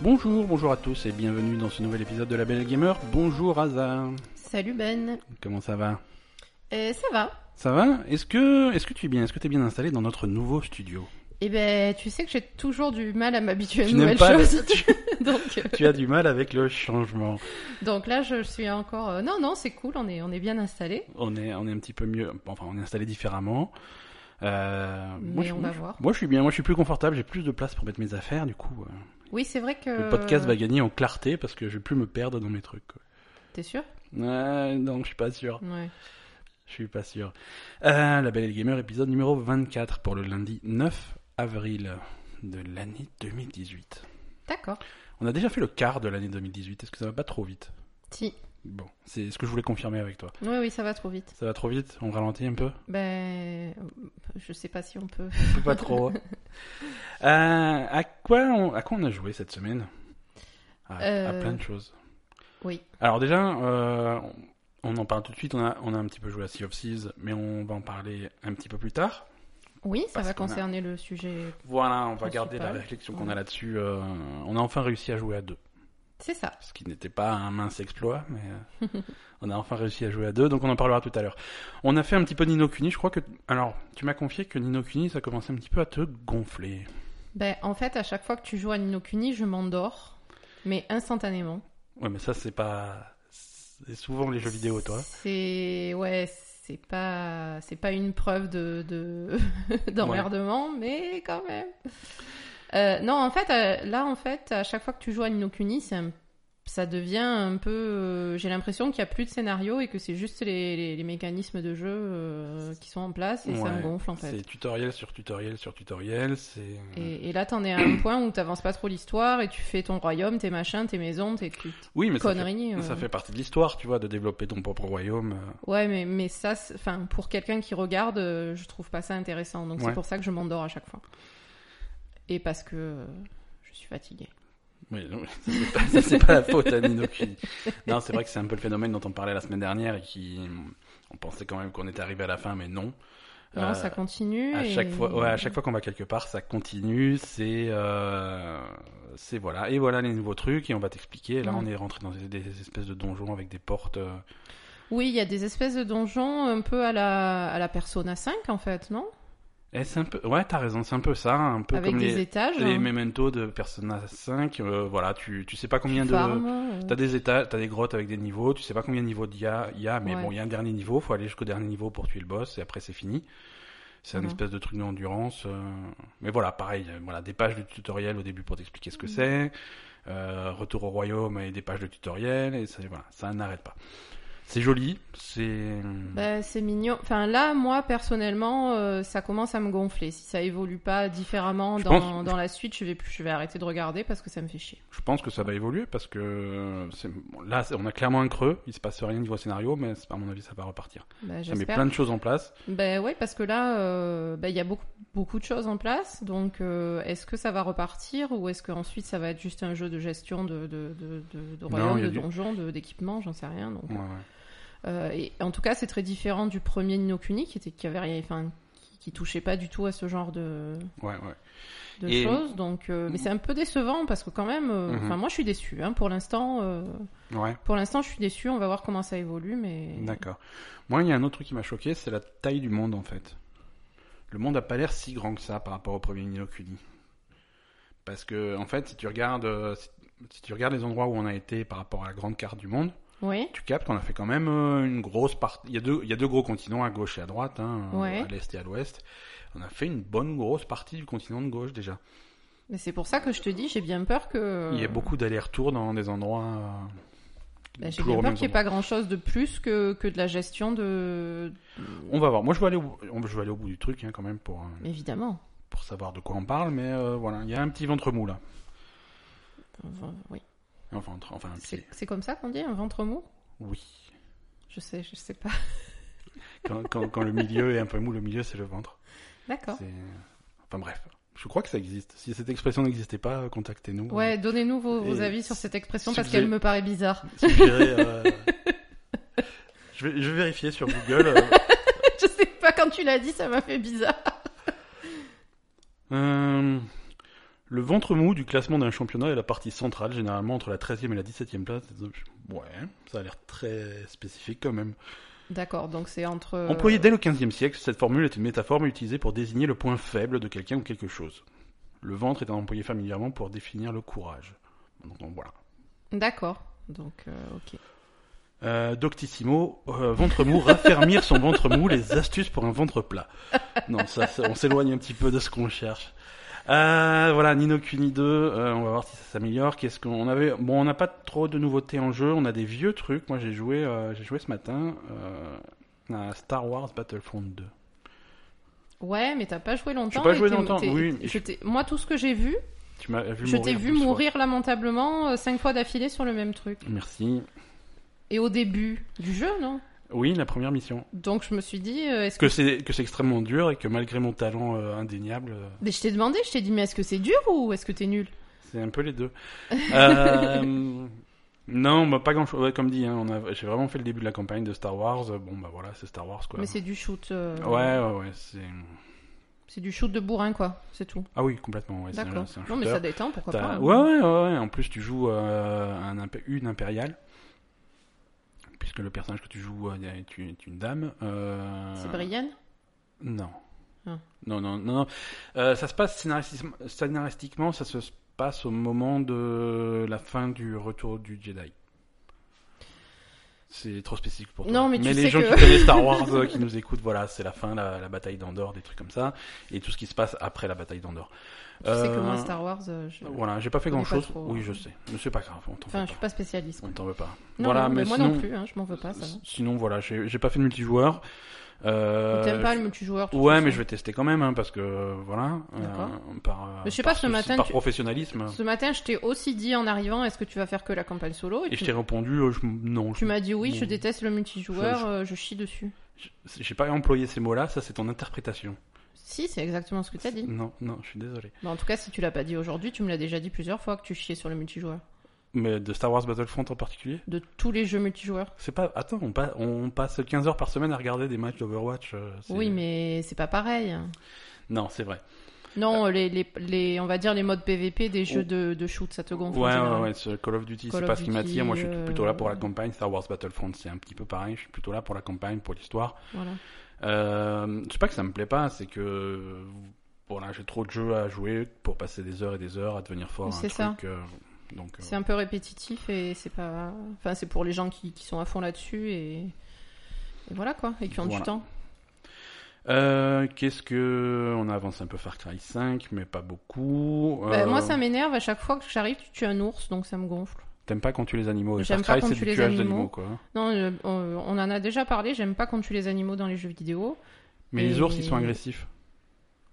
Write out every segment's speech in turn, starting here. Bonjour, bonjour à tous et bienvenue dans ce nouvel épisode de La Belle Gamer. Bonjour Aza. Salut Ben. Comment ça va Euh, ça va. Ça va Est-ce que est-ce que tu es bien Est-ce que tu es bien installé dans notre nouveau studio Eh ben, tu sais que j'ai toujours du mal à m'habituer à Tu une n'aimes nouvelle pas le- chose. donc, euh, Tu as du mal avec le changement. donc là, je suis encore. euh, Non, non, c'est cool. On est, on est bien installé. On est on est un petit peu mieux. Enfin, on est installé différemment. Euh, moi, Mais je, on va voir. moi, je suis bien. Moi, je suis plus confortable. J'ai plus de place pour mettre mes affaires. Du coup, euh, Oui, c'est vrai que. le podcast va gagner en clarté parce que je vais plus me perdre dans mes trucs. quoi. T'es sûr Ouais, non, je suis pas sûr. Ouais. Je suis pas sûr. Euh, la Belle et le Gamer, épisode numéro 24 pour le lundi 9 avril de l'année 2018. D'accord. On a déjà fait le quart de l'année 2018. Est-ce que ça va pas trop vite Si. Bon, c'est ce que je voulais confirmer avec toi. Oui, oui, ça va trop vite. Ça va trop vite On ralentit un peu Ben, je sais pas si on peut. On peut Pas trop. hein. Euh, à, quoi on, à quoi on a joué cette semaine à, à Euh. plein de choses. Oui. Alors déjà, euh, on en parle tout de suite. On a, on a un petit peu joué à Sea of Thieves, mais on va en parler un petit peu plus tard. Oui, ça Parce va qu'on a- concerner le sujet. Voilà, on va Principal. garder la réflexion qu'on a Ouais. là-dessus. euh, on a enfin réussi à jouer à deux, C'est ça. ce qui n'était pas un mince exploit, mais euh, on a enfin réussi à jouer à deux, donc on en parlera tout à l'heure. On a fait un petit peu de Nino Kuni, je crois que... Alors, tu m'as confié que Nino Kuni, ça commençait un petit peu à te gonfler. Ben, en fait, à chaque fois que tu joues à Nino Kuni, je m'endors, mais instantanément. Ouais, mais ça, c'est pas... C'est souvent les jeux vidéo, toi. C'est ouais, c'est pas c'est pas une preuve de de- d'emmerdement, mais quand même. Euh, non, en fait, euh, là, en fait, à chaque fois que tu joues à Ninokuni, c'est un- ça devient un peu. euh, J'ai l'impression qu'il n'y a plus de scénario et que c'est juste les, les, les mécanismes de jeu euh, qui sont en place et ça Ouais, me gonfle en fait. C'est tutoriel sur tutoriel sur tutoriel, c'est... Et, et là, t'en es à un point où t'avances pas trop l'histoire et tu fais ton royaume, tes machins, tes maisons, tes petites Oui, mais ça fait... conneries. euh. ça fait partie de l'histoire, tu vois, de développer ton propre royaume. euh. Ouais, mais, mais ça, c'est- enfin, pour quelqu'un qui regarde, euh, je trouve pas ça intéressant. Donc Ouais. c'est pour ça que je m'endors à chaque fois. Et parce que euh, je suis fatiguée. Oui, non, ça, c'est pas- ça c'est pas la faute à Nino Kuni. Non, c'est vrai que c'est un peu le phénomène dont on parlait la semaine dernière et qui, on pensait quand même qu'on était arrivé à la fin, mais non. Non, Euh, ça continue. à et- chaque fois, ouais, à chaque fois qu'on va quelque part, ça continue. C'est, euh, c'est voilà, et voilà les nouveaux trucs et on va t'expliquer. Là, Ouais. on est rentré dans des, des espèces de donjons avec des portes. euh, Oui, il y a des espèces de donjons un peu à la, à la Persona 5, en fait, non Et Eh, c'est un peu, ouais, t'as raison, c'est un peu ça, un peu Avec comme des les, étages. les hein, Memento de Persona 5. euh, voilà, tu, tu sais pas combien de farm, euh, T'as des étages, t'as des grottes avec des niveaux, tu sais pas combien de niveaux il y a, il y a mais Ouais. bon, il y a un dernier niveau, faut aller jusqu'au dernier niveau pour tuer le boss, et après c'est fini. C'est un Mhm. espèce de truc d'endurance. euh, Mais voilà, pareil, euh, voilà, des pages de tutoriel au début pour t'expliquer ce Mhm. que c'est, euh, retour au royaume et des pages de tutoriel, et ça, voilà, ça n'arrête pas. C'est joli, c'est... bah, c'est mignon. Enfin, là, moi, personnellement, euh, ça commence à me gonfler. Si ça évolue pas différemment Je dans, pense- dans la suite, je vais, plus- je vais arrêter de regarder parce que ça me fait chier. Je pense que ça va évoluer parce que euh, c'est- bon, là, c'est- on a clairement un creux, il se passe rien niveau scénario, mais c'est- à mon avis, ça va repartir. Bah, Ça met j'espère. Ah, plein de choses en place. Ben ouais, parce que là, euh, ben il y a beaucoup, beaucoup de choses en place. Donc, euh, est-ce que ça va repartir ou est-ce qu'ensuite ça va être juste un jeu de gestion de, de, de, de, de royaume, il y a de du- Mm. donjon, de- d'équipement, j'en sais rien. Donc, Ouais, ouais. euh, et en tout cas, c'est très différent du premier Ninokuni qui était qui avait rien, enfin, qui, qui touchait pas du tout à ce genre de, ouais, ouais. de Et- choses. Donc, euh, mais c'est un peu décevant parce que quand même, euh, Mhm. enfin, moi, je suis déçu. Hein, pour l'instant, euh, ouais. pour l'instant, je suis déçu. On va voir comment ça évolue, mais D'accord. Moi, il y a un autre truc qui m'a choqué, c'est la taille du monde en fait. Le monde a pas l'air si grand que ça par rapport au premier Nino Kuni. Parce que en fait, si tu regardes, euh, si, si tu regardes les endroits où on a été par rapport à la grande carte du monde, oui, tu captes qu'on a fait quand même euh, une grosse partie. Il y a deux, il y a deux gros continents à gauche et à droite, hein, euh, Ouais. à l'est et à l'ouest. On a fait une bonne grosse partie du continent de gauche déjà. mais c'est pour ça que je te dis, j'ai bien peur que Il y a beaucoup d'allers-retours dans des endroits. euh, Bah, J'ai toujours bien au peur même qu'il n'y ait endroit. pas grand chose de plus que, que de la gestion de. On va voir. Moi, je vais aller au, je vais aller au bout du truc hein, quand même pour. euh, Évidemment. pour savoir de quoi on parle, mais euh, voilà, il y a un petit ventre mou là. Enfin, oui. Un ventre, enfin un C'est pied. c'est comme ça qu'on dit, un ventre mou Oui. Je sais, je sais pas. Quand, quand, quand le milieu est un peu mou, le milieu c'est le ventre. D'accord. C'est- Enfin bref, je crois que ça existe. Si cette expression n'existait pas, euh, contactez-nous. Ouais, donnez-nous vos, vos Et avis sur cette expression parce suggé- qu'elle me paraît bizarre. Suggérez, euh, je, vais, je vais vérifier sur Google. euh. je sais pas, quand tu l'as dit, ça m'a fait bizarre. Euh, Le ventre mou du classement d'un championnat est la partie centrale, généralement entre la 13e et la 17e place. Ouais, ça a l'air très spécifique quand même. D'accord, donc c'est entre. euh, Employée dès le 15e siècle, cette formule est une métaphore utilisée pour désigner le point faible de quelqu'un ou quelque chose. Le ventre étant employé familièrement pour définir le courage. Donc, donc, voilà. D'accord, donc euh, ok. Euh, Doctissimo, euh, ventre mou, raffermir son ventre mou, les astuces pour un ventre plat. Non, ça, ça- on s'éloigne un petit peu de ce qu'on cherche. Euh, voilà, Nino Kuni 2, euh, on va voir si ça s'améliore. Qu'est-ce qu'on avait Bon, on n'a pas trop de nouveautés en jeu, on a des vieux trucs. Moi, j'ai joué, euh, j'ai joué ce matin euh, à Star Wars Battlefront 2. Ouais, mais t'as pas joué longtemps. pas et joué t'es- longtemps, t'es- oui, mais je t'ai- Moi, tout ce que j'ai vu, Tu m'as vu je mourir. t'ai vu deux fois. mourir lamentablement euh, cinq fois d'affilée sur le même truc. Merci. Et au début du jeu, non Oui, la première mission. Donc je me suis dit, euh, est-ce que... Que c'est que c'est extrêmement dur et que malgré mon talent euh, indéniable, euh, Mais je t'ai demandé, je t'ai dit, mais est-ce que c'est dur ou est-ce que t'es nul C'est un peu les deux. Euh, non, bah, pas grand chose. comme dit, hein, on a- j'ai vraiment fait le début de la campagne de Star Wars. Bon, bah voilà, c'est Star Wars quoi. Mais c'est du shoot. euh, Ouais, ouais, ouais. c'est- C'est du shoot de bourrin, quoi. C'est tout. Ah oui, complètement. Ouais, c'est un- D'accord. c'est un Non, mais shooter. ça détend, pourquoi T'as- pas. hein. ouais, ouais, ouais, ouais. En plus, tu joues euh, un impé- une impériale. Puisque le personnage que tu joues euh, est une, est une dame. Euh... C'est Brienne Non. Ah. Non, non, non. non. Euh, ça se passe scénaristiquement, scénaristiquement, ça se passe au moment de la fin du retour du Jedi. C'est trop spécifique pour toi. Non, mais tu les sais gens que- qui connaissent Star Wars, euh, qui nous écoutent, voilà, c'est la fin, la, la bataille d'Andorre, des trucs comme ça, et tout ce qui se passe après la bataille d'Andorre. Tu sais que Euh, moi, Star Wars, euh, je... Voilà, j'ai pas fait connais grand pas chose. trop, oui, hein. je sais. Mais c'est pas grave, on t'en Enfin, veut je suis pas. pas spécialiste. quoi. On t'en veut pas. Non, voilà, non, mais moi sinon, non plus, hein, je m'en veux pas, ça va. sinon, voilà, j'ai j'ai pas fait de multijoueur. Euh, T'aimes pas le multijoueur de toute Ouais, façon. mais je vais tester quand même, hein, parce que euh, voilà. euh, D'accord. par, euh, Mais je sais pas, par ce souci- matin, Par tu- professionnalisme. Ce matin, je t'ai aussi dit en arrivant, est-ce que tu vas faire que la campagne solo Et je tu- t'ai répondu, euh, je- non. tu je- m'as dit oui, je Non. déteste le multijoueur, Je- euh, je chie dessus. je- J'ai pas employé ces mots-là, ça c'est ton interprétation. Si, c'est exactement ce que t'as dit. Non, non, je suis désolé. Bah, en tout cas, si tu l'as pas dit aujourd'hui, tu me l'as déjà dit plusieurs fois que tu chiais sur le multijoueur. Mais de Star Wars Battlefront en particulier De tous les jeux multijoueurs. C'est pas. Attends, on, pa- on passe 15 heures par semaine à regarder des matchs d'Overwatch. euh, c'est- Oui, mais c'est pas pareil. Non, c'est vrai. Non, Euh, les, les, les- on va dire les modes PVP des jeux Oh. de, de shoot, ça te gonfle. en Ouais, ouais, général. ouais, ce Call of Duty, Call c'est of pas ce qui Duty, m'attire. Moi, je suis euh, plutôt là pour la campagne. Star Wars Battlefront, c'est un petit peu pareil. Je suis plutôt là pour la campagne, pour l'histoire. Voilà. Euh, c'est pas que ça me plaît pas, c'est que euh, voilà, j'ai trop de jeux à jouer pour passer des heures et des heures à devenir fort. à un C'est ça. truc, euh, donc, euh, C'est un peu répétitif et c'est pas. Enfin, c'est pour les gens qui, qui sont à fond là-dessus et... et voilà quoi, et qui ont Voilà. du temps. euh, qu'est-ce que on a avancé un peu Far Cry 5, mais pas beaucoup. Bah, Euh, moi, ça m'énerve à chaque fois que j'arrive, tu tues un ours, donc ça me gonfle. T'aimes pas quand tu les animaux. Et J'aime Far Cry, pas quand c'est tu du les tuage animaux. d'animaux, quoi. Non, euh, on on en a déjà parlé, j'aime pas quand tu les animaux dans les jeux vidéo. Mais Et- les ours, ils sont agressifs.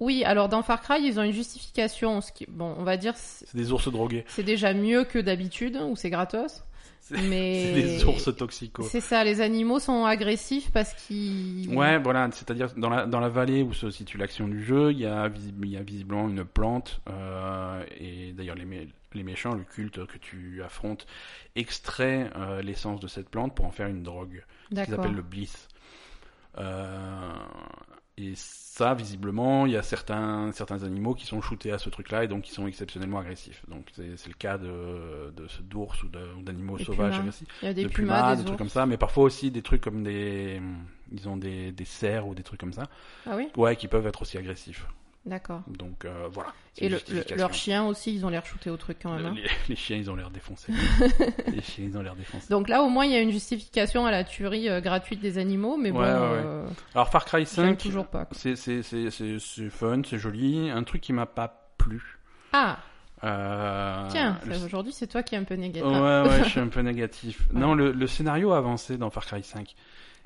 Oui, alors dans Far Cry, ils ont une justification. Ce qui, bon, on va dire, c'est C'est des ours drogués. c'est déjà mieux que d'habitude, ou c'est gratos. C'est- Mais C'est des ours toxicaux. C'est ça, les animaux sont agressifs parce qu'ils. Ouais, voilà, c'est-à-dire dans la, dans la vallée où se situe l'action du jeu, il y a, visi- il y a visiblement une plante, euh, et d'ailleurs les, mé- les méchants, le culte que tu affrontes, extrait euh, l'essence de cette plante pour en faire une drogue, qu'ils d'accord. appellent le bliss. Euh, et ça, visiblement, il y a certains, certains animaux qui sont shootés à ce truc-là et donc qui sont exceptionnellement agressifs. Donc c'est c'est le cas de, de ce d'ours ou de- ou d'animaux Des sauvages pumas. agressifs Il y a des de pumas, pumas, des, des, trucs ours. comme ça, mais parfois aussi des trucs comme des. Ils ont des, des cerfs ou des trucs comme ça, Ah oui, ouais, qui peuvent être aussi agressifs. d'accord. Donc euh, voilà. c'est Et une le, le- justification. leurs chiens aussi, ils ont l'air shootés au truc quand même. hein. Les, les chiens, ils ont l'air défoncés. les chiens, ils ont l'air défoncés. Donc là, au moins, il y a une justification à la tuerie euh, gratuite des animaux, mais bon, Ouais, ouais, ouais. euh, Alors Far Cry j'aime 5, toujours pas. quoi. c'est c'est- c'est- c'est- c'est fun, c'est joli. Un truc qui m'a pas plu. Ah, Euh, tiens, le- ça, aujourd'hui, c'est toi qui es un peu négatif. Ouais, ouais, je suis un peu négatif. Non, le, le scénario a avancé dans Far Cry 5.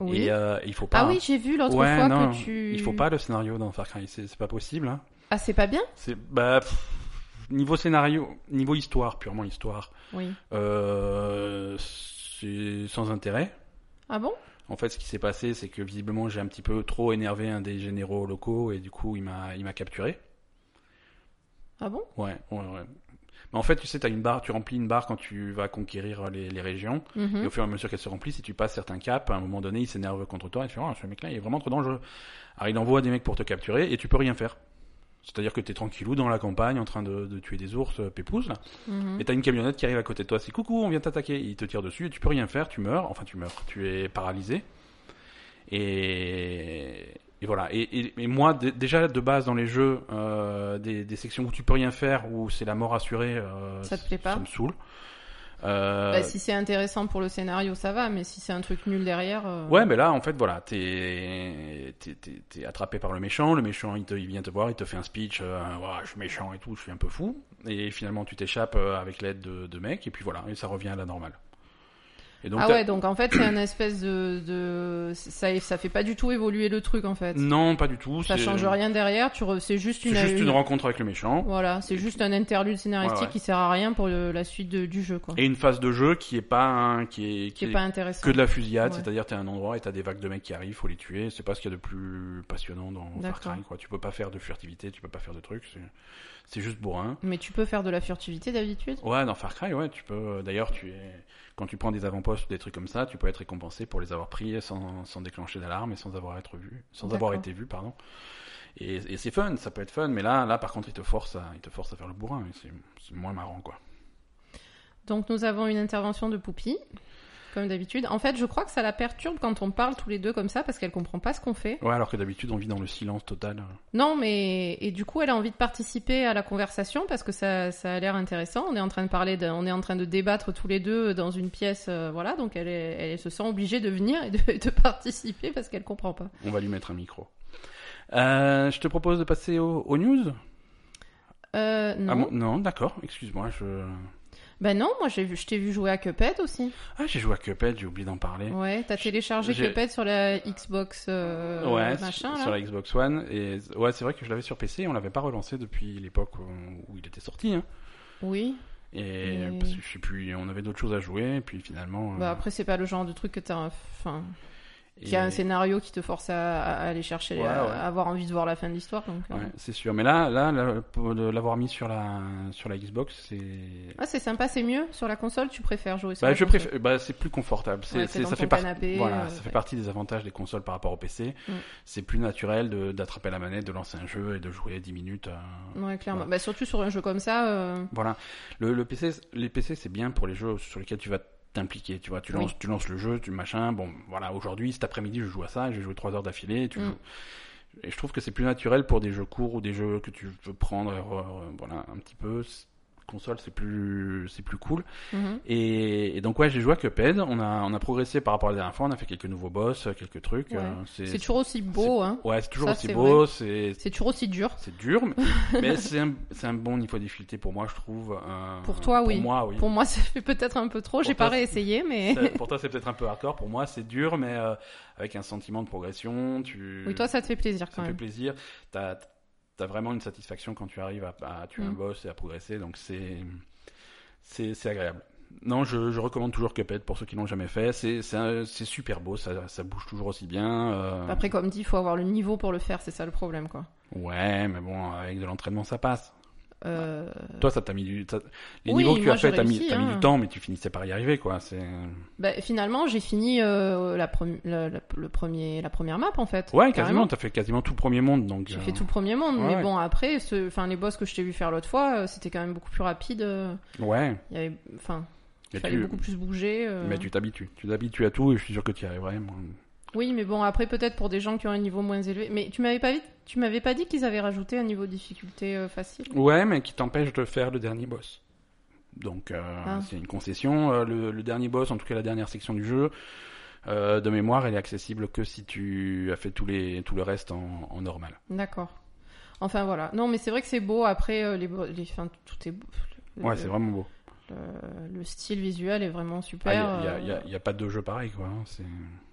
Oui. Et euh, il faut pas. ah oui, j'ai vu l'autre ouais, fois non, que tu. il faut pas le scénario dans Far Cry, c'est c'est pas possible. Hein. Ah, c'est pas bien C'est bah pff, niveau scénario, niveau histoire, purement histoire, Oui. euh, c'est sans intérêt. Ah bon En fait, ce qui s'est passé, c'est que visiblement, j'ai un petit peu trop énervé un des généraux locaux et du coup, il m'a il m'a capturé. Ah bon Ouais, ouais, ouais. Mais en fait, tu sais, t'as une barre, tu remplis une barre quand tu vas conquérir les, les régions. Mhm. Et au fur et à mesure qu'elle se remplit, si tu passes certains caps, à un moment donné, il oh, s'énerve contre toi et tu fais, Ah, ce mec-là, il est vraiment trop dangereux. Alors, il envoie des mecs pour te capturer et tu peux rien faire. C'est-à-dire que t'es tranquillou dans la campagne en train de, de tuer des ours euh, pépouses, là. Mhm. Et t'as une camionnette qui arrive à côté de toi, c'est coucou, on vient t'attaquer. Il te tire dessus et tu peux rien faire, tu meurs. Enfin, tu meurs, tu es paralysé. Et, et voilà. Et, et- et moi, dé- déjà de base dans les jeux, euh, des, des sections où tu peux rien faire, où c'est la mort assurée, euh, Ça te plaît pas Ça me saoule. Euh, Bah, si c'est intéressant pour le scénario, ça va, mais si c'est un truc nul derrière. euh, Ouais, mais là, en fait, voilà, t'es t'es- t'es- t'es attrapé par le méchant. Le méchant, il, te, il vient te voir, il te fait un speech. euh, Ouah, je suis méchant et tout, je suis un peu fou. Et finalement, tu t'échappes euh, avec l'aide de, de mecs, et puis voilà, et ça revient à la normale. Et donc, ah t'as- ouais, donc en fait, c'est un espèce de, de- ça, ça fait pas du tout évoluer le truc en fait. non, pas du tout. ça c'est- change rien derrière. Tu re- c'est juste C'est une, juste une- une rencontre avec le méchant. voilà, c'est juste un interlude scénaristique Ouais, ouais. qui sert à rien pour le- la suite de- du jeu quoi. Et une phase de jeu qui est pas, un- qui est, qui est est pas intéressant. que de la fusillade, Ouais. c'est-à-dire t'es à un endroit et t'as des vagues de mecs qui arrivent, faut les tuer. C'est pas ce qu'il y a de plus passionnant dans Far D'accord. Cry. Quoi. Tu peux pas faire de furtivité, tu peux pas faire de trucs. c'est- C'est juste bourrin. Mais tu peux faire de la furtivité d'habitude. Ouais, dans Far Cry, ouais, tu peux. euh, D'ailleurs, tu es quand tu prends des avant-postes ou des trucs comme ça, tu peux être récompensé pour les avoir pris sans, sans déclencher d'alarme et sans avoir être vu, sans avoir D'accord. été vu, pardon. Et, et c'est fun, ça peut être fun, mais là, là, par contre, il te force à, il te force à faire le bourrin. et C'est c'est moins marrant, quoi. Donc nous avons une intervention de Poupie, comme d'habitude. En fait, je crois que ça la perturbe quand on parle tous les deux comme ça parce qu'elle comprend pas ce qu'on fait. Ouais, alors que d'habitude, on vit dans le silence total. Non, mais et du coup, elle a envie de participer à la conversation parce que ça, ça a l'air intéressant. On est en train de parler, d'un- on est en train de débattre tous les deux dans une pièce, euh, voilà. Donc elle, est- elle se sent obligée de venir et de, de participer parce qu'elle comprend pas. On va lui mettre un micro. Euh, je te propose de passer au- aux news. Euh, non. Ah, bon, non, d'accord. Excuse-moi, je. Ben non, moi j'ai vu, je t'ai vu jouer à Cuphead aussi. Ah, j'ai joué à Cuphead, j'ai oublié d'en parler. Ouais, t'as téléchargé j'ai- Cuphead sur la Xbox euh, ouais, machin sur- là. sur la Xbox One. Et ouais, c'est vrai que je l'avais sur PC, on l'avait pas relancé depuis l'époque où, où il était sorti. hein. Oui. Et Et- parce que je sais plus, on avait d'autres choses à jouer, et puis finalement. euh, Bah après c'est pas le genre de truc que t'as, enfin, qui et- a un scénario qui te force à, à aller chercher, Ouais, à, ouais. à avoir envie de voir la fin de l'histoire. Donc. euh, Ouais, c'est sûr. Mais là, là, là, pour le- l'avoir mis sur la sur la Xbox, c'est. Ah, c'est sympa, c'est mieux sur la console. Tu préfères jouer sur Bah, la je console. préfère. Bah, c'est plus confortable. C'est, Ouais, c'est- c'est dans ça ton fait partie. canapé, Voilà, euh, ça fait ouais. partie des avantages des consoles par rapport au PC. Mm. C'est plus naturel de, d'attraper la manette, de lancer un jeu et de jouer 10 minutes. euh, Ouais, clairement. Ouais. Bah, surtout sur un jeu comme ça. euh, Voilà. Le, le PC, les PC, c'est bien pour les jeux sur lesquels tu vas t'impliquer. Tu vois, tu Oui. lances, tu lances le jeu, tu machin. Bon, voilà. Aujourd'hui, cet après-midi, je joue à ça. J'ai joué trois heures d'affilée. et Tu Mm. joues. Et je trouve que c'est plus naturel pour des jeux courts ou des jeux que tu veux prendre, euh, euh, voilà, un petit peu. C'est- Console, c'est plus, c'est plus cool. mhm. Et, et donc ouais, j'ai joué à Cuphead. On a, on a progressé par rapport à la dernière fois. On a fait quelques nouveaux boss, quelques trucs. Ouais. euh, c'est, C'est toujours aussi beau, hein. ouais, c'est toujours Ça, aussi c'est beau. C'est, C'est toujours aussi dur. c'est dur, mais, mais c'est un, c'est un bon niveau de difficulté pour moi, je trouve. euh, Pour toi, oui. Pour moi, oui. Pour moi, ça fait peut-être un peu trop. Pour J'ai toi, pas réessayé, mais Ça- pour toi, c'est peut-être un peu hardcore. Pour moi, c'est dur, mais euh, avec un sentiment de progression. Tu... oui, toi, ça te fait plaisir ça quand me fait même. plaisir. T'as as vraiment une satisfaction quand tu arrives à, à tuer un Mm. boss et à progresser, donc c'est c'est c'est agréable. Non, je, je recommande toujours Cuphead pour ceux qui l'ont jamais fait. C'est c'est un- c'est super beau, ça, ça bouge toujours aussi bien. euh, Après, comme dit, il faut avoir le niveau pour le faire. C'est ça le problème, quoi. Ouais, mais bon, avec de l'entraînement, ça passe. Euh, Toi, ça t'a mis du t'as- les Oui, niveaux que tu moi, as fait, j'ai t'as mis, réussi, t'as mis hein. du temps, mais tu finissais par y arriver, quoi. C'est bah, finalement, j'ai fini euh, la, premi- la- la- le premier, la première map en fait. ouais, quasiment. T'as fait quasiment tout premier monde, donc. J'ai euh, fait tout le premier monde, mais Ouais. bon après, ce... enfin les boss que je t'ai vu faire l'autre fois, euh, c'était quand même beaucoup plus rapide. euh, Ouais. Il y avait, enfin, Mais il fallait tu, beaucoup plus bouger. euh. mais tu t'habitues, tu t'habitues à tout, et je suis sûr que tu y arriverais. moi. Oui, mais bon, après peut-être pour des gens qui ont un niveau moins élevé. Mais tu m'avais pas dit, tu m'avais pas dit qu'ils avaient rajouté un niveau de difficulté euh, facile. Ouais, mais qui t'empêche de faire le dernier boss. Donc euh, Ah. c'est une concession. Euh, le, le dernier boss, en tout cas la dernière section du jeu, euh, de mémoire, elle est accessible que si tu as fait tous les, tout le reste en, en normal. D'accord. Enfin voilà. Non, mais c'est vrai que c'est beau. Après euh, les, bo- les, enfin, tout est beau. Le, Ouais, c'est vraiment beau. le- le style visuel est Il vraiment n'y super. a, Ah, y a- euh. y a- y a pas de jeu pareil, quoi. hein, c'est-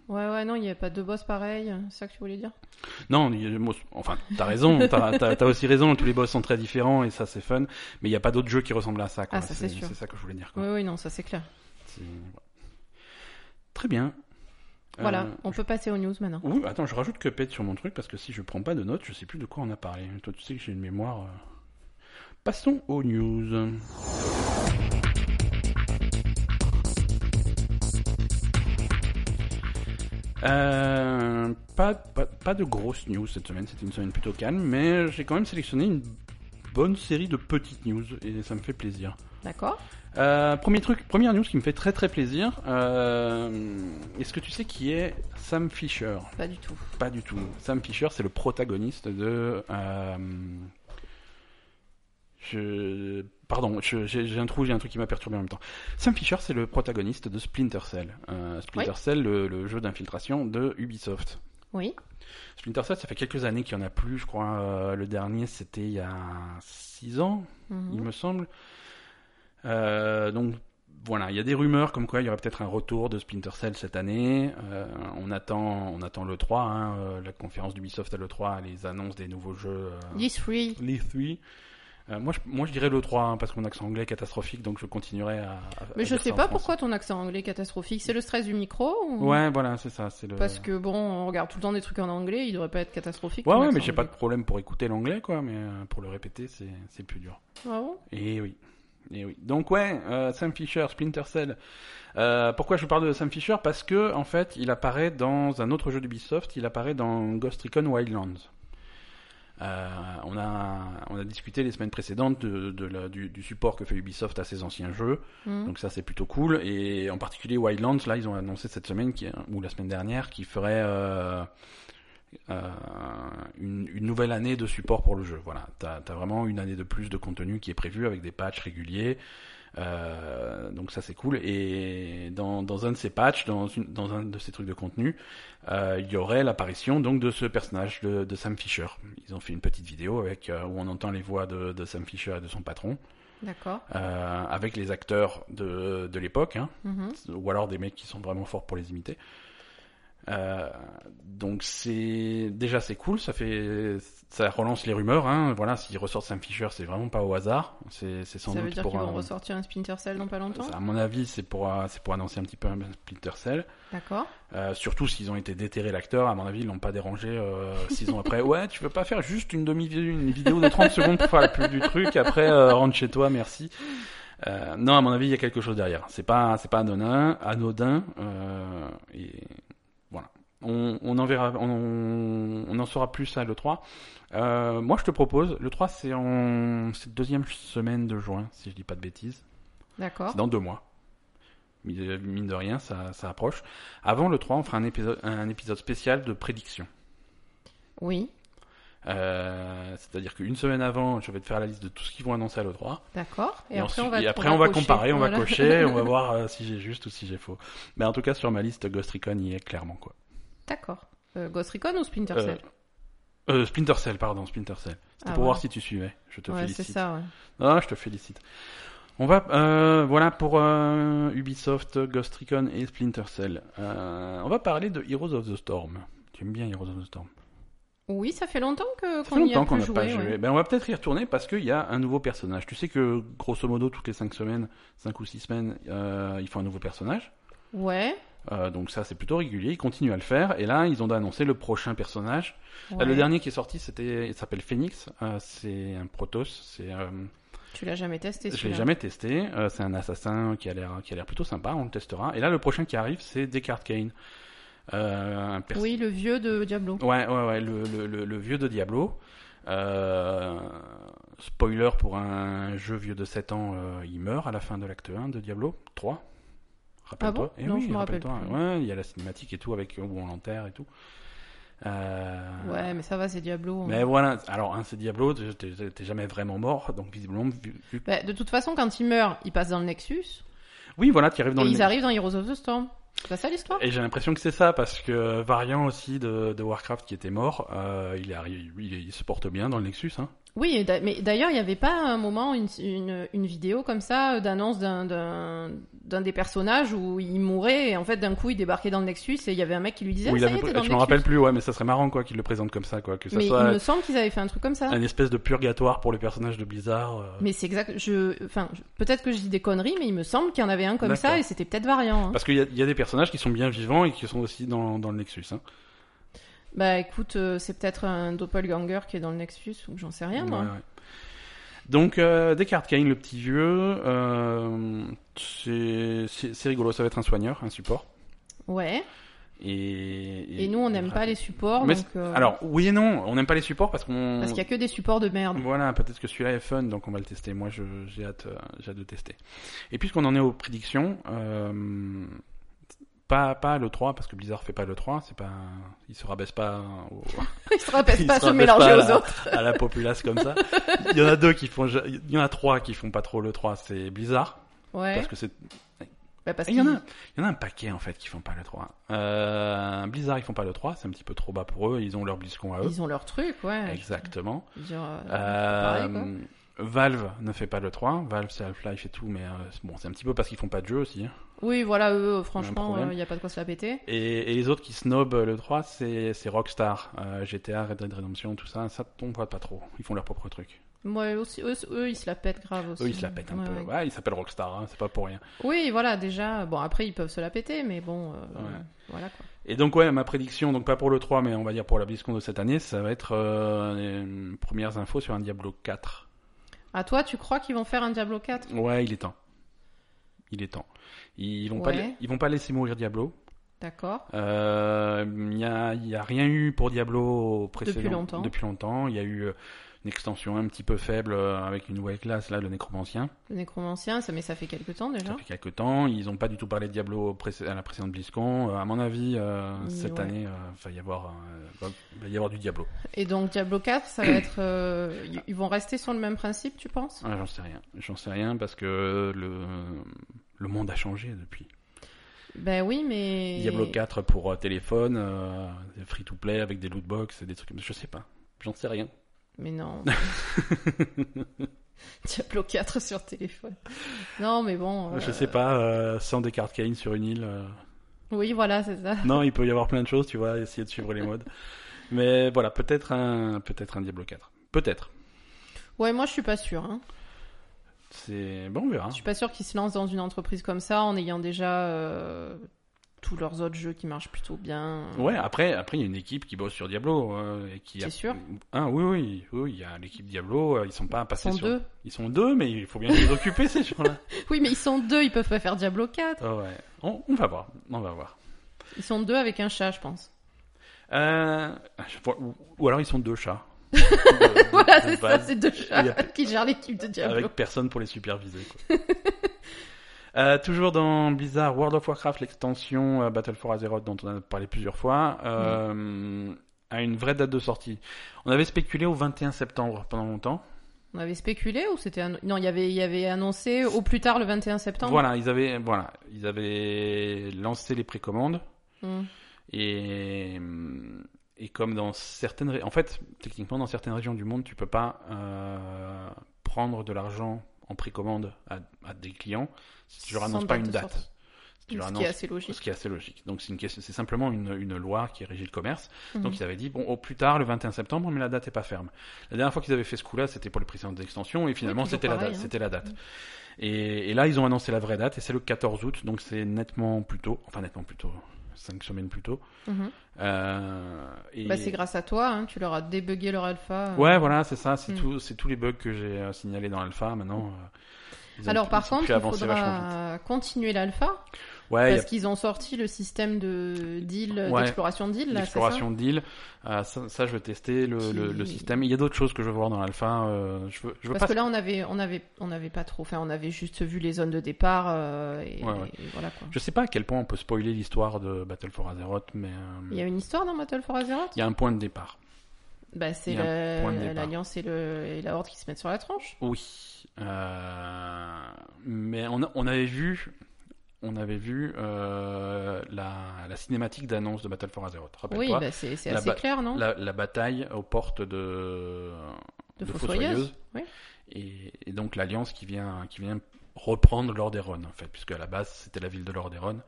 Ouais, ouais, non, il n'y a pas deux boss pareils. C'est ça que tu voulais dire Non, y a- moi, enfin, t'as raison, t'as t'as- t'as aussi raison, tous les boss sont très différents et ça c'est fun, mais il n'y a pas d'autres jeux qui ressemblent à ça, quoi. Ah, ça, c'est sûr. C'est ça que je voulais dire, quoi. Oui, oui, non, ça c'est clair. C'est- Très bien. Voilà, Euh, on peut passer aux news maintenant. Oui, attends, je rajoute que pète sur mon truc parce que si je prends pas de notes, je sais plus de quoi on a parlé. Toi, tu sais que j'ai une mémoire. euh. Passons aux news. Euh, pas, pas, pas de grosses news cette semaine, c'était une semaine plutôt calme, mais j'ai quand même sélectionné une bonne série de petites news et ça me fait plaisir. D'accord. Euh, premier truc, première news qui me fait très très plaisir. euh, Est-ce que tu sais qui est Sam Fisher Pas du tout. Pas du tout. Sam Fisher, c'est le protagoniste de. euh, je... Pardon, je- j'ai j'ai un trou, j'ai un truc qui m'a perturbé en même temps. Sam Fisher, c'est le protagoniste de Splinter Cell. Euh, Splinter Cell, le, le jeu d'infiltration de Ubisoft. Oui. Splinter Cell, ça fait quelques années qu'il n'y en a plus, je crois. euh, le dernier, c'était il y a 6 ans, il Mhm. me semble. Euh, donc voilà, il y a des rumeurs comme quoi il y aurait peut-être un retour de Splinter Cell cette année. Euh, on attend, on attend le 3, hein, euh, la conférence d'Ubisoft à le 3, les annonces des nouveaux jeux. euh, This free. les 3. Euh, moi, je, moi, je dirais le 3 hein, parce que mon accent anglais est catastrophique, donc je continuerai à. à- à Mais je dire sais ça en pas France. pourquoi ton accent anglais est catastrophique. C'est le stress du micro ou- Ouais, voilà, c'est ça, c'est le. Parce que bon, on regarde tout le temps des trucs en anglais, il devrait pas être catastrophique. Ouais, ton ouais, mais accent j'ai pas de anglais. problème pour écouter l'anglais, quoi, mais euh, pour le répéter, c'est c'est plus dur. Ah bon Et Eh oui. Et oui. Donc ouais, euh, Sam Fisher, Splinter Cell. Euh, pourquoi je vous parle de Sam Fisher Parce que en fait, il apparaît dans un autre jeu d'Ubisoft. Il apparaît dans Ghost Recon Wildlands. Euh, on a on a discuté les semaines précédentes de, de la- du, du support que fait Ubisoft à ses anciens jeux. Mhm. Donc ça c'est plutôt cool. Et en particulier Wildlands, là ils ont annoncé cette semaine qui- ou la semaine dernière qu'ils feraient euh, euh, une, une nouvelle année de support pour le jeu. Voilà, t'as as vraiment une année de plus de contenu qui est prévu avec des patchs réguliers. Euh, donc ça c'est cool. Et dans, dans un de ces patchs, dans, une- dans un de ces trucs de contenu, euh, il y aurait l'apparition donc de ce personnage de, de Sam Fisher. Ils ont fait une petite vidéo avec euh, où on entend les voix de, de Sam Fisher et de son patron, D'accord. euh, avec les acteurs de, de l'époque. Hein Mhm. ou alors des mecs qui sont vraiment forts pour les imiter. Euh, donc c'est déjà c'est cool, ça fait ça relance les rumeurs. Hein. Voilà, s'il ressort Sam Fisher, c'est vraiment pas au hasard. C'est c'est sans Ça doute veut dire pour qu'ils vont un- ressortir un Splinter Cell dans pas longtemps à mon avis, c'est pour euh, c'est pour annoncer un petit peu un Splinter Cell. D'accord. Euh, surtout s'ils ont été déterrés l'acteur, à mon avis, ils l'ont pas dérangé euh, six ans après. Ouais, tu peux pas faire juste une demi une vidéo de 30 secondes pour faire la pub du truc, après euh, rentre chez toi, merci. Euh, non, à mon avis, il y a quelque chose derrière. C'est pas c'est pas anodin, anodin euh, et voilà. On, on en verra, on, on en saura plus à le 3. Euh, moi, je te propose, le 3 c'est en c'est deuxième semaine de juin, si je dis pas de bêtises. D'accord. C'est dans deux mois. Mine mine de rien, ça, ça approche. Avant le 3, on fera un épisode, un épisode spécial de prédiction. Oui, Euh, C'est-à-dire qu'une semaine avant, je vais te faire la liste de tout ce qu'ils vont annoncer à l'E3. d'accord. Et, Et, après, ensuite- on va, et après, on va cocher. comparer, on Voilà. va cocher, on va voir euh, si j'ai juste ou si j'ai faux. Mais en tout cas, sur ma liste, Ghost Recon y est clairement. quoi. D'accord. Euh, Ghost Recon ou Splinter Euh, Cell euh, Splinter Cell, pardon, Splinter Cell. C'était Ah, pour voilà. voir si tu suivais. Je te Ouais, c'est félicite. ça, ouais. Ah, je te félicite. On va, euh, voilà pour euh, Ubisoft, Ghost Recon et Splinter Cell. Euh, on va parler de Heroes of the Storm. Tu aimes bien Heroes of the Storm Oui, ça fait longtemps que Ça fait qu'on y a longtemps qu'on plus n'a joué. pas ouais. joué. Ben, on va peut-être y retourner parce qu'il y a un nouveau personnage. Tu sais que grosso modo toutes les 5 semaines, 5 ou 6 semaines, euh, ils font un nouveau personnage. Ouais. Euh, donc ça c'est plutôt régulier. Ils continuent à le faire. Et là ils ont annoncé le prochain personnage. Là, ouais. Ah, le dernier qui est sorti, c'était, il s'appelle Phoenix. Euh, c'est un Protoss. C'est euh, Tu l'as jamais testé Je l'ai celui-là. jamais testé. Euh, c'est un assassin qui a l'air qui a l'air plutôt sympa. On le testera. Et là, le prochain qui arrive, c'est Descartes Kane. Euh, un perso- Oui, le vieux de Diablo. Ouais, ouais, ouais. Le, le- le- le vieux de Diablo. Euh, spoiler pour un jeu vieux de 7 ans, euh, il meurt à la fin de l'acte 1 de Diablo 3. Rappelle-toi. Ah bon Eh Non, oui, je me rappelle-toi. rappelle plus. Ouais, il y a la cinématique et tout avec où on l'enterre et tout. Euh, Ouais, mais ça va, c'est Diablo. hein. Mais voilà. Alors, hein, c'est Diablo. t'es- T'es t'es jamais vraiment mort, donc visiblement. vu- vu- Bah, de toute façon, quand ils meurent, ils passent dans le Nexus Oui, voilà, tu arrives dans et le. ils arrivent dans Heroes of the Storm. C'est pas ça l'histoire Et j'ai l'impression que c'est ça, parce que Variant aussi de, de Warcraft qui était mort, euh, il, est arrivé, il, il se porte bien dans le Nexus. Hein. Oui, et d'a- mais d'ailleurs, il n'y avait pas à un moment une, une, une vidéo comme ça euh, d'annonce d'un- d'un d'un des personnages où il mourait et en fait d'un coup il débarquait dans le Nexus et il y avait un mec qui lui disait Où ah, il ça y avait- est, t'es dans je le m'en Nexus. rappelle plus, ouais, mais ça serait marrant quoi qu'il le présente comme ça, quoi, que ça mais soit Ah, il me semble qu'ils avaient fait un truc comme ça. un espèce de purgatoire pour les personnages de Blizzard. euh, Mais c'est exact. Je, enfin, je- peut-être que je dis des conneries, mais il me semble qu'il y en avait un comme ça D'accord. et c'était peut-être variant. hein. Parce qu'il y, a- il y a des personnages qui sont bien vivants et qui sont aussi dans, dans le Nexus. Hein. Bah écoute, euh, c'est peut-être un doppelganger qui est dans le Nexus ou j'en sais rien hein. moi. Ouais, ouais. Donc, euh, Descartes Kane, le petit vieux, euh, c'est c'est- c'est rigolo, ça va être un soigneur, un support. Ouais. Et, Et, nous, on n'aime pas les supports. Mais donc, euh, Alors, oui et non, on n'aime pas les supports parce qu'on. Parce qu'il y a que des supports de merde. Voilà, peut-être que celui-là est fun, donc on va le tester. Moi, je, j'ai, hâte, euh, j'ai hâte de tester. Et puisqu'on en est aux prédictions, euh, pas, pas le 3, parce que Blizzard fait pas le 3, c'est pas, il se rabaisse pas au- Ils se rappellent il pas se se rabaisse mélanger pas aux là. autres. à la populace comme ça. Il y en a deux qui font, ja- il y en a trois qui font pas trop le 3, c'est Blizzard, Ouais. parce que c'est, Bah, parce Et il y en a, qu'ils- il y en a un paquet en fait qui font pas le 3. Euh, Blizzard ils font pas le 3, c'est un petit peu trop bas pour eux, ils ont leur BlizzCon à eux. Ils ont leur truc, ouais. Exactement. Genre, euh, Ah Euh, pareil, quoi. Valve ne fait pas le 3, Valve c'est Half-Life et tout, mais euh, c'est- bon, c'est un petit peu parce qu'ils font pas de jeu aussi. hein. Oui, voilà, eux, franchement, problème. il n'y a pas de quoi se la péter. Et, et les autres qui snobent le 3, c'est c'est Rockstar, euh, GTA, Red Dead Redemption, tout ça, ça on voit pas trop, ils font leur propre truc. Moi, aussi, eux, eux, ils se la pètent grave aussi. Eux ils se la pètent un Ouais, peu, ouais. Ouais, ils s'appellent Rockstar, hein, c'est pas pour rien. Oui, voilà, déjà. Bon, après, ils peuvent se la péter, mais bon, euh, Ouais. voilà quoi. Et donc ouais, ma prédiction, donc pas pour le 3, mais on va dire pour la BlizzCon de cette année, ça va être euh, les premières infos sur un Diablo 4. À toi, tu crois qu'ils vont faire un Diablo 4 Ouais, il est temps. Il est temps. Ils vont pas, Ouais. la- ils vont pas laisser mourir Diablo. D'accord. Euh, Il n'y a, il y a rien eu pour Diablo au précédent. Depuis longtemps. Depuis longtemps. Il y a eu euh, une extension un petit peu faible euh, avec une nouvelle classe, là, le nécromancien. Le nécromancien, ça, mais ça fait quelque temps Ça déjà. fait quelques temps. Ils n'ont pas du tout parlé de Diablo au pré- à la précédente BlizzCon. Euh, à mon avis, euh, Oui, cette ouais. année, euh, va, y avoir, euh, va- va y avoir du Diablo. Et donc, Diablo 4, ça va être. euh, ils- ils vont rester sur le même principe, tu penses Ah, J'en sais rien. J'en sais rien parce que le, le monde a changé depuis. Ben oui, mais. Diablo 4 pour euh, téléphone, euh, free to play avec des loot box, et des trucs comme ça, je sais pas. J'en sais rien. Mais non. Diablo 4 sur téléphone. Non, mais bon. euh, Je sais pas, euh, sans des cartes Kane sur une île. euh. Oui, voilà, c'est ça. Non, il peut y avoir plein de choses, tu vois, essayer de suivre les modes. Mais voilà, peut-être un, peut-être un Diablo 4. Peut-être. Ouais, moi, je suis pas sûre. Hein. C'est, bon, on verra. Je suis pas sûre qu'ils se lancent dans une entreprise comme ça en ayant déjà euh, tous leurs autres jeux qui marchent plutôt bien. Ouais, après, après, il y a une équipe qui bosse sur Diablo, euh, et qui C'est a- sûr. Ah, oui, oui, oui, il y a l'équipe Diablo, euh, ils sont pas Ils passés sont sur. deux. Ils sont deux, mais il faut bien les occuper, ces gens-là. Oui, mais ils sont deux, ils peuvent pas faire Diablo 4. Oh, ouais. On- on va voir, on va voir. Ils sont deux avec un chat, je pense. Euh, je vois- ou, ou alors ils sont deux chats. Voilà, c'est ça, base, c'est deux bah, Il y chats a- qui gèrent l'équipe de Diablo. Avec personne pour les superviser. quoi. Euh, toujours dans Blizzard, World of Warcraft, l'extension euh, Battle for Azeroth dont on a parlé plusieurs fois, euh, a une vraie date de sortie. On avait spéculé au 21 septembre pendant longtemps. On avait spéculé ou c'était un... non, il y avait il y avait annoncé au plus tard le 21 septembre. Voilà, ils avaient, voilà, ils avaient lancé les précommandes Hmm. et, et comme dans certaines, ré- en fait, techniquement dans certaines régions du monde, tu peux pas euh, prendre de l'argent en précommande à, à des clients si tu leur Sans annonces pas date une de date. sortie. Si tu leur ce qui est annonces- assez logique. ce qui est assez logique. Donc c'est une question, c'est simplement une, une loi qui régit le commerce. Mhm. Donc ils avaient dit bon au plus tard le 21 septembre, mais la date est pas ferme. La dernière fois qu'ils avaient fait ce coup-là, c'était pour les précédentes extensions et finalement toujours c'était la pareil, date, hein. c'était la date. Et, et là ils ont annoncé la vraie date et c'est le 14 août, donc c'est nettement plus tôt, enfin nettement plus tôt, cinq semaines plus tôt. Mhm. Euh, et- Bah, c'est grâce à toi, hein, tu leur as débugué leur alpha. euh. Ouais, voilà, c'est ça, c'est Mm. tout, c'est tous les bugs que j'ai euh, signalés dans l'alpha maintenant. euh, ils ont Alors pu- par ils ont contre, pu il avancer vachement vite. faudra continuer l'alpha Ouais, Ah, il y a parce qu'ils ont sorti le système de deal Ouais. d'exploration deal là, c'est ça L'exploration de l'île, euh, ça, ça, je vais tester le, Qui- le- le système. Il y a d'autres choses que je veux voir dans l'alpha. euh, je veux, je veux Parce pas. que là on avait on avait on avait pas trop enfin on avait juste vu les zones de départ euh, et, Ouais, ouais. et voilà quoi. Je sais pas à quel point on peut spoiler l'histoire de Battle for Azeroth, mais euh, Il y a une histoire dans Battle for Azeroth il y a un point de départ. Bah, c'est Il y a un point de la- départ. l'alliance et, le- et la horde qui se mettent sur la tranche. Oui, Euh, mais on, a- on avait vu, on avait vu euh, la, la cinématique d'annonce de Battle for Azeroth. Oui, Rappelle-toi, bah, c'est c'est la assez ba- clair, non la, la bataille aux portes de De de fossoyeuse. Fossoyeuse. Oui. et, et donc l'alliance qui vient qui vient reprendre Lordaeron en fait, puisque à la base c'était la ville de Lordaeron.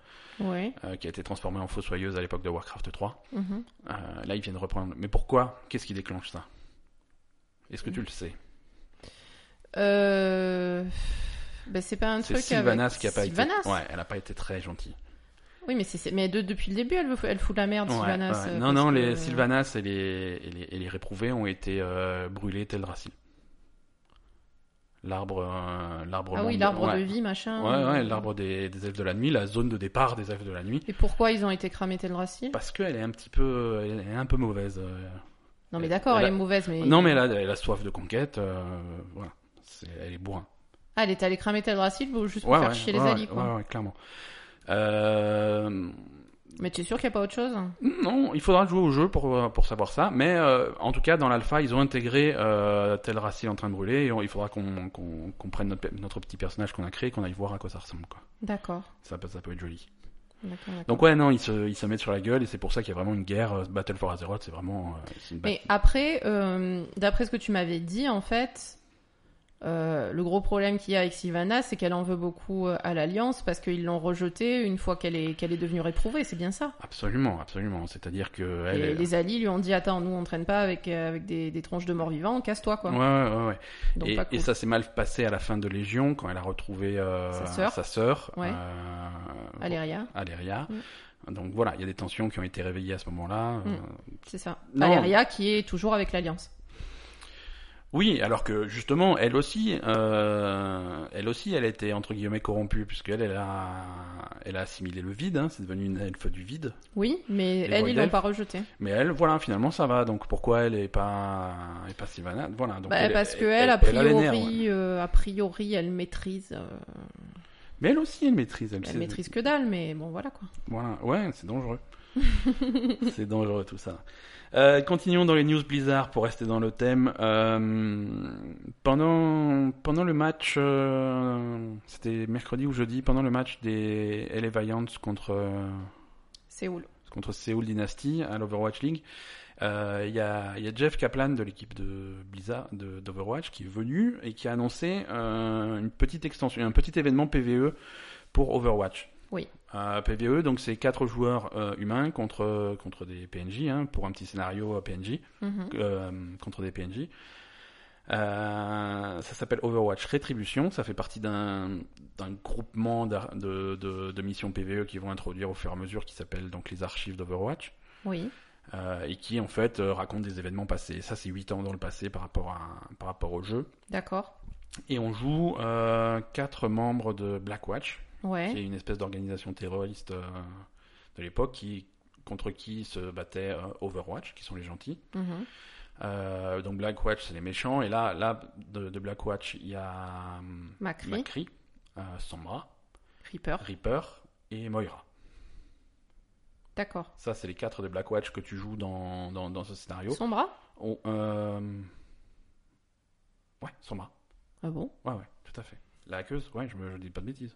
Oui. euh, qui a été transformé en fossoyeuse à l'époque de Warcraft 3. mhm. Euh, là, ils viennent reprendre. Mais pourquoi Qu'est-ce qui déclenche ça Est-ce que tu le sais Euh... bah, c'est pas un C'est truc Sylvanas avec... qui a pas Sylvanas été. Ouais, elle a pas été très gentille. Oui, mais, c'est- c'est- mais de- depuis le début, elle, veut- elle fout la merde, Ouais, Sylvanas. ouais. euh, Non, parce non, que- les Sylvanas et les, et les, et les réprouvés ont été euh, brûlés tel racine. L'arbre, euh, l'arbre. Ah oui, monde- l'arbre ouais. de vie, machin. Ouais, ouais, l'arbre des, des elfes de la nuit, la zone de départ des elfes de la nuit, Et pourquoi ils ont été cramés tel racine parce qu'elle est un petit peu, elle est un peu mauvaise. euh. Non, mais d'accord, Elle elle, a- est mauvaise, mais. Non, mais elle a, elle a soif de conquête, euh, voilà. C'est- elle est bourrin. Ah, elle est allée cramer tel racine pour juste pour faire chier les ouais, alliés, quoi. ouais, ouais, clairement. Euh, Mais tu es sûr qu'il n'y a pas autre chose Non, il faudra jouer au jeu pour, pour savoir ça, mais euh, en tout cas, dans l'alpha, ils ont intégré euh, Telrassil en train de brûler, et on- il faudra qu'on qu'on- qu'on prenne notre, pe- notre petit personnage qu'on a créé, qu'on aille voir à quoi ça ressemble, quoi. D'accord. Ça, peut- ça peut être joli. d'accord, d'accord. Donc ouais, non, ils se, ils se mettent sur la gueule, et c'est pour ça qu'il y a vraiment une guerre, euh, Battle for Azeroth, c'est vraiment... euh, c'est une Mais après, euh, d'après ce que tu m'avais dit, en fait, euh, le gros problème qu'il y a avec Sylvana, c'est qu'elle en veut beaucoup euh, à l'Alliance parce qu'ils l'ont rejetée une fois qu'elle est, qu'elle est devenue réprouvée, c'est bien ça. Absolument, absolument. C'est-à-dire que elle Et est... les alliés lui ont dit Attends, nous on traîne pas avec, euh, avec des, des tronches de morts vivants, casse-toi quoi. Ouais, ouais, ouais, ouais. Donc Et, pas et cool. ça s'est mal passé à la fin de Légion, quand elle a retrouvé euh, Sa sœur. sœur, Ouais. euh, Aléria, Aléria. Donc voilà, il y a des tensions qui ont été réveillées à ce moment-là. euh, Mm. c'est ça. Non. Aléria qui est toujours avec l'Alliance. Oui, alors que justement, elle aussi, euh, elle aussi, elle était entre guillemets corrompue puisqu'elle, elle a, elle a assimilé le vide. hein, c'est devenu une elfe du vide. Oui, mais Les elle, Void ils l'ont Elf. pas rejetée. Mais elle, voilà, finalement, ça va. Donc pourquoi elle est pas, est pas Sylvana Voilà. Donc Bah, elle- parce que elle- elle, a elle- elle a les priori, nerfs, ouais. euh, a priori, elle maîtrise. euh, Mais elle aussi, elle maîtrise. Elle, elle sait- maîtrise que dalle, mais bon, voilà quoi. Voilà. Ouais, c'est dangereux. c'est dangereux tout ça. Euh, continuons dans les news Blizzard pour rester dans le thème. Euh, pendant pendant le match, euh, c'était mercredi ou jeudi, pendant le match des LA Valiants contre euh, Séoul. contre Seoul Dynasty à l'Overwatch League. Euh, Il y, a, il y a Jeff Kaplan de l'équipe de Blizzard de- d'Overwatch qui est venu et qui a annoncé euh, une petite extension, un petit événement PVE pour Overwatch. Oui. Euh, PVE, donc c'est quatre joueurs euh, humains contre contre des PNJ hein, pour un petit scénario euh, PNJ Mhm. euh, contre des PNJ. Euh, ça s'appelle Overwatch Rétribution. Ça fait partie d'un d'un groupement d'ar- de, de, de missions PVE qui vont introduire au fur et à mesure, qui s'appelle donc les archives d'Overwatch, Oui. euh, et qui en fait euh, raconte des événements passés. Ça, c'est 8 ans dans le passé par rapport, à, par rapport au jeu. D'accord. Et on joue euh, quatre membres de Blackwatch, Ouais. qui est une espèce d'organisation terroriste euh, de l'époque, qui contre qui se battait euh, Overwatch, qui sont les gentils. Mhm. Euh, donc Blackwatch, c'est les méchants. Et là, là de, de Blackwatch, il y a hum, Macri, Macri, euh, Sombra, Reaper. Reaper et Moira. D'accord. Ça, c'est les quatre de Blackwatch que tu joues dans, dans, dans ce scénario. Sombra On, euh, Ouais, Sombra. Ah bon Ouais, ouais, tout à fait. La hackeuse, ouais, je, me, je dis pas de bêtises.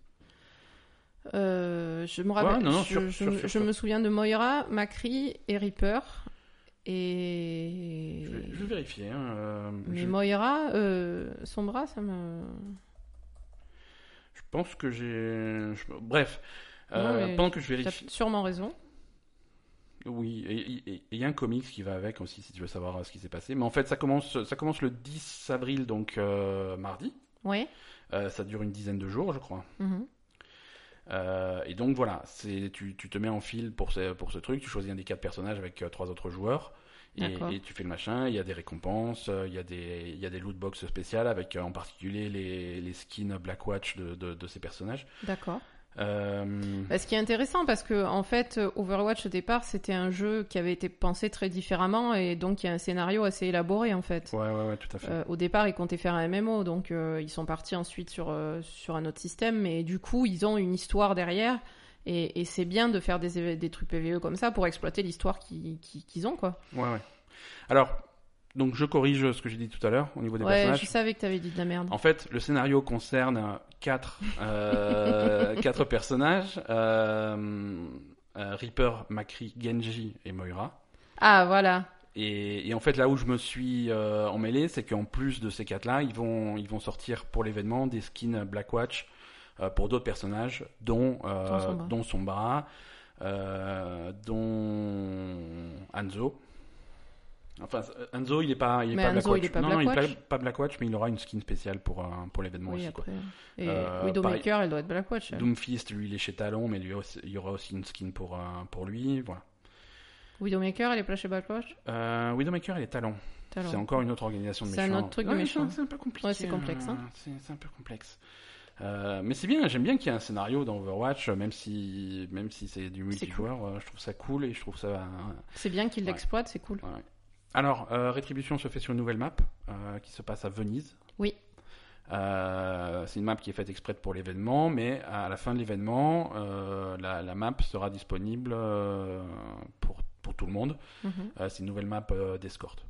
Euh, Je me rappelle. non, non, je, sûr, je sûr, me- sûr, je sûr. me souviens de Moira, Macri et Reaper. Et. Je vais, je vais vérifier. hein, euh, Mais je, Moira, euh, Sombra, ça me. je pense que j'ai. je- Bref. Non, Euh, mais pendant que je T'as vérifie. sûrement raison. Oui, et- et- et il y a un comics qui va avec aussi si tu veux savoir euh, ce qui s'est passé. Mais en fait, ça commence, ça commence le 10 avril, donc euh, mardi. Ouais. Euh, ça dure une dizaine de jours, je crois. Mhm. Euh, et donc voilà, c'est tu, tu te mets en file pour ce, pour ce truc, tu choisis un des quatre personnages avec euh, trois autres joueurs. Et, D'accord. et tu fais le machin, il y a des récompenses, euh, il y a des, il y a des loot box spéciales avec euh, en particulier les, les skins Blackwatch de, de, de ces personnages. D'accord. Euh, Bah, ce qui est intéressant, parce que en fait, euh, Overwatch au départ, c'était un jeu qui avait été pensé très différemment et donc il y a un scénario assez élaboré en fait. ouais, ouais, ouais, tout à fait. Bah, Euh, au départ, ils comptaient faire un MMO, donc euh, ils sont partis ensuite sur, euh, sur un autre système, mais du coup, ils ont une histoire derrière, et, et c'est bien de faire des, éve- des trucs PVE comme ça pour exploiter l'histoire qui- qui- qu'ils ont, quoi. Ouais, ouais. Alors, donc je corrige ce que j'ai dit tout à l'heure au niveau des ouais, personnages. je savais que t'avais dit de la merde. En fait, le scénario concerne euh, quatre, euh, quatre personnages euh, euh, Reaper, Makri, Genji et Moira. Ah, voilà. Et, et en fait, là où je me suis euh, emmêlé, c'est qu'en plus de ces quatre-là, ils vont, ils vont sortir pour l'événement des skins Blackwatch euh, pour d'autres personnages, dont, euh, Dont Sombra. dont Sombra, euh, dont Hanzo. Enfin, Hanzo, il est pas, il est Mais pas Hanzo, Blackwatch. il est pas non, non, il est Blackwatch. pas, pas Blackwatch, mais il aura une skin spéciale pour, euh, pour l'événement oui, aussi. quoi. après. hein. Et Euh, Widowmaker, elle doit être Blackwatch. hein. elle. Doomfist, lui, il est chez Talon, mais lui aussi- il y aura aussi une skin pour, euh, pour lui. Voilà. Widowmaker, elle est planche et bas cloche. Euh, Widowmaker et les talons. Talon. C'est encore une autre organisation de C'est un méchants. autre truc de Ouais, méchants. C'est un peu compliqué. Ouais, c'est complexe, hein. euh, C'est c'est un peu complexe. Euh, mais c'est bien, j'aime bien qu'il y ait un scénario dans Overwatch, euh, même si, même si c'est du multijoueur, euh, je trouve ça cool et je trouve ça. euh, C'est bien qu'ils Ouais. l'exploitent, c'est cool. ouais. Alors, euh, Rétribution se fait sur une nouvelle map euh, qui se passe à Venise. Oui. Euh, c'est une map qui est faite exprès pour l'événement, mais à la fin de l'événement, euh, la, la map sera disponible euh, pour, pour tout le monde. Mhm. Euh, c'est une nouvelle map euh, d'escorte.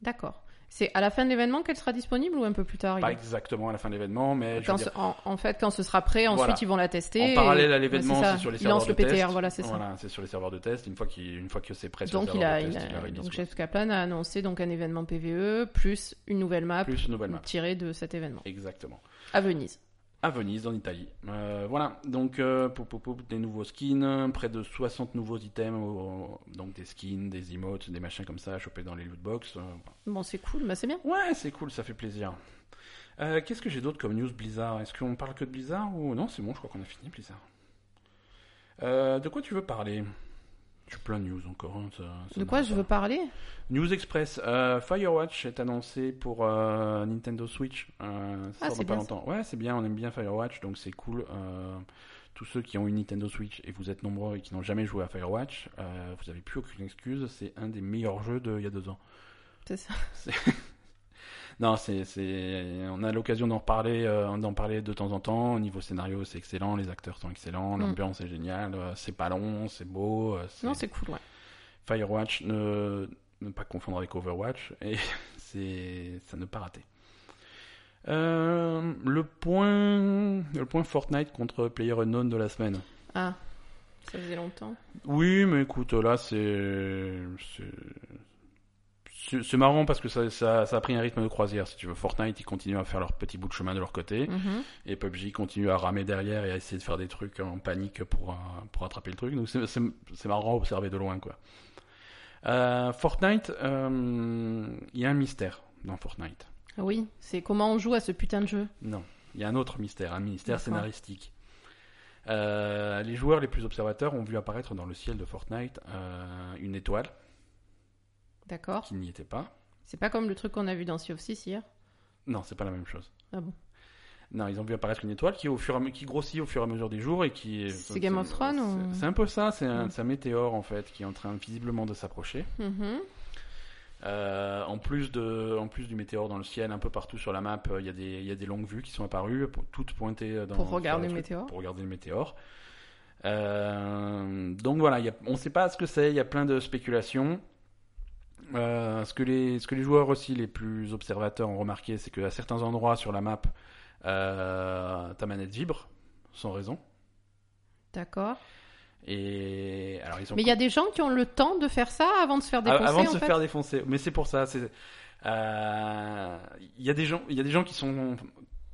D'accord. C'est à la fin de l'événement qu'elle sera disponible ou un peu plus tard il Pas est- exactement à la fin de l'événement, mais je Quand veux dire, ce- en, en fait, quand ce sera prêt, ensuite Voilà. ils vont la tester. en et- parallèle à Ouais, l'événement, c'est ça. c'est sur les Il lance serveurs le de test. PTR, voilà, c'est ça. Voilà, c'est sur les serveurs de test. Une fois, qu'il- une fois que c'est prêt sur Donc, les il serveurs a, de il test, il la a- release, donc quoi. Jeff Kaplan a annoncé donc un événement PVE plus une nouvelle map Plus une nouvelle map. tirée de cet événement Exactement. à Venise. À Venise, en Italie. Euh, voilà, donc euh, pou, pou, pou, des nouveaux skins, près de 60 nouveaux items, au- donc des skins, des emotes, des machins comme ça à choper dans les loot box. euh, Bon, c'est cool, bah c'est bien. Ouais, c'est cool, ça fait plaisir. Euh, Qu'est-ce que j'ai d'autre comme news Blizzard Est-ce qu'on parle que de Blizzard ou non C'est bon, je crois qu'on a fini Blizzard. Euh, de quoi tu veux parler Je suis plein de news encore. hein, ça- ça de ne quoi va je pas. veux parler News Express euh, Firewatch est annoncé pour euh, Nintendo Switch. Euh, ça Ah, sort dans pas c'est bien longtemps. Ouais, c'est bien. On aime bien Firewatch, donc c'est cool. Euh, tous ceux qui ont une Nintendo Switch et vous êtes nombreux et qui n'ont jamais joué à Firewatch, euh, vous n'avez plus aucune excuse. C'est un des meilleurs jeux d'il y a deux ans. C'est ça. Non, c'est, c'est, on a l'occasion d'en reparler, euh, d'en parler de temps en temps. Au niveau scénario, c'est excellent, les acteurs sont excellents, Mm. l'ambiance est géniale, euh, c'est pas long, c'est beau. euh, c'est- Non, c'est cool, ouais. Firewatch, ne, ne pas confondre avec Overwatch, et c'est, ça ne pas rater. Euh, le point, le point Fortnite contre PlayerUnknown de la semaine. Ah, ça faisait longtemps. Oui, mais écoute, là, c'est. c'est- C'est c'est marrant parce que ça, ça, ça a pris un rythme de croisière, si tu veux. Fortnite, ils continuent à faire leur petit bout de chemin de leur côté. Mhm. Et PUBG continue à ramer derrière et à essayer de faire des trucs en panique pour, euh, pour attraper le truc. Donc c'est- c'est c'est marrant à observer de loin, quoi. Euh, Fortnite, euh, il y a un mystère dans Fortnite. Oui, c'est comment on joue à ce putain de jeu. Non, il y a un autre mystère, un mystère D'accord. scénaristique. Euh, les joueurs les plus observateurs ont vu apparaître dans le ciel de Fortnite euh, une étoile D'accord. qui n'y était pas. C'est pas comme le truc qu'on a vu dans Sea of Thieves hier. Non, c'est pas la même chose. Ah bon. Non, ils ont vu apparaître une étoile qui, au fur et à me- qui grossit au fur et à mesure des jours et qui. est- C'est Game of Thrones ou- c'est- C'est un peu ça, c'est un, Mm. c'est un météore en fait qui est en train visiblement de s'approcher. Mhm. Euh, en, plus de, en plus du météore dans le ciel, un peu partout sur la map, euh, il y, a des- il y a des longues vues qui sont apparues, pour- toutes pointées euh, dans. Pour regarder sur le truc, météore. Pour regarder le météore. Euh, donc voilà, il y a- on ne sait pas ce que c'est, il y a plein de spéculations. Euh, ce, que les, ce que les joueurs aussi les plus observateurs ont remarqué, c'est qu'à certains endroits sur la map, euh, ta manette vibre, sans raison. D'accord. Et alors ils ont Mais il y a des gens qui ont le temps de faire ça avant de se faire A- défoncer, Ah, avant de en se fait. faire défoncer. Mais c'est pour ça. c'est- euh, Il y a des gens, il y a des gens qui sont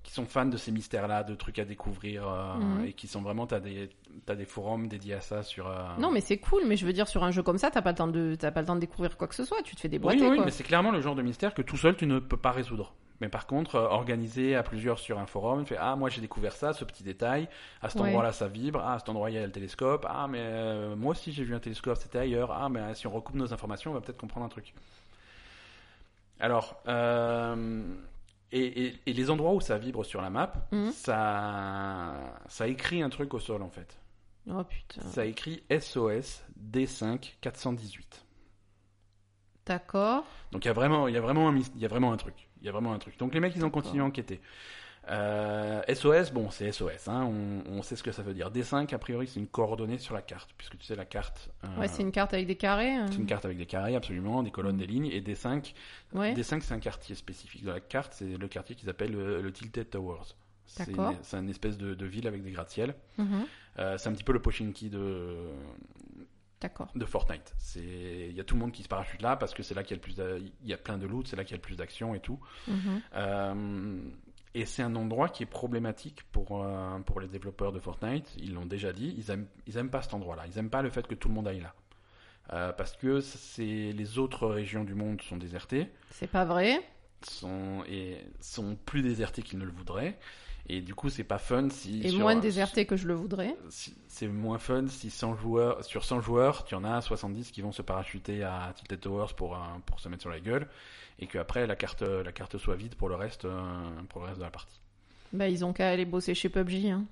qui sont fans de ces mystères-là, de trucs à découvrir euh, Mhm. et qui sont vraiment. T'as des t'as des forums dédiés à ça sur. euh, Non, mais c'est cool, mais je veux dire, sur un jeu comme ça, t'as pas le temps de, t'as pas le temps de découvrir quoi que ce soit, tu te fais Oui, déboîter, oui, quoi. mais c'est clairement le genre de mystère que tout seul tu ne peux pas résoudre. Mais par contre, euh, organisé à plusieurs sur un forum, tu fais ah moi j'ai découvert ça, ce petit détail. À cet Ouais. endroit-là ça vibre. Ah à cet endroit il y a le télescope. Ah mais euh, moi aussi j'ai vu un télescope, c'était ailleurs. Ah mais euh, si on recoupe nos informations, on va peut-être comprendre un truc. Alors euh, et, et- et les endroits où ça vibre sur la map, Mhm. ça ça écrit un truc au sol en fait. Oh putain. Ça écrit SOS D5 418. D'accord. Donc il y a vraiment, il y a vraiment un, mys- il y a vraiment un truc, il y a vraiment un truc. Donc les mecs, ils ont D'accord. continué à enquêter. Euh, SOS, bon, c'est SOS, hein, on, on sait ce que ça veut dire. D5, a priori, c'est une coordonnée sur la carte, puisque tu sais la carte. euh, Ouais, c'est une carte avec des carrés. hein. c'est une carte avec des carrés, absolument, des colonnes, Mm. des lignes, et D5. Ouais. D5, c'est un quartier spécifique de la carte, c'est le quartier qu'ils appellent euh, le, le Tilted Towers. C'est D'accord. une, c'est une espèce de, de ville avec des gratte-ciel. Mhm. Euh, c'est un petit peu le Pochinki de, D'accord. de Fortnite. C'est, il y a tout le monde qui se parachute là parce que c'est là qu'il y a le plus, d'a- il y a plein de loot, c'est là qu'il y a le plus d'action et tout. Mhm. Euh, et c'est un endroit qui est problématique pour, euh, pour les développeurs de Fortnite. Ils l'ont déjà dit, ils aiment, ils aiment pas cet endroit-là. Ils aiment pas le fait que tout le monde aille là. Euh, parce que c'est les autres régions du monde sont désertées. C'est pas vrai. sont, et sont plus désertés qu'ils ne le voudraient. Et du coup, c'est pas fun si. Et sur- euh, moins déserté que je le voudrais. si- C'est moins fun si 100 joueurs, sur 100 joueurs, tu en as 70 qui vont se parachuter à Tilted Towers pour, euh, pour se mettre sur la gueule. Et qu'après, la carte, la carte soit vide pour le reste, euh, pour le reste de la partie. Bah, ils ont qu'à aller bosser chez PUBG. Hein.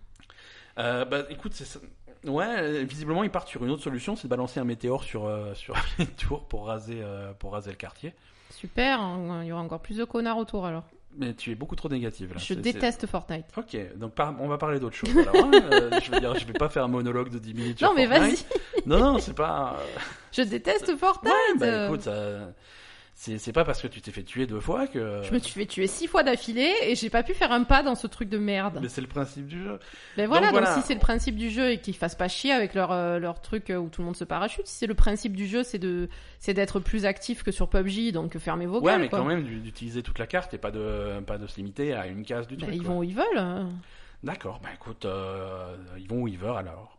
Euh, bah écoute, c'est ça. Ouais, euh, visiblement ils partent sur une autre solution, c'est de balancer un météore sur, euh, sur les tours pour raser, euh, pour raser le quartier. Super, hein, il y aura encore plus de connards autour alors. Mais tu es beaucoup trop négative là. je Bah, C'est- déteste Fortnite. c'est- Ok, donc par- on va parler d'autre chose. alors, hein. Euh, je veux dire, je vais pas faire un monologue de 10 minutes. sur Non, mais vas-y, Fortnite. Non, non, c'est pas. je déteste Fortnite. Ouais, bah euh. écoute, ça- c'est c'est pas parce que tu t'es fait tuer deux fois que. Je me suis fait tuer six fois d'affilée et j'ai pas pu faire un pas dans ce truc de merde. Mais c'est le principe du jeu. Mais voilà, Donc donc, voilà. si c'est le principe du jeu et qu'ils fassent pas chier avec leur, euh, leur truc euh, où tout le monde se parachute, si c'est le principe du jeu, c'est de c'est d'être plus actif que sur PUBG, donc fermez vos ouais, gueules, mais quoi. quand même du- d'utiliser toute la carte et pas de, pas de se limiter à une case du Bah, truc. ils quoi. vont où ils veulent. hein. D'accord, bah écoute, euh, ils vont où ils veulent alors.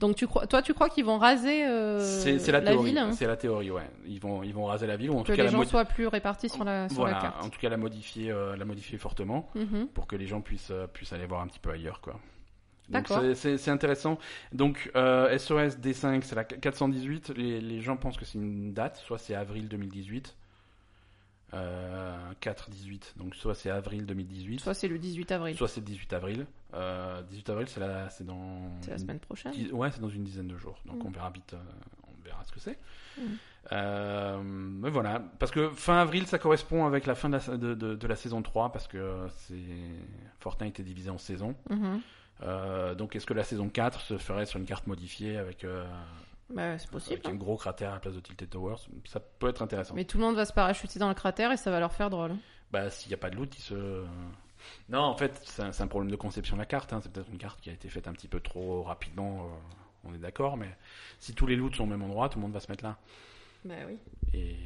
Donc tu crois, toi, tu crois qu'ils vont raser euh, C'est c'est la, théorie. ville hein, C'est la théorie, ouais. Ils vont, ils vont raser la ville ou en que tout cas les la, gens modi- soient plus répartis sur la sur voilà, la carte. en tout cas la modifier, euh, la modifier fortement Mhm. pour que les gens puissent, euh, puissent aller voir un petit peu ailleurs, quoi. Donc D'accord. c'est- c'est c'est intéressant. Donc euh, SOS D5, c'est la 418. Les, les gens pensent que c'est une date, soit c'est avril 2018. Euh, 4-18, donc soit c'est avril 2018, Soit c'est le 18 avril, soit c'est 18 avril. Euh, 18 avril, c'est la- c'est dans c'est la semaine prochaine. Dix- Ouais, c'est dans une dizaine de jours. Donc Ah. Mm. on verra vite, euh, on verra ce que c'est. Mm. Euh, mais voilà, parce que fin avril, ça correspond avec la fin de la, sa- de, de- de la saison 3, parce que euh, c'est Fortnite est divisé en saisons. Mhm. Euh, donc est-ce que la saison 4 se ferait sur une carte modifiée avec, euh, Bah, c'est possible. avec un hein. gros cratère à la place de Tilted Towers Ça peut être intéressant. Mais tout le monde va se parachuter dans le cratère et ça va leur faire drôle. Bah s'il n'y a pas de loot, il se... Non, en fait, c'est un, c'est un problème de conception de la carte. hein. C'est peut-être une carte qui a été faite un petit peu trop rapidement, euh, on est d'accord, mais si tous les loots sont au même endroit, tout le monde va se mettre là. Bah oui. Et,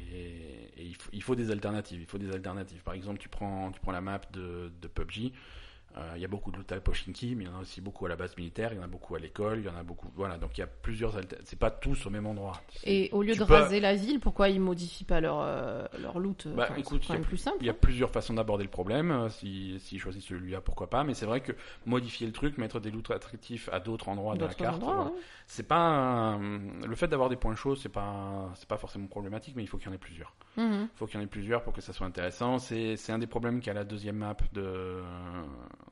et il, faut, il faut des alternatives. Il faut des alternatives. Par exemple, tu prends, tu prends la map de, de PUBG. euh, Il y a beaucoup de loot à Pochinki, mais il y en a aussi beaucoup à la base militaire, il y en a beaucoup à l'école, il y en a beaucoup. Voilà, donc il y a plusieurs. alter- C'est pas tous au même endroit. Et au lieu Tu de peux- raser la ville, pourquoi ils modifient pas leur, euh, leur loot Bah, Enfin, écoute, c'est quand même plus simple. Il y a plusieurs façons d'aborder le problème. euh, Si, si choisissent celui-là, pourquoi pas. Mais c'est vrai que modifier le truc, mettre des loots attractifs à d'autres endroits de la d'autres carte, endroits, voilà. ouais. c'est pas un- le fait d'avoir des points chauds, c'est pas c'est pas forcément problématique, mais il faut qu'il y en ait plusieurs. Mhm. faut qu'il y en ait plusieurs pour que ça soit intéressant. C'est c'est un des problèmes qu'a la deuxième map de,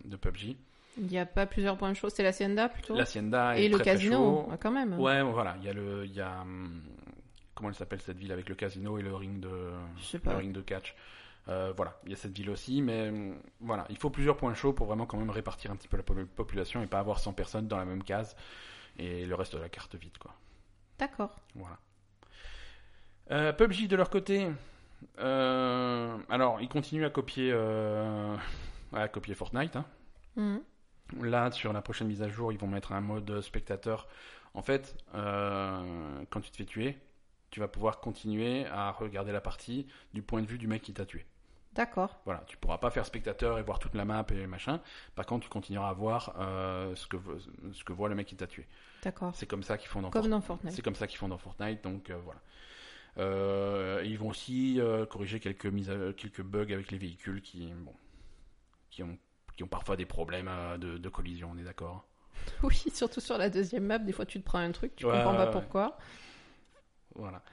de PUBG. Il n'y a pas plusieurs points chauds, c'est la Hacienda plutôt L'Hacienda est Et le très, très casino, chaud. ah, quand même. Ouais, bon, voilà. Il y a le, il y a, hum, comment elle s'appelle cette ville avec le casino et le ring de, Je sais le pas. ring de catch. Euh, voilà, il y a cette ville aussi, mais hum, voilà, il faut plusieurs points chauds pour vraiment quand même répartir un petit peu la po- population et pas avoir 100 personnes dans la même case et le reste de la carte vide, quoi. D'accord. Voilà. Euh, PUBG de leur côté, euh, alors ils continuent à copier, euh, à copier Fortnite. hein. Mhm. Là, sur la prochaine mise à jour, ils vont mettre un mode spectateur. En fait, euh, quand tu te fais tuer, tu vas pouvoir continuer à regarder la partie du point de vue du mec qui t'a tué. D'accord. Voilà, tu pourras pas faire spectateur et voir toute la map et machin. Par contre, tu continueras à voir euh, ce, que, vo- ce que voit le mec qui t'a tué. D'accord. C'est comme ça qu'ils font dans Comme dans Fortnite. c'est comme ça qu'ils font dans Fortnite, donc euh, voilà. Euh, ils vont aussi euh, corriger quelques mises à- quelques bugs avec les véhicules qui bon, qui ont qui ont parfois des problèmes euh, de, de collision, on est d'accord. Oui, surtout sur la deuxième map, des fois tu te prends un truc, tu Ouais, comprends ouais, pas ouais. pourquoi. Voilà.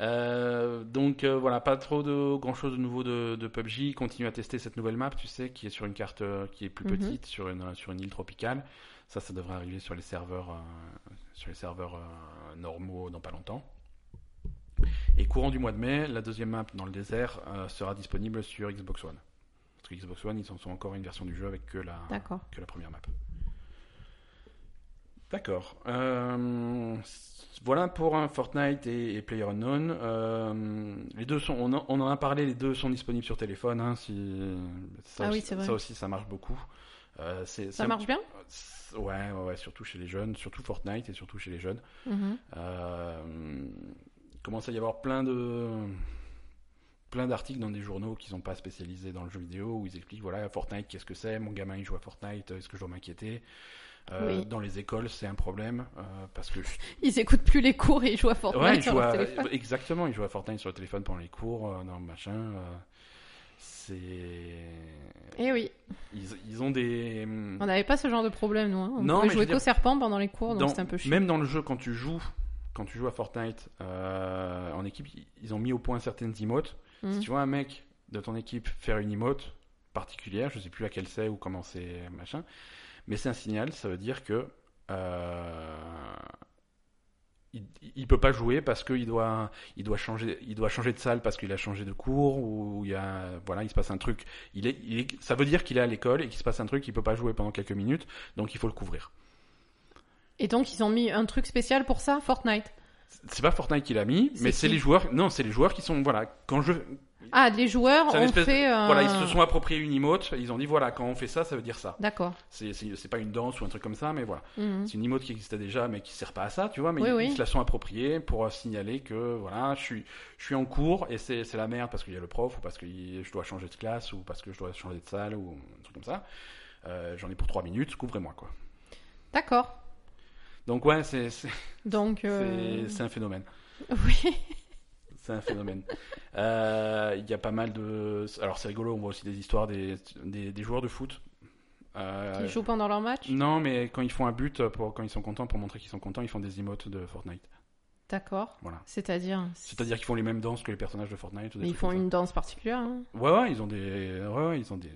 Euh, donc euh, voilà, pas trop de grand chose de nouveau de, de PUBG. Ils continuent à tester cette nouvelle map, tu sais, qui est sur une carte euh, qui est plus Mhm. petite, sur une euh, sur une île tropicale. Ça, ça devrait arriver sur les serveurs euh, sur les serveurs euh, normaux dans pas longtemps. Et courant du mois de mai, la deuxième map dans le désert euh, sera disponible sur Xbox One. Parce que Xbox One, ils en sont encore à une version du jeu avec que la D'accord. que la première map. D'accord. Euh, voilà pour un Fortnite et, et PlayerUnknown. Euh, les deux sont, on en, on en a parlé, les deux sont disponibles sur téléphone. hein, si, ça, Ah aussi, oui, c'est vrai. ça aussi, ça marche beaucoup. Euh, c'est- Ça c'est- marche bien c'est- Ouais, ouais, ouais, surtout chez les jeunes, surtout Fortnite et surtout chez les jeunes. Mhm. Euh, il commence à y avoir plein de plein d'articles dans des journaux qui sont pas spécialisés dans le jeu vidéo où ils expliquent voilà Fortnite qu'est-ce que c'est mon gamin il joue à Fortnite est-ce que je dois m'inquiéter Euh, Oui. dans les écoles c'est un problème euh, parce que Ils écoutent plus les cours et ils jouent à Fortnite ouais, il sur joue leur à- téléphone. exactement il joue à Fortnite sur le téléphone pendant les cours euh, dans le machin euh. C'est. Eh oui, Ils, ils ont des. on n'avait pas ce genre de problème, nous. hein. On Non, pouvait mais je jouer veux qu'au dire, serpent pendant les cours, dans- donc c'était un peu chiant. Même dans le jeu, quand tu joues, quand tu joues à Fortnite euh, en équipe, ils ont mis au point certaines emotes. Mm. Si tu vois un mec de ton équipe faire une emote particulière, je sais plus laquelle c'est ou comment c'est machin, mais c'est un signal, ça veut dire que euh, il, il peut pas jouer parce qu'il doit, il doit changer, il doit changer de salle parce qu'il a changé de cours ou il y a, voilà, il se passe un truc. Il est, il est- ça veut dire qu'il est à l'école et qu'il se passe un truc, il peut pas jouer pendant quelques minutes, donc il faut le couvrir. Et donc, ils ont mis un truc spécial pour ça, Fortnite. C'est pas Fortnite qui l'a mis, C'est mais c'est qui les joueurs. Non, c'est les joueurs qui sont voilà. Quand je Ah, les joueurs c'est un ont espèce de- fait. un- voilà, ils se sont appropriés une emote. Ils ont dit voilà, quand on fait ça, ça veut dire ça. D'accord. C'est c'est c'est pas une danse ou un truc comme ça, mais voilà. Mhm. C'est une emote qui existait déjà, mais qui sert pas à ça, tu vois. Mais Oui, ils, oui. ils se la sont appropriée pour euh, signaler que voilà, je suis je suis en cours et c'est c'est la merde parce qu'il y a le prof ou parce que il- je dois changer de classe ou parce que je dois changer de salle ou un truc comme ça. Euh, J'en ai pour trois minutes, couvrez-moi quoi. D'accord. Donc ouais, c'est c'est Donc. euh, c'est- c'est un phénomène. Oui. C'est un phénomène. Euh, Il y a pas mal de. Alors c'est rigolo, on voit aussi des histoires des, des, des joueurs de foot. Euh, Ils jouent pendant leur match. Non, mais quand ils font un but, pour, quand ils sont contents, pour montrer qu'ils sont contents, ils font des emotes de Fortnite. D'accord. Voilà. C'est-à-dire. C'est-à-dire qu'ils font les mêmes danses que les personnages de Fortnite. ou des Mais ils trucs font comme ça. une danse particulière. hein. Ouais, ouais, ils ont des. Ouais, ouais, ils ont des.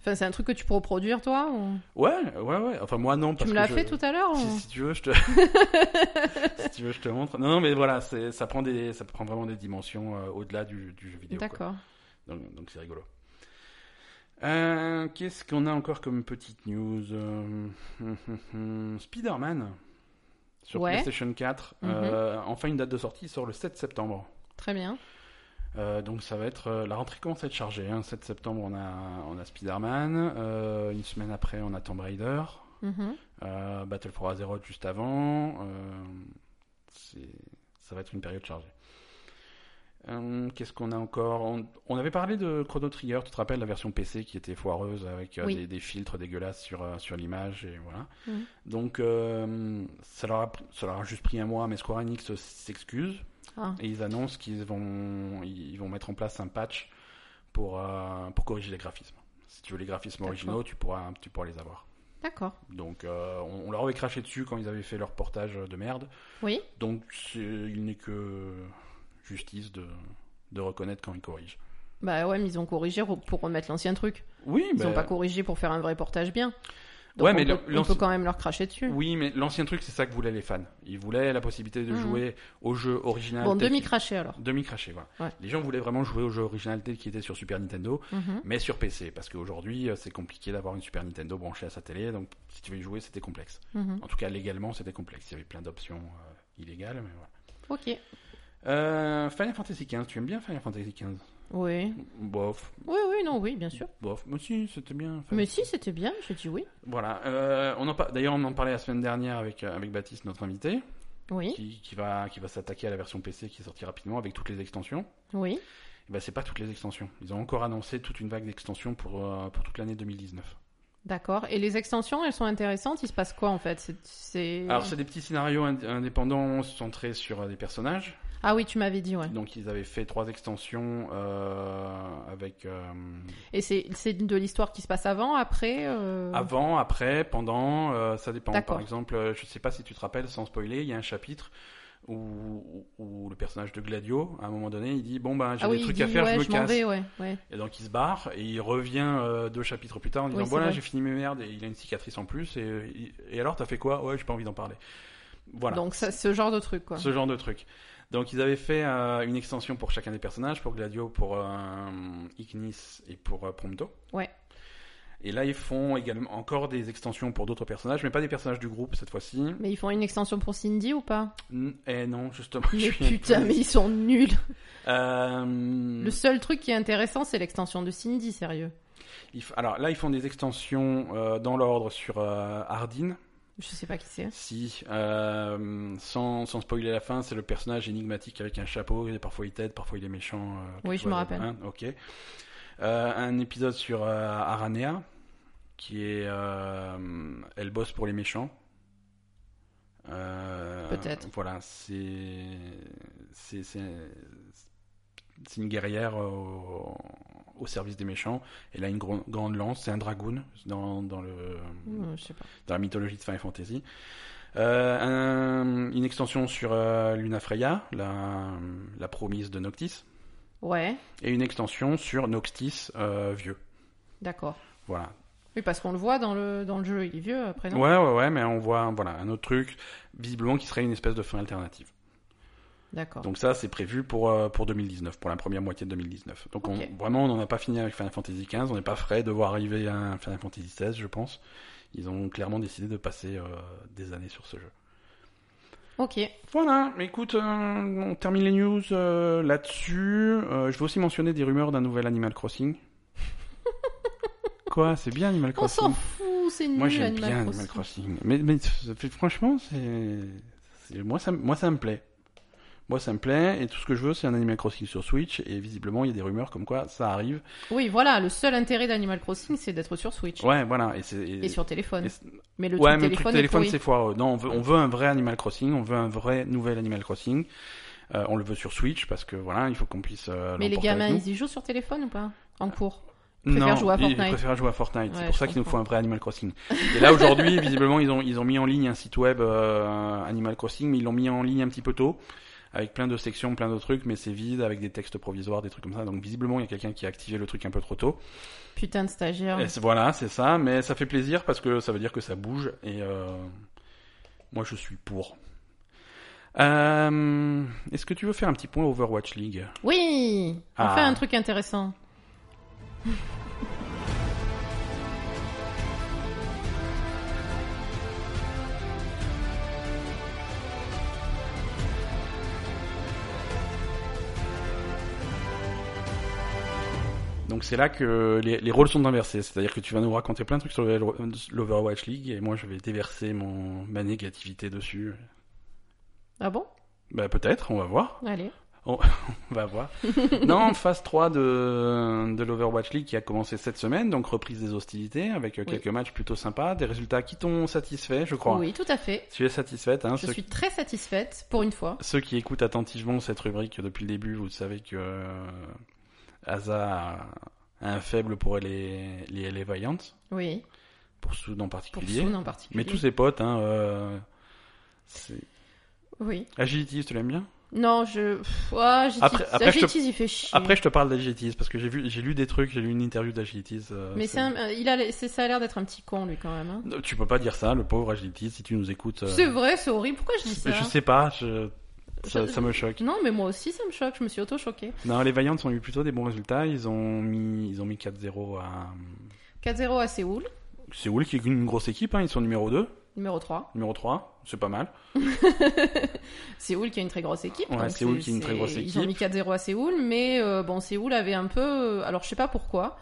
Enfin, c'est un truc que tu peux reproduire, toi ou- Ouais, ouais, ouais. Enfin, moi non. Tu Parce me que l'as je- fait tout à l'heure hein. ou- Si, si tu veux, je te. si tu veux, je te montre. Non, non, mais voilà, c'est- ça prend des, ça prend vraiment des dimensions euh, au-delà du, du jeu vidéo. quoi. D'accord. Donc donc c'est rigolo. Euh, Qu'est-ce qu'on a encore comme petite news Euh, hum, hum, hum, Spider-Man sur Ouais. PlayStation 4. euh, enfin une date de sortie, il sort le 7 septembre. Très bien. Euh, donc ça va être... euh, la rentrée commence à être chargée. Hein. 7 septembre, on a, on a Spider-Man. Euh, une semaine après, on a Tomb Raider. Mhm. Euh, Battle for Azeroth juste avant. Euh, c'est- ça va être une période chargée. Euh, Qu'est-ce qu'on a encore on, on avait parlé de Chrono Trigger, tu te rappelles la version PC qui était foireuse avec euh, Oui. des, des filtres dégueulasses sur, euh, sur l'image et voilà. Mhm. Donc euh, ça, leur a, pr- ça leur a juste pris un mois, mais Square Enix s'excuse Ah. et ils annoncent qu'ils vont, ils vont mettre en place un patch pour, euh, pour corriger les graphismes. Si tu veux les graphismes D'accord. originaux, tu pourras, tu pourras les avoir. D'accord. Donc euh, on, on leur avait craché dessus quand ils avaient fait leur portage de merde. Oui. Donc c'est- il n'est que justice de, de reconnaître quand ils corrigent. Bah ouais, mais ils ont corrigé re- pour remettre l'ancien truc. Oui, Ils ont pas corrigé pour faire un vrai portage bien. Donc Bah Ouais, on, mais peut, le- on l'ancien- peut quand même leur cracher dessus. oui, mais l'ancien truc, c'est ça que voulaient les fans. Ils voulaient la possibilité de Mhm. jouer au jeu original. Bon, tel qu'il- demi-craché alors. Demi-craché, voilà. Ouais. Les gens voulaient vraiment jouer au jeu original tel qu'il était sur Super Nintendo, Mhm. mais sur PC, parce qu'aujourd'hui, euh, c'est compliqué d'avoir une Super Nintendo branchée à sa télé, donc si tu veux y jouer, c'était complexe. Mhm. En tout cas, légalement, c'était complexe. Il y avait plein d'options euh, illégales, mais voilà. Ok. Euh, Final Fantasy XV, tu aimes bien Final Fantasy XV Oui. Bof, Oui, oui, non, oui, bien sûr. bof. Moi aussi, c'était bien. Final- Mais si, c'était bien, j'ai dit oui. Voilà. euh, on en par- D'ailleurs, on en parlait la semaine dernière avec, euh, avec Baptiste, notre invité, Oui, qui, qui va, qui va s'attaquer à la version PC qui est sortie rapidement avec toutes les extensions. oui. Et ben, c'est pas toutes les extensions. Ils ont encore annoncé toute une vague d'extensions pour, euh, pour toute l'année 2019. D'accord. Et les extensions, elles sont intéressantes. Il se passe quoi en fait C'est- c'est- Alors, c'est des petits scénarios ind- indépendants centrés sur euh, des personnages. Ah oui, tu m'avais dit, ouais. Donc, ils avaient fait trois extensions euh, avec. euh, Et c'est c'est de l'histoire qui se passe avant, après euh, Avant, après, pendant, euh, ça dépend. D'accord. Par exemple, euh, je sais pas si tu te rappelles, sans spoiler, il y a un chapitre où, où- où le personnage de Gladio, à un moment donné, il dit bon ben j'ai Ah des oui, il trucs dit, à faire, ouais, je me m'en casse. vais, ouais, ouais. Et donc il se barre et il revient euh, deux chapitres plus tard en disant c'est voilà vrai. j'ai fini mes merdes et il a une cicatrice en plus et, euh, il- et alors t'as fait quoi Ouais j'ai pas envie d'en parler. Voilà. Donc ça, ce genre de truc, quoi. Ce genre de truc. Donc ils avaient fait euh, une extension pour chacun des personnages, pour Gladio, pour euh, Ignis et pour euh, Prompto. Ouais. Et là ils font également encore des extensions pour d'autres personnages, mais pas des personnages du groupe cette fois-ci. Mais ils font une extension pour Cindy ou pas N- Eh non, justement. je Mais suis un peu- putain, mais ils sont nuls. Euh, Le seul truc qui est intéressant, c'est l'extension de Cindy, sérieux. ils f- Alors là ils font des extensions euh, dans l'ordre sur euh, Ardyn. Je sais pas qui c'est. Si, euh, sans, sans spoiler la fin, c'est le personnage énigmatique avec un chapeau, et parfois il t'aide, parfois il est méchant. euh, Oui, quelque je me chose, rappelle. hein, ok. Euh, un épisode sur euh, Aranea, qui est... euh, elle bosse pour les méchants. Euh, Peut-être. Voilà, c'est... C'est c'est- c'est une guerrière au, au service des méchants. Et là, une gro- grande lance, c'est un dragoon dans, dans le, Hmm, je sais pas. dans la mythologie de Final Fantasy. Euh, un- une extension sur euh, Luna Freya, la, la promise de Noctis. Ouais, Et une extension sur Noctis euh, vieux. d'accord. Voilà. Oui, parce qu'on le voit dans le, dans le jeu, il est vieux après, Bah non Ouais, ouais, ouais, mais on voit voilà, un autre truc, visiblement, qui serait une espèce de fin alternative. D'accord. Donc ça, c'est prévu pour, euh, pour 2019, pour la première moitié de 2019. Donc on- Ok. vraiment, on n'en a pas fini avec Final Fantasy XV, on n'est pas frais de voir arriver un Final Fantasy XVI, je pense. Ils ont clairement décidé de passer euh, des années sur ce jeu. Ok, Voilà, mais écoute, euh, on termine les news euh, là-dessus. Euh, je veux aussi mentionner des rumeurs d'un nouvel Animal Crossing. Quoi, c'est bien Animal on Crossing s'en fout, c'est nul Moi j'aime Animal bien Crossing. Animal Crossing. Mais, mais f- f- franchement, c'est, c'est- moi, ça, m- moi ça me plaît. Moi ça me plaît et tout ce que je veux c'est un Animal Crossing sur Switch et visiblement il y a des rumeurs comme quoi ça arrive. Oui, voilà, le seul intérêt d'Animal Crossing, c'est d'être sur Switch Ouais voilà et c'est et- et sur téléphone. et c'est- Mais le ouais truc mais le téléphone, truc est téléphone pourri. c'est foireux. Non on veut, on veut un vrai Animal Crossing, on veut un vrai nouvel Animal Crossing. Euh, on le veut sur Switch parce que voilà il faut qu'on puisse. euh, Mais les l'emporter avec gamins, nous. ils y jouent sur téléphone ou pas En cours non, préfèrent jouer à ils- Fortnite. Ils préfèrent jouer à Fortnite. c'est Ouais, pour je ça qu'il nous faut comprends. un vrai Animal Crossing. Et là aujourd'hui, visiblement, ils ont ils ont mis en ligne un site web euh, Animal Crossing, mais ils l'ont mis en ligne un petit peu tôt, avec plein de sections, plein de trucs, mais c'est vide, avec des textes provisoires, des trucs comme ça. Donc visiblement, il y a quelqu'un qui a activé le truc un peu trop tôt. Putain de stagiaire. Et c'est- voilà, c'est ça. Mais ça fait plaisir parce que ça veut dire que ça bouge. Et euh, moi, je suis pour. Euh, Est-ce que tu veux faire un petit point Overwatch League Oui On Ah. fait un truc intéressant. Donc c'est là que les, les rôles sont inversés, c'est-à-dire que tu vas nous raconter plein de trucs sur le- l'Overwatch League et moi je vais déverser mon, ma négativité dessus. Ah bon Bah peut-être, on va voir, Allez. on va voir. non, phase 3 de, de l'Overwatch League qui a commencé cette semaine, donc reprise des hostilités avec euh, Oui. quelques matchs plutôt sympas, des résultats qui t'ont satisfait, je crois. Oui, tout à fait. Tu es satisfaite, hein, Je ceux, suis très satisfaite, pour une fois. ceux qui écoutent attentivement cette rubrique euh, depuis le début, vous savez que euh, Asa a un faible pour les, les LA Valiant. Oui, pour Soud en pour particulier, Soon en particulier. mais tous ses potes. Hein, euh, c'est- Oui. Agilities, tu l'aimes bien Non, je... Pff, ah, Agitis, Après- après, je te- Agitis, il fait chier. Après, je te parle d'Agilities parce que j'ai vu, j'ai lu des trucs, j'ai lu une interview d'Agilities. euh, Mais ça- c'est un- euh, il a, c'est- ça a l'air d'être un petit con, lui, quand même. hein. Non, Tu peux pas dire ça, le pauvre Agilities, si tu nous écoutes. euh, C'est vrai, c'est horrible. Pourquoi je dis ça Je sais pas, je- Ça, Je- ça me choque. Non, mais moi aussi, ça me choque. Je me suis auto-choquée. Non, les Vaillants ont eu plutôt des bons résultats. Ils ont mis, ils ont mis 4-0 à 4-0 à Séoul, Séoul, qui est une grosse équipe. Hein. Ils sont numéro 2, numéro 3. numéro 3, c'est pas mal. Séoul qui a une très grosse équipe. Ouais, donc Séoul c'est- qui a une très c'est- grosse Ils ont mis équipe. 4-0 à Séoul, mais euh, bon, Séoul avait un peu. euh, Alors, je sais pas pourquoi.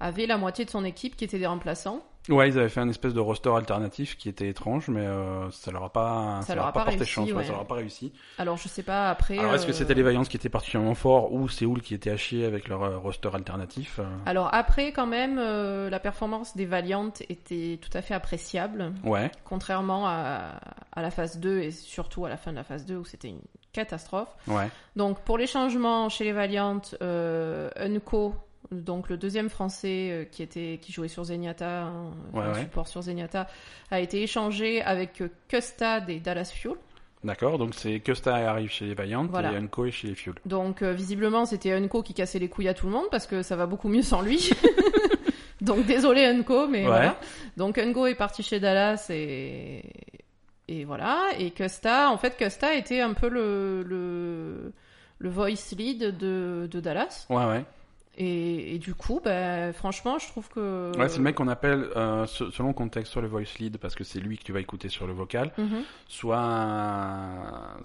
Avait la moitié de son équipe qui était des remplaçants. Ouais, ils avaient fait un espèce de roster alternatif qui était étrange, mais euh, ça leur a pas, Ça leur a pas porté réussi, chance, ouais, ouais. ça leur a pas réussi. Alors, je sais pas après. Alors, est-ce que euh, c'était les Vaillants qui étaient particulièrement forts ou Séoul qui était à chier avec leur euh, roster alternatif euh, Alors, après, quand même, euh, la performance des Valiant était tout à fait appréciable. Ouais, Contrairement à, à la phase 2 et surtout à la fin de la phase 2 où c'était une catastrophe. ouais. Donc pour les changements chez les Valiant, euh, Unco, donc le deuxième français euh, qui était qui jouait sur Zenyatta, hein, Ouais, enfin, ouais. support sur Zenyatta, a été échangé avec euh, Custad et Dallas Fuel. D'accord, donc c'est Costa arrive chez les Vaillants Voilà. et Unco est chez les Fuel. Donc euh, visiblement c'était Unco qui cassait les couilles à tout le monde parce que ça va beaucoup mieux sans lui. donc désolé Unco, mais Ouais. voilà. Donc Unco est parti chez Dallas et et voilà et Custa, en fait Custa était un peu le le, le voice lead de de Dallas. Ouais, ouais. Et, et du coup, ben, franchement, je trouve que. Ouais, c'est le mec qu'on appelle, euh, se- selon le contexte, soit le voice lead parce que c'est lui que tu vas écouter sur le vocal, Mhm. soit. un-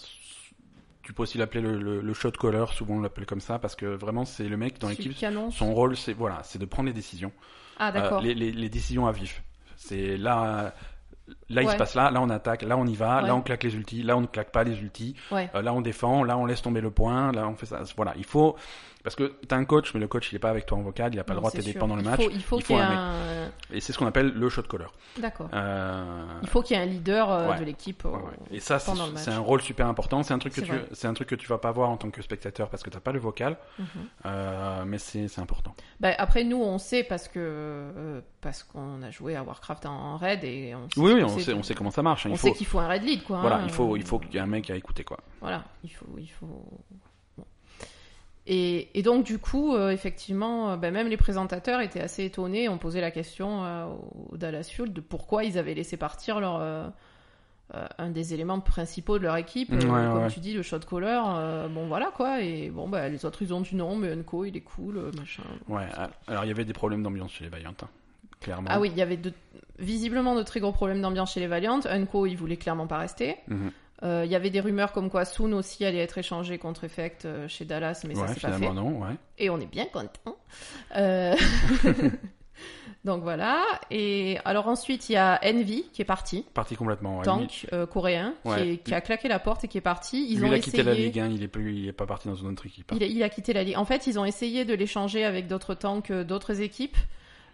Tu peux aussi l'appeler le, le, le shot caller, souvent on l'appelle comme ça parce que vraiment c'est le mec dans Celui l'équipe. qui annonce. Son rôle, c'est voilà, c'est de prendre les décisions. Ah, Euh, d'accord. les, les- les décisions à vif. C'est là, euh, Là, il Ouais. se passe là, là on attaque, là on y va, Ouais. là on claque les ultis, là on ne claque pas les ultis, Ouais. euh, là on défend, là on laisse tomber le point, là on fait ça. Voilà, il faut. Parce que t'as un coach, mais le coach il est pas avec toi en vocal, il a pas le Non, droit de c'est t'aider sûr. pendant le Il match. faut- Il faut il faut qu'il y ait un mec. un. Et c'est ce qu'on appelle le shot caller. D'accord. Euh, Il faut qu'il y ait un leader euh, Ouais. de l'équipe. Ouais, euh, ouais. Et ça, c'est pendant le match. c'est un rôle super important. C'est un truc que C'est tu, vrai. c'est un truc que tu vas pas voir en tant que spectateur parce que t'as pas le vocal, mhm. euh, mais c'est c'est important. Bah, après, nous, on sait parce que euh, parce qu'on a joué à Warcraft en, en raid et on sait. Oui, oui, on on sait- sait, on sait comment ça marche. hein. on Il sait faut, qu'il faut un raid lead, quoi. voilà, hein. il faut, il faut qu'il y ait un mec à écouter quoi. Voilà, il faut, il faut. bon. Et, et donc du coup, euh, effectivement, euh, ben, même les présentateurs étaient assez étonnés. On posait la question euh, au Dallas Fuel de pourquoi ils avaient laissé partir leur euh, euh, un des éléments principaux de leur équipe, euh, Ouais, ouais, comme ouais. tu dis, le shot caller. euh, bon voilà quoi. Et bon bah les autres ils ont dit non, mais Unco il est cool, euh, machin. Ouais. ah, Alors il y avait des problèmes d'ambiance chez les Vaillants, hein. clairement. Ah oui, il y avait de- visiblement de très gros problèmes d'ambiance chez les Valiant. Unco, il voulait clairement pas rester. Mhm. Euh, Il y avait des rumeurs comme quoi Soon aussi allait être échangé contre Effect euh, chez Dallas, mais ça ouais, s'est pas fait. finalement non. Ouais. Et on est bien content. Euh, Donc voilà. Et alors ensuite, il y a Envy qui est parti, Parti complètement. Ouais. Lui- tank euh, coréen, qui, Ouais. est- qui a claqué la porte et qui est parti. Ils lui, ont il a essayé. quitté la ligue. hein. Il est plus, il est pas parti dans une autre équipe. hein. Il, a- il a quitté la ligue. En fait, ils ont essayé de l'échanger avec d'autres tanks, euh, d'autres équipes.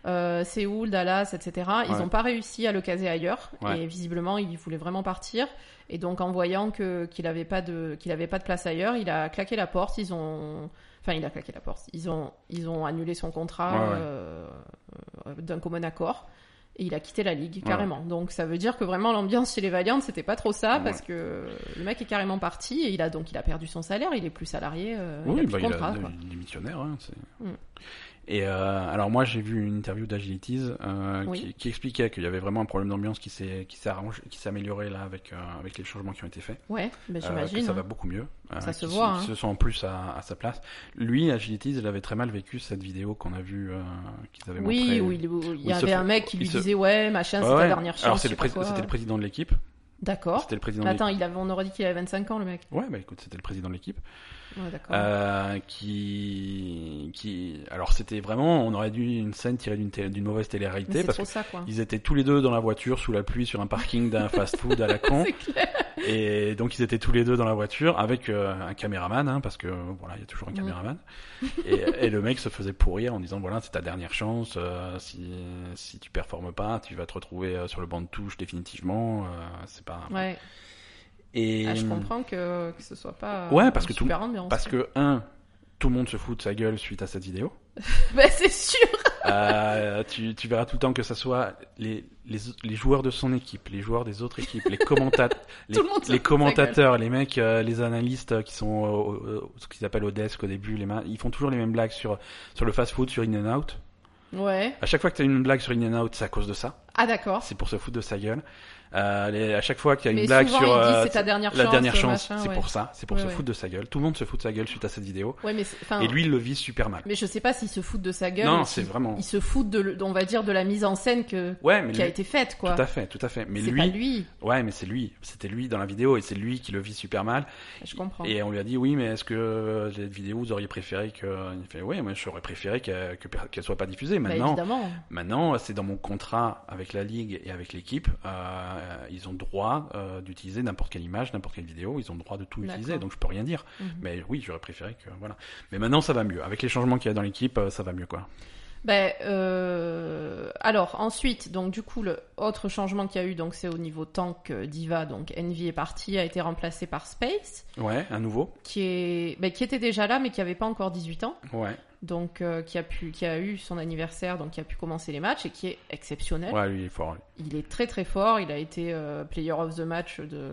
Euh, Séoul, Dallas, etc. Ils Ouais. n'ont pas réussi à le caser ailleurs. Ouais. Et visiblement, il voulait vraiment partir. Et donc, en voyant que qu'il n'avait pas de qu'il avait pas de place ailleurs, il a claqué la porte. Ils ont enfin, il a claqué la porte. Ils ont ils ont annulé son contrat Ouais, ouais. euh, euh, d'un commun accord. Et il a quitté la ligue Ouais. carrément. Donc ça veut dire que vraiment l'ambiance chez les Valiant c'était pas trop ça Ouais. parce que le mec est carrément parti et il a donc il a perdu son salaire, il est plus salarié, euh, il a Oui, plus bah, de il, contrat. a, quoi. il est missionnaire. hein, c'est- Mm. Et euh, alors moi j'ai vu une interview d'Agilities euh, Oui. qui, qui expliquait qu'il y avait vraiment un problème d'ambiance qui s'est qui s'est arrangé, qui s'est amélioré là avec euh, avec les changements qui ont été faits. Ouais, bah, Euh, que j'imagine. ça va hein. beaucoup mieux. euh, Ça se qu'ils voit, se- hein. qu'ils se sont en plus à, à sa place. Lui, Agilities, il avait très mal vécu cette vidéo qu'on a vue, euh, qu'ils avaient Oui, montrée. où il, où il il y se avait fait- un mec qui lui il se- disait ouais machin Ouais, c'est ta ouais. dernière chance. Alors je c'est le sais pré- pas quoi. c'était le président de l'équipe. D'accord. C'était le président. Mais de Attends, il avait, on aurait dit qu'il avait 25 ans le mec. l'équipe. Ouais, bah écoute, c'était le président de l'équipe. Ouais, d'accord. Euh, qui, qui, alors c'était vraiment, on aurait dû une scène tirée d'une télé- d'une mauvaise Mais télé-réalité c'est parce trop ça quoi. qu'ils étaient tous les deux dans la voiture sous la pluie sur un parking d'un fast-food à la con. C'est clair. Et donc ils étaient tous les deux dans la voiture avec euh, un caméraman, hein, parce que voilà, il y a toujours un Mm. caméraman. et, et le mec se faisait pourrir en disant voilà, c'est ta dernière chance. euh, si si tu performes pas, tu vas te retrouver euh, sur le banc de touche définitivement. euh, c'est pas. Ouais. Et Ah, je comprends que, que ce soit pas. Ouais, parce que tout- super ambiance. parce que un, tout le monde se fout de sa gueule suite à cette vidéo. Bah, c'est sûr. Euh, tu, tu verras tout le temps que ça soit les, les, les joueurs de son équipe, les joueurs des autres équipes, les, commenta- les, le monde se les fout de sa commentateurs, les mecs, euh, les analystes euh, qui sont au- au- au- ce qu'ils appellent au desk au début, les mains, ils font toujours les mêmes blagues sur, sur le fast-food, sur In and Out. Ouais. À chaque fois que t'as une blague sur In and Out, c'est à cause de ça. Ah d'accord. C'est pour se foutre de sa gueule. Euh, les- à chaque fois qu'il y a une Mais blague souvent sur il dit euh, c'est ta dernière la chance. dernière chance, machin, c'est ouais. pour ça, c'est pour Ouais, se ouais. foutre de sa gueule. Tout le monde se fout de sa gueule suite à cette vidéo. Ouais, mais c'est- enfin. Et lui, il le vit super mal. Mais je sais pas s'ils se foutent de sa gueule. Non, mais c'est s'ils- vraiment. Ils se foutent de, le- on va dire, de la mise en scène que, Ouais, mais qui a lui, été faite, quoi. Tout à fait, tout à fait. Mais c'est lui, pas lui, ouais, mais c'est lui. C'était lui dans la vidéo et c'est lui qui le vit super mal. je comprends. Et on lui a dit oui, mais est-ce que euh, cette vidéo vous auriez préféré que Il fait oui, moi j'aurais préféré qu'elle que per- qu'elle soit pas diffusée. Bah, Maintenant, évidemment. maintenant c'est dans mon contrat avec la ligue et avec l'équipe. euh, ils ont droit euh, d'utiliser n'importe quelle image, n'importe quelle vidéo. Ils ont droit de tout utiliser, D'accord. donc je peux rien dire. Mhm. Mais oui, j'aurais préféré que voilà. Mais maintenant ça va mieux. Avec les changements qu'il y a dans l'équipe, euh, ça va mieux quoi. Ben, euh, alors ensuite, donc du coup, le autre changement qu'il y a eu, donc c'est au niveau tank euh, diva, donc Envy est parti, a été remplacé par Space, Ouais, un nouveau. qui est, ben, qui était déjà là, mais qui avait pas encore 18 ans, Ouais, donc euh, qui a pu, qui a eu son anniversaire, donc qui a pu commencer les matchs et qui est exceptionnel. ouais, lui il est fort. lui. Il est très très fort. Il a été euh, player of the match de,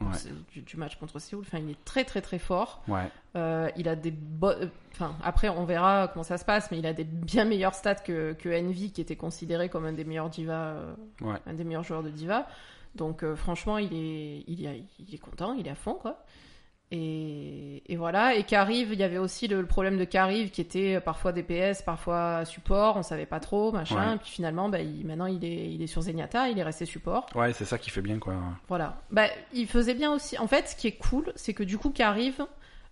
Ouais. du, du match contre Séoul. Enfin, il est très très très fort. Ouais, Euh, il a des bonnes. Enfin, après, on verra comment ça se passe, mais il a des bien meilleurs stats que, que Envy, qui était considéré comme un des meilleurs divas, euh, Ouais. un des meilleurs joueurs de diva. Donc, euh, franchement, il est, il, y a- il est content, il est à fond, quoi. Et, et voilà. Et Carive, il y avait aussi le, le problème de Carive, qui était parfois DPS, parfois support, on savait pas trop, machin. Ouais. Et puis finalement, bah, il- maintenant, il est, il est sur Zenyatta, il est resté support. ouais, c'est ça qui fait bien quoi. Voilà. Bah, il faisait bien aussi. En fait, ce qui est cool, c'est que du coup, qu'arrive,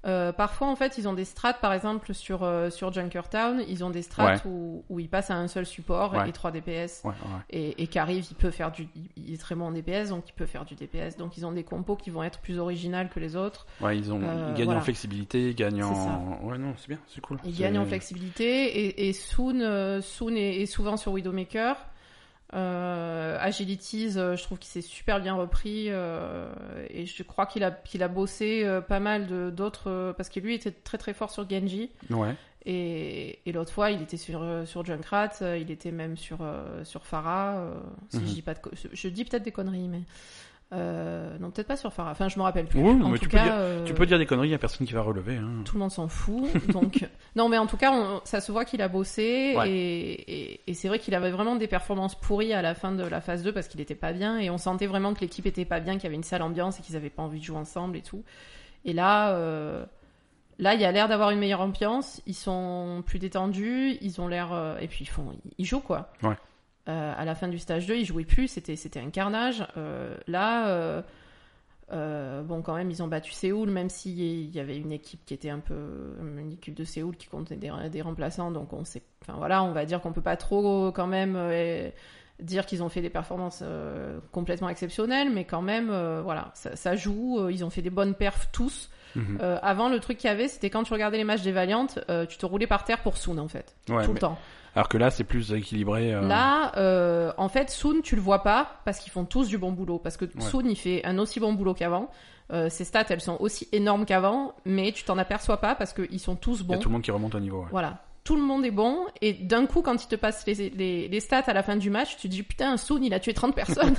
Euh, parfois, en fait, ils ont des strats, par exemple, sur, euh, sur Junkertown, ils ont des strats où, où ils passent à un seul support Ouais. et 3 DPS. Ouais, ouais. Et, et qu'arrive, il peut faire du, il est très bon en DPS, donc il peut faire du DPS. Donc ils ont des compos qui vont être plus originales que les autres. Ouais, ils, ont, Euh, ils gagnent voilà. en flexibilité, ils gagnent C'est ça. en. Ouais, non, c'est bien, c'est cool. Ils C'est- gagnent en flexibilité et, et Soon, euh, Soon est, est souvent sur Widowmaker. Euh, Agilities, euh, je trouve qu'il s'est super bien repris euh, et je crois qu'il a, qu'il a bossé euh, pas mal de- d'autres euh, parce que lui était très très fort sur Genji Ouais, et, et l'autre fois il était sur, euh, sur Junkrat, euh, il était même sur, euh, sur Farah. euh, si Mhm. je dis pas de co- je dis peut-être des conneries, mais euh, non, peut-être pas sur Farah. Enfin, je me rappelle plus. Oui, en mais tout tu peux cas, dire- euh, tu peux dire des conneries, il n'y a personne qui va relever. Hein. tout le monde s'en fout. Donc, non, mais en tout cas, on- ça se voit qu'il a bossé Ouais. et, et- et c'est vrai qu'il avait vraiment des performances pourries à la fin de la phase 2 parce qu'il était pas bien et on sentait vraiment que l'équipe était pas bien, qu'il y avait une sale ambiance et qu'ils avaient pas envie de jouer ensemble et tout. Et là, euh, là, il y a l'air d'avoir une meilleure ambiance. Ils sont plus détendus, ils ont l'air euh, et puis ils font, ils jouent quoi. Ouais. Euh, à la fin du stage 2, ils jouaient plus, c'était c'était un carnage. Euh, là. euh, euh, bon, quand même, ils ont battu Séoul, même s'il y avait une équipe qui était un peu. Une équipe de Séoul qui comptait des, des remplaçants, donc on sait. Enfin voilà, on va dire qu'on peut pas trop, quand même, euh, dire qu'ils ont fait des performances euh, complètement exceptionnelles, mais quand même, euh, voilà, ça, ça joue, euh, ils ont fait des bonnes perfs tous. Mhm. Euh, avant, le truc qu'il y avait, c'était quand tu regardais les matchs des Valiantes, euh, tu te roulais par terre pour Soon, en fait, Ouais, tout mais- le temps. Alors que là, c'est plus équilibré. euh, Là, euh, en fait, Soon, tu le vois pas parce qu'ils font tous du bon boulot. Parce que Ouais. Soon, il fait un aussi bon boulot qu'avant. Euh, ses stats, elles sont aussi énormes qu'avant, mais tu t'en aperçois pas parce qu'ils sont tous Il y a bons. tout le monde qui remonte au niveau. ouais. Voilà. Tout le monde est bon, et d'un coup, quand il te passe les, les, les stats à la fin du match, tu te dis putain, Soon, il a tué 30 personnes.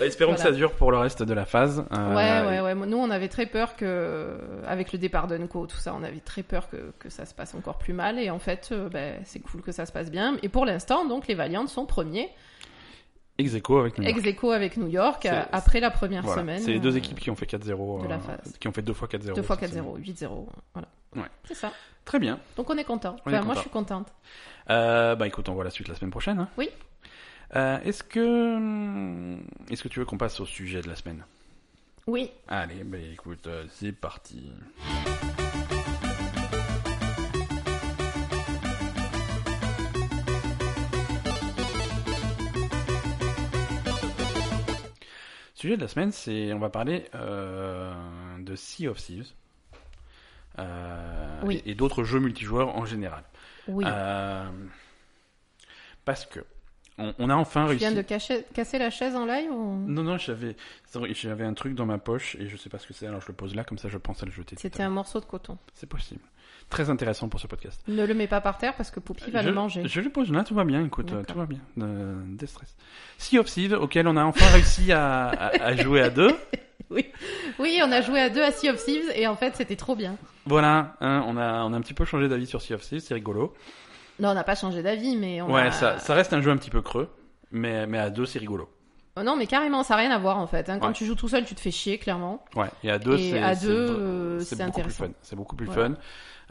Bah, espérons Voilà. que ça dure pour le reste de la phase. Euh, ouais, ouais, ouais. Nous, on avait très peur que, avec le départ d'Unco, tout ça, on avait très peur que, que ça se passe encore plus mal, et en fait, euh, ben, c'est cool que ça se passe bien. Et pour l'instant, donc, les Valiants sont premiers. Ex aequo avec New York. ex aequo avec New York C'est- euh, après la première Voilà. semaine. C'est les deux euh, équipes qui ont fait 4-0. de la euh, phase. qui ont fait deux fois 4-0. Deux fois cette 4-0, 8-0. Voilà. Ouais. C'est ça. semaine. Très bien. Donc on est content. On est Enfin, content. Moi je suis contente. Euh, bah écoute, on voit la suite la semaine prochaine. hein. Oui. Euh, est-ce que hum, est-ce que tu veux qu'on passe au sujet de la semaine Oui. Allez, bah écoute, euh, c'est parti. Sujet de la semaine, c'est on va parler euh, de Sea of Thieves euh, Oui. et, et d'autres jeux multijoueurs en général. Oui. Euh, parce que on, on a enfin tu réussi. viens de cacher- casser la chaise en live ou... Non, non, j'avais, sorry, j'avais un truc dans ma poche et je sais pas ce que c'est, alors je le pose là, comme ça je pense à le jeter. tout à C'était un l'heure. morceau de coton. C'est possible. Très intéressant pour ce podcast. Ne le mets pas par terre parce que Poupie va je, le manger. je le pose là, tout va bien, écoute, D'accord. euh, tout va bien. Euh, déstresse. Sea of Thieves, auquel on a enfin réussi à, à- à jouer à deux. Oui, on a joué à deux à Sea of Thieves et en fait c'était trop bien. Voilà, hein, on, a, on a un petit peu changé d'avis sur Sea of Thieves, c'est rigolo. Non, on n'a pas changé d'avis, mais on ouais, a- ça, ça reste un jeu un petit peu creux, mais, mais à deux c'est rigolo. Oh non, mais carrément, ça n'a rien à voir en fait. hein. Quand Ouais. tu joues tout seul, tu te fais chier, clairement. Ouais, et à deux, Et c'est à c'est deux, vra- euh, c'est beaucoup plus intéressant. fun. C'est beaucoup plus Voilà. fun.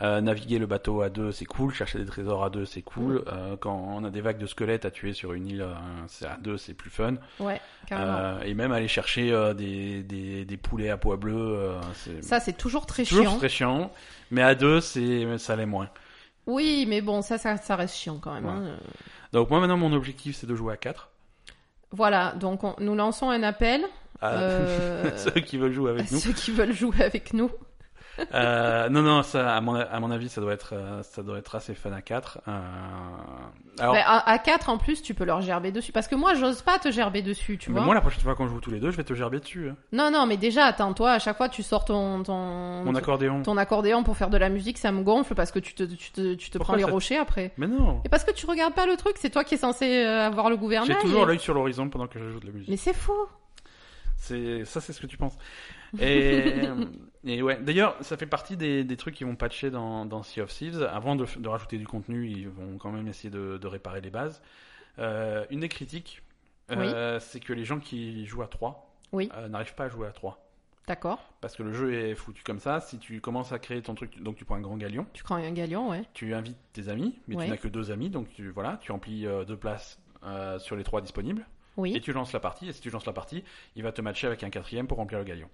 Euh, naviguer le bateau à deux, c'est cool. Chercher des trésors à deux, c'est cool. Euh, quand on a des vagues de squelettes à tuer sur une île, euh, c'est à deux, c'est plus fun. Ouais, carrément. Euh, et même aller chercher euh, des, des, des poulets à pois bleu, euh, c'est Ça c'est toujours très toujours chiant. très chiant. Mais à deux, c'est ça l'est moins. Oui, mais bon, ça, ça, ça reste chiant quand même. Ouais. hein. Donc moi maintenant, mon objectif, c'est de jouer à quatre. Voilà, donc on- nous lançons un appel À euh, Ah. ceux qui veulent jouer à avec nous. ceux qui veulent jouer avec nous. Euh, non, non, ça, à mon, à mon avis, ça doit être, euh, ça doit être assez fun à quatre. Euh, alors, Ouais, Ben, à, à 4 en plus, tu peux leur gerber dessus. Parce que moi, j'ose pas te gerber dessus, tu mais vois. moi, la prochaine fois qu'on joue tous les deux, je vais te gerber dessus. hein. Non, non, mais déjà, attends, toi, à chaque fois, tu sors ton, ton, Mon accordéon. ton accordéon pour faire de la musique, ça me gonfle parce que tu te, tu te, tu te Pourquoi prends les ça- rochers après. Mais non Et parce que tu regardes pas le truc, c'est toi qui es censé euh, avoir le gouvernail. J'ai toujours et- l'œil sur l'horizon pendant que je joue de la musique. Mais c'est fou. C'est ça, c'est ce que tu penses. Et, euh, et ouais. D'ailleurs, ça fait partie des, des trucs qui vont patcher dans, dans Sea of Thieves. Avant de, de rajouter du contenu, ils vont quand même essayer de, de réparer les bases. Euh, une des critiques, euh, c'est que les gens qui jouent à 3 Oui. n'arrivent pas à jouer à 3 D'accord, parce que le jeu est foutu comme ça. Si tu commences à créer ton truc, donc tu prends un grand galion. tu prends un galion, ouais. tu invites tes amis, mais Ouais. tu n'as que deux amis, donc tu, voilà, tu remplis euh, deux places euh, sur les trois disponibles, et Oui. tu lances la partie, et si tu lances la partie, il va te matcher avec un quatrième pour remplir le galion.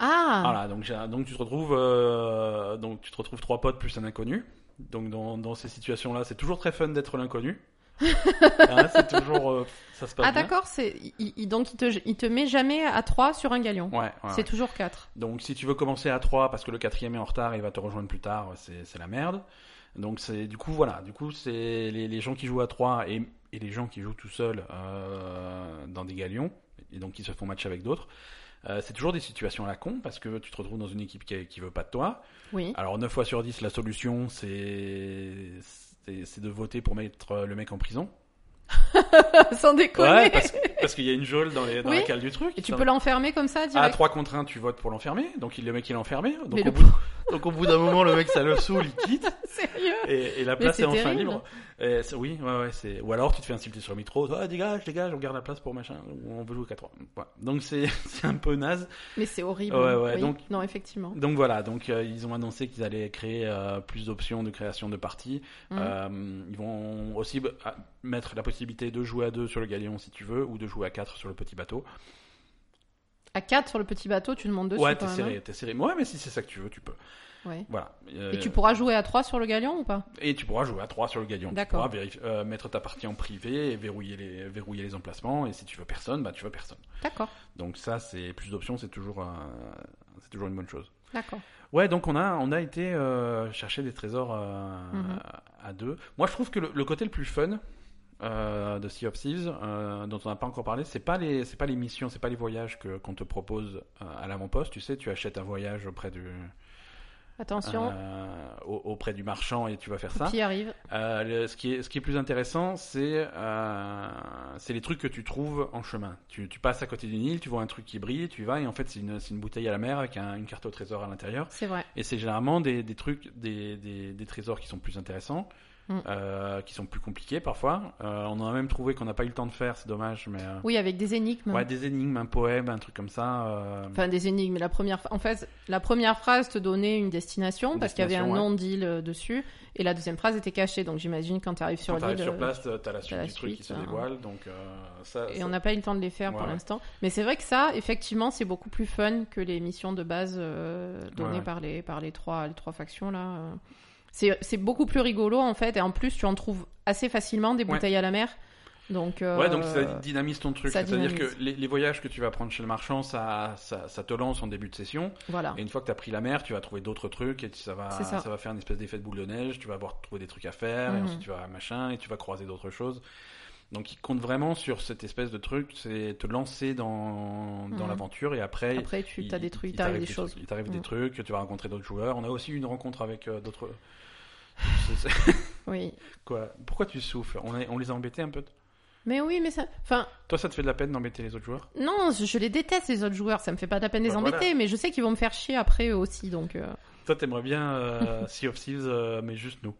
Ah Voilà, donc, j'ai- donc tu te retrouves, euh, donc tu te retrouves trois potes plus un inconnu. Donc dans, dans ces situations-là, c'est toujours très fun d'être l'inconnu. Hein, c'est toujours, euh, ça se passe Ah bien. d'accord, c'est il- il- donc il te, il te met jamais à 3 sur un galion. Ouais, ouais, C'est toujours 4. Donc si tu veux commencer à 3 parce que le quatrième est en retard et il va te rejoindre plus tard, c'est c'est la merde. Donc c'est du coup voilà, du coup c'est les, les gens qui jouent à 3 et, et les gens qui jouent tout seuls euh, dans des galions et donc qui se font match avec d'autres. euh, c'est toujours des situations à la con parce que tu te retrouves dans une équipe qui, qui veut pas de toi. Oui. Alors 9 fois sur 10 la solution c'est c'est c'est de voter pour mettre le mec en prison. Sans déconner. Ouais, parce, parce qu'il y a une geôle dans, les, dans Oui. la cale du truc. Et tu Dans- peux l'enfermer comme ça à direct. 3 contre 1, tu votes pour l'enfermer. Donc il- le mec, il est enfermé. Donc, Mais au le bout, donc au bout d'un moment, le mec, ça le saoule, il quitte. Sérieux Et, et la Mais place c'est est enfin terrible. libre. Et c'est- oui, ouais, ouais, c'est... Ou alors tu te fais insulter sur le micro. Ah, dégage, dégage, on garde la place pour machin. Ou on veut jouer qu'à 3. Donc c'est, c'est un peu naze. Mais c'est horrible. Ouais, ouais, oui. donc- Non, effectivement. Donc voilà, donc euh, ils ont annoncé qu'ils allaient créer euh, plus d'options de création de parties. Mhm. Euh, ils vont aussi b- à- mettre la possibilité de jouer à 2 sur le galion si tu veux, ou de jouer à 4 sur le petit bateau. À 4 sur le petit bateau, tu demandes dessus ouais, quand t'es même. serré, t'es serré. Ouais, mais si c'est ça que tu veux, tu peux. hein. Ouais. Voilà. Et tu Euh, pourras jouer à 3 sur le galion ou pas Et tu pourras jouer à 3 sur le galion. Tu D'accord. pourras vérifi- euh, mettre ta partie en privé et verrouiller les, verrouiller les emplacements. Et si tu veux personne, bah tu veux personne. D'accord. Donc ça, c'est plus d'options, c'est toujours, un- c'est toujours une bonne chose. D'accord. Ouais, donc on a, on a été euh, chercher des trésors euh, Mhm. à deux. Moi, je trouve que le, le côté le plus fun euh, de Sea of Thieves, euh, dont on n'a pas encore parlé, c'est pas les, c'est pas les missions, c'est pas les voyages que qu'on te propose euh, à l'avant-poste. Tu sais, tu achètes un voyage auprès du, Attention, euh, au- auprès du marchand et tu vas faire ça. qui arrive. Euh, le- ce, qui est, ce qui est plus intéressant, c'est euh, c'est les trucs que tu trouves en chemin. Tu, tu passes à côté d'une île, tu vois un truc qui brille, tu y vas, et en fait, c'est une, c'est une bouteille à la mer avec un- une carte au trésor à l'intérieur. C'est vrai. Et c'est généralement des, des trucs, des, des, des trésors qui sont plus intéressants, Mm. euh, qui sont plus compliqués parfois. Euh, on en a même trouvé qu'on n'a pas eu le temps de faire, c'est dommage, mais. euh, Oui, avec des énigmes. Ouais, des énigmes, un poème, un truc comme ça. euh, Enfin, des énigmes. La première, en fait, la première phrase te donnait une destination Une parce qu'il y avait un destination, nom d'île euh, dessus, et la deuxième phrase était cachée. Donc j'imagine quand tu arrives sur quand t'arrives l'île, sur euh, place, t'as la suite la du truc qui suite, se hein. dévoile, donc euh, ça. et ça- on n'a pas eu le temps de les faire pour Ouais. l'instant. Mais c'est vrai que ça, effectivement, c'est beaucoup plus fun que les missions de base euh, données Ouais, ouais. par les par les trois les trois factions là. euh. C'est c'est beaucoup plus rigolo en fait, et en plus tu en trouves assez facilement des Ouais. bouteilles à la mer. Donc euh, Ouais, donc ça dynamise ton truc. ça C'est-à-dire que dynamise. les, les voyages que tu vas prendre chez le marchand, ça, ça, ça te lance en début de session. voilà. Et une fois que tu as pris la mer, tu vas trouver d'autres trucs et ça va, Ah. C'est ça. ça. va faire une espèce d'effet de boule de neige. Tu vas avoir trouvé des trucs à faire et Mhm. ensuite tu vas machin et tu vas croiser d'autres choses. Donc il compte vraiment sur cette espèce de truc, c'est te lancer dans, dans Mhm. l'aventure et après. Après tu il- t'as des trucs, il t'arrives des choses. trucs- il t'arrive des Mhm. trucs, tu vas rencontrer d'autres joueurs. On a aussi eu une rencontre avec euh, d'autres. C'est- Oui. c'est- Quoi Pourquoi tu souffles on, a- on les a embêtés un peu Mais oui, mais ça. Enfin, Toi, ça te fait de la peine d'embêter les autres joueurs Non, je, je les déteste les autres joueurs, ça me fait pas de la peine de les Bah, embêter, voilà. mais je sais qu'ils vont me faire chier après eux aussi, donc euh, Toi, t'aimerais bien euh, Sea of Thieves, euh, mais juste nous.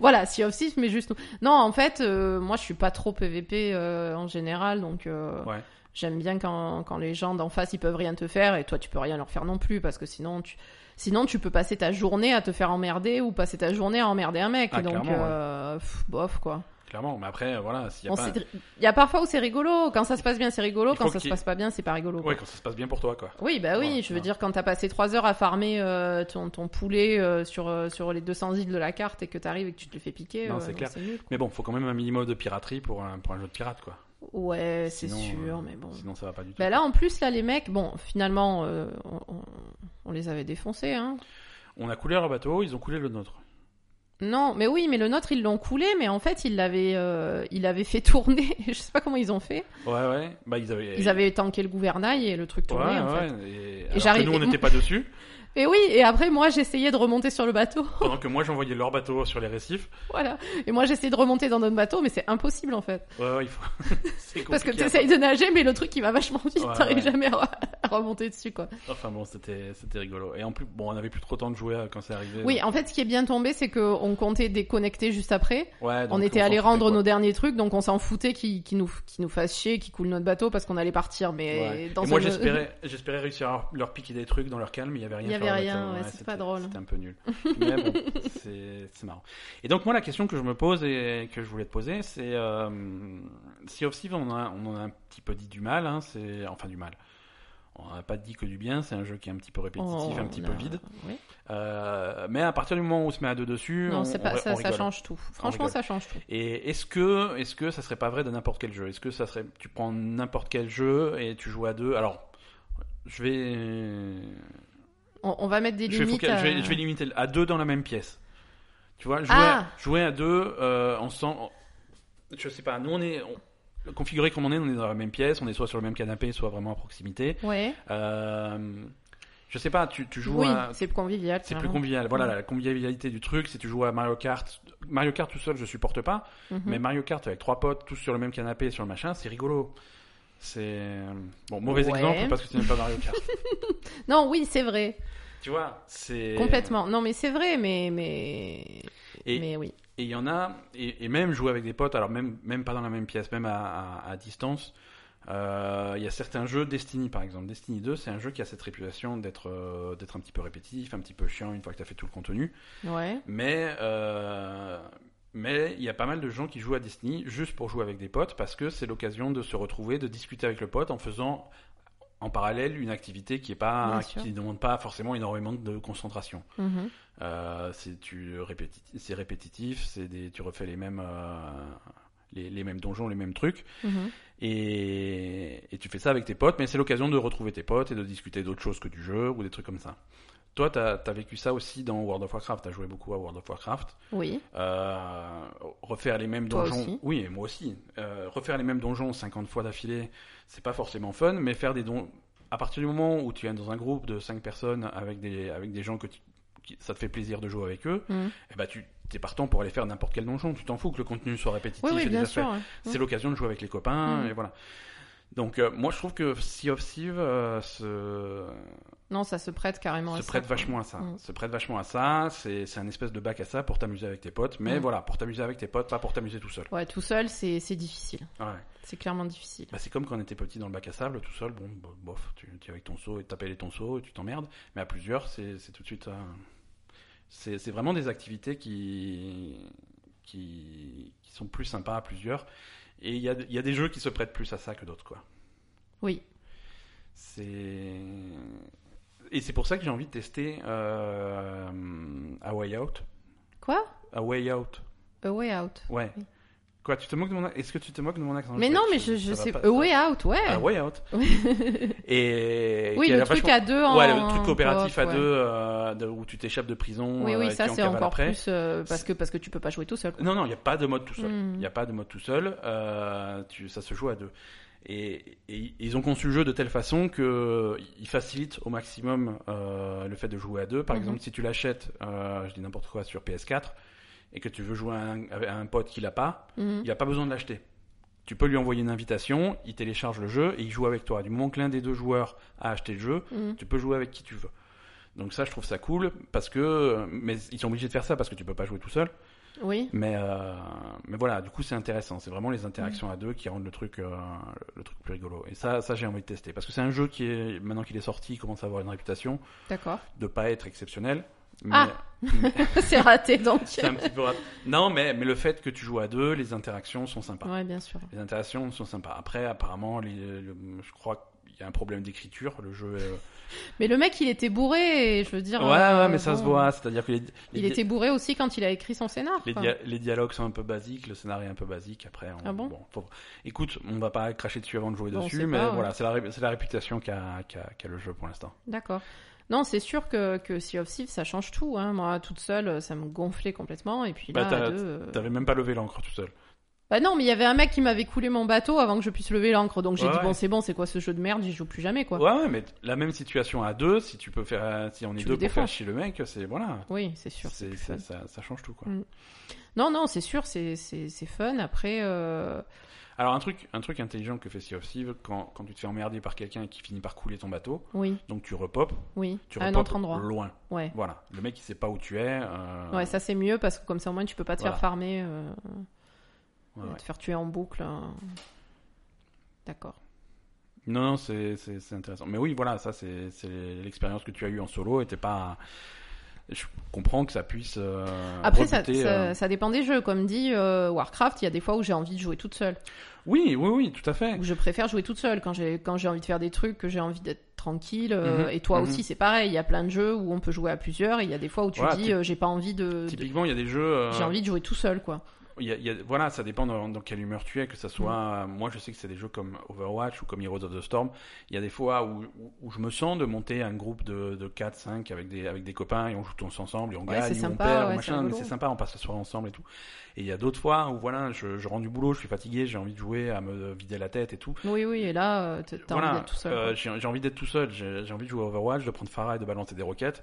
voilà, Sea of Thieves, mais juste nous. Non, en fait, euh, moi je suis pas trop PVP euh, en général, donc euh, Ouais. j'aime bien quand, quand les gens d'en face ils peuvent rien te faire et toi tu peux rien leur faire non plus parce que sinon tu sinon tu peux passer ta journée à te faire emmerder ou passer ta journée à emmerder un mec, Ah, donc clairement, ouais. euh, pff, bof quoi. Clairement, mais après, euh, voilà, s'il y a Bon, pas... c'est dr- Il y a parfois où c'est rigolo, quand ça se passe bien c'est rigolo, Il quand faut ça se qu'il- passe pas bien c'est pas rigolo. quoi. Ouais, quand ça se passe bien pour toi, quoi. Oui, bah oui, Ouais, je veux ouais. dire, quand t'as passé trois heures à farmer euh, ton, ton poulet euh, sur, euh, sur les 200 îles de la carte et que t'arrives et que tu te le fais piquer, Non, euh, c'est clair. nul, quoi. Mais bon, faut quand même un minimum de piraterie pour un, pour un jeu de pirate, quoi. Ouais, c'est Sinon, sûr, euh, mais bon. Sinon, ça va pas du tout. Bah là, en plus, là, les mecs, bon, finalement, euh, on, on- on les avait défoncés, hein. On a coulé leur bateau, ils ont coulé le nôtre. Non, mais oui, mais le nôtre, ils l'ont coulé, mais en fait, ils l'avaient euh, ils l'avaient fait tourner. je sais pas comment ils ont fait. Ouais, ouais. Bah, ils avaient... Ils avaient tanké le gouvernail et le truc Ouais, tournait, en fait. ouais. Et... Alors que j'arrivais- nous, on n'était pas dessus, Et oui, et après, moi, j'essayais de remonter sur le bateau. pendant que moi, j'envoyais leur bateau sur les récifs. voilà. Et moi, j'essayais de remonter dans notre bateau, mais c'est impossible, en fait. Ouais, ouais, il faut... C'est Parce que compliqué à- t'essayes de nager, mais le truc il va vachement vite, Ouais, t'arrives ouais. jamais à re- à remonter dessus quoi. hein. Enfin bon, c'était c'était rigolo. Et en plus, bon, on avait plus trop de temps de jouer euh, quand c'est arrivé. Oui, en fait, ce qui est bien tombé, c'est que on comptait déconnecter juste après. Ouais, donc on était s'en allé foutait, rendre quoi. nos derniers trucs, donc on s'en foutait qu'ils qu'ils nous, qu'ils nous fassent chier, qu'ils coulent notre bateau parce qu'on allait partir. Mais Ouais. dans Et moi un- j'espérais j'espérais réussir à leur- leur piquer des trucs dans leur calme, il y avait rien. Il y sur avait le rien, bateau. ouais, c'est c'était- pas drôle. C'était un peu nul. Mais bon, c'est c'est marrant. Et donc moi la question que je me pose et que je voulais te poser, c'est euh, Sea of Thieves, on, en a- on en a un petit peu dit du mal, hein, c'est enfin du mal. On n'a pas dit que du bien, c'est un jeu qui est un petit peu répétitif, On un petit a- peu vide. oui. Euh, mais à partir du moment où on se met à deux dessus, Non, on, c'est Euh, on- pas, on ça, ça rigole. change tout. Franchement, rigole. ça change tout. Et est-ce que, est-ce que ça serait pas vrai de n'importe quel jeu Est-ce que ça serait, tu prends n'importe quel jeu et tu joues à deux Alors, je vais, On, on va mettre des je vais, limites. euh, foca- je vais- à- je vais limiter à deux dans la même pièce. Tu vois, jouer, Ah à, jouer à deux euh, ensemble. Je sais pas. Nous, on est on- configuré comme on est, on est dans la même pièce, on est soit sur le même canapé, soit vraiment à proximité. Ouais. Euh, je sais pas. Tu, tu joues Oui, à c'est plus convivial. c'est plus clairement. convivial. Voilà, Ouais. la convivialité du truc, si tu joues à Mario Kart, Mario Kart tout seul, je supporte pas, Mhm. mais Mario Kart avec trois potes, tous sur le même canapé, sur le machin, c'est rigolo. C'est euh, bon, mauvais Ouais. exemple parce que tu n'aimes pas Mario Kart. Non, oui, c'est vrai. tu vois, c'est Complètement. Non, mais c'est vrai, mais mais Et- mais oui. Et il y en a, et, et même jouer avec des potes, alors même même pas dans la même pièce, même à, à- à distance. euh, Il y a certains jeux, Destiny par exemple. Destiny 2, c'est un jeu qui a cette réputation d'être euh, d'être un petit peu répétitif, un petit peu chiant une fois que tu as fait tout le contenu. Ouais. Mais euh, mais il y a pas mal de gens qui jouent à Destiny juste pour jouer avec des potes parce que c'est l'occasion de se retrouver, de discuter avec le pote en faisant en parallèle une activité qui est pas Bien sûr. qui ne demande pas forcément énormément de concentration. Mhm. Euh, c'est tu répéti- c'est répétitif, c'est des tu refais les mêmes euh, les, les mêmes donjons, les mêmes trucs, Mhm. et, et tu fais ça avec tes potes, mais c'est l'occasion de retrouver tes potes et de discuter d'autres choses que du jeu ou des trucs comme ça. Toi, t'as as vécu ça aussi dans World of Warcraft, t'as joué beaucoup à World of Warcraft. Oui. Euh, refaire les mêmes Toi donjons. aussi. Oui, et moi aussi. Euh, refaire les mêmes donjons 50 fois d'affilée, c'est pas forcément fun, mais faire des donjons. À partir du moment où tu es dans un groupe de 5 personnes avec des, avec des gens que tu- qui- ça te fait plaisir de jouer avec eux, Mhm. et bah tu es partant pour aller faire n'importe quel donjon. Tu t'en fous que le contenu soit répétitif Oui, oui, et bien déjà fait. sûr. hein. Mmh. ouais. C'est l'occasion de jouer avec les copains, Mm. et voilà. Donc, euh, moi je trouve que Sea of Thieves euh, se, Non, ça se prête carrément. à se ça, prête quoi. vachement à ça. Mm. Se prête vachement à ça. C'est c'est un espèce de bac à ça pour t'amuser avec tes potes. Mais Mm. voilà, pour t'amuser avec tes potes, pas pour t'amuser tout seul. Ouais, tout seul, c'est c'est difficile. Ouais. C'est clairement difficile. Bah, c'est comme quand on était petit dans le bac à sable, tout seul, bon, bo- bof, tu tu es avec ton seau et t'appelles les ton seau et tu t'emmerdes. Mais à plusieurs, c'est c'est tout de suite. euh, c'est c'est vraiment des activités qui, qui, qui sont plus sympas à plusieurs. Et il y a, il y a des jeux qui se prêtent plus à ça que d'autres, quoi. Oui. C'est et c'est pour ça que j'ai envie de tester euh, A Way Out. Quoi A Way Out. A way out. Ouais. Oui. Quoi, tu te moques de mon ac- Est-ce que tu te moques de mon accent mais non, mais je, je sais. A way out, ouais. A Way Out. Ah, hein. Et oui, qui a le l'air truc vachement- à deux en. Ouais, le truc coopératif en à coop, deux ouais. euh, de- où tu t'échappes de prison. Oui, euh, et oui, tu ça en c'est cavales encore après. plus euh, parce que parce que tu peux pas jouer tout seul. quoi. Non, non, il n'y a pas de mode tout seul. Mm. Il n'y a pas de mode tout seul. euh, tu, ça se joue à deux. Et, et ils ont conçu le jeu de telle façon que ils facilitent au maximum euh, le fait de jouer à deux. Par Mhm. exemple, si tu l'achètes, euh, je dis n'importe quoi, sur PS4 et que tu veux jouer à un, à un pote qui l'a pas, Mhm. il n'a pas besoin de l'acheter. Tu peux lui envoyer une invitation, il télécharge le jeu et il joue avec toi. Du moment que l'un des deux joueurs a acheté le jeu, Mhm. tu peux jouer avec qui tu veux. Donc ça, je trouve ça cool parce que, mais ils sont obligés de faire ça parce que tu peux pas jouer tout seul. Oui. Mais, euh, mais voilà, du coup, c'est intéressant. C'est vraiment les interactions à deux qui rendent le truc, euh, le truc plus rigolo. Et ça, ça j'ai envie de tester. Parce que c'est un jeu qui est, maintenant qu'il est sorti, il commence à avoir une réputation D'accord. de pas être exceptionnel. Mais Ah c'est raté donc. c'est un petit peu rap- Non, mais, mais le fait que tu joues à deux, les interactions sont sympas. Ouais, bien sûr. Les interactions sont sympas. Après, apparemment, les, le- je crois qu'il y a un problème d'écriture. Le jeu. est- Mais le mec, il était bourré, et je veux dire. Ouais, euh, ouais, mais ça bon, se voit. C'est-à-dire que les, les Il di- était bourré aussi quand il a écrit son scénar. Les, quoi. dia- les dialogues sont un peu basiques, le scénario est un peu basique. Après, on, Ah bon faut- écoute, on va pas cracher dessus avant de jouer Bon, on dessus, sait mais pas, ouais. voilà, c'est la, ré- c'est la réputation qu'a qu'a- qu'a le jeu pour l'instant. D'accord. Non, c'est sûr que, que Sea of Thieves, ça change tout. Hein. Moi, toute seule, ça me gonflait complètement. Et puis là, Bah, t'as- à deux, euh, T'avais même pas levé l'encre tout seul. Bah non, mais il y avait un mec qui m'avait coulé mon bateau avant que je puisse lever l'ancre. Donc j'ai Ouais, dit, ouais. bon, c'est bon, c'est quoi ce jeu de merde J'y joue plus jamais, quoi. Ouais, ouais, mais t- la même situation à deux, si tu peux faire, euh, si on est Tu deux le pour faire défends. chier le mec, c'est voilà, Oui, c'est sûr. c'est plus ça, fun. ça- ça change tout quoi. Mm. Non, non, c'est sûr, c'est c'est- c'est fun. Après, euh, Alors un truc, un truc intelligent que fait Sea of Thieves, quand, quand tu te fais emmerder par quelqu'un et qui finit par couler ton bateau, oui, donc tu repopes, oui. tu à un repopes autre endroit. loin. Ouais. Voilà, le mec il sait pas où tu es. euh, Ouais, ça c'est mieux parce que comme ça au moins tu peux pas te Voilà. faire farmer, euh, ouais, ouais. te faire tuer en boucle. hein. D'accord. Non, non, c'est c'est- c'est intéressant. Mais oui, voilà, ça, c'est c'est l'expérience que tu as eue en solo et t'es pas. Je comprends que ça puisse. euh, Après, ça, rebuter, ça- euh, ça dépend des jeux. Comme dit euh, Warcraft, il y a des fois où j'ai envie de jouer toute seule. Oui, oui, oui, tout à fait. Où je préfère jouer toute seule quand j'ai quand j'ai envie de faire des trucs, que j'ai envie d'être tranquille. euh, Mhm, Et toi mhm. aussi, c'est pareil. Il y a plein de jeux où on peut jouer à plusieurs. Et il y a des fois où tu Voilà, dis, typ- euh, j'ai pas envie de, de- Typiquement, il y a des jeux. euh, j'ai envie de jouer tout seul, quoi. il y a- il y a- voilà, ça dépend dans, dans quelle humeur tu es, que ça soit. Moi, je sais que c'est des jeux comme Overwatch ou comme Heroes of the Storm. Il y a des fois où, où- où je me sens de monter un groupe de, de 4, 5 avec des, avec des copains et on joue tous ensemble et on Ouais, gagne, c'est ou on sympa, perd, ou ouais, c'est machin, mais rigolo. c'est sympa, on passe la soirée ensemble et tout. Et il y a d'autres fois où voilà, je, je rends du boulot, je suis fatigué, j'ai envie de jouer, à me vider la tête et tout. Oui, oui. Et là, euh, t- t'as envie Voilà, d'être tout seul. euh, quoi. j'ai j'ai envie d'être tout seul, j'ai j'ai envie de jouer à Overwatch, de prendre Farah et de balancer des roquettes.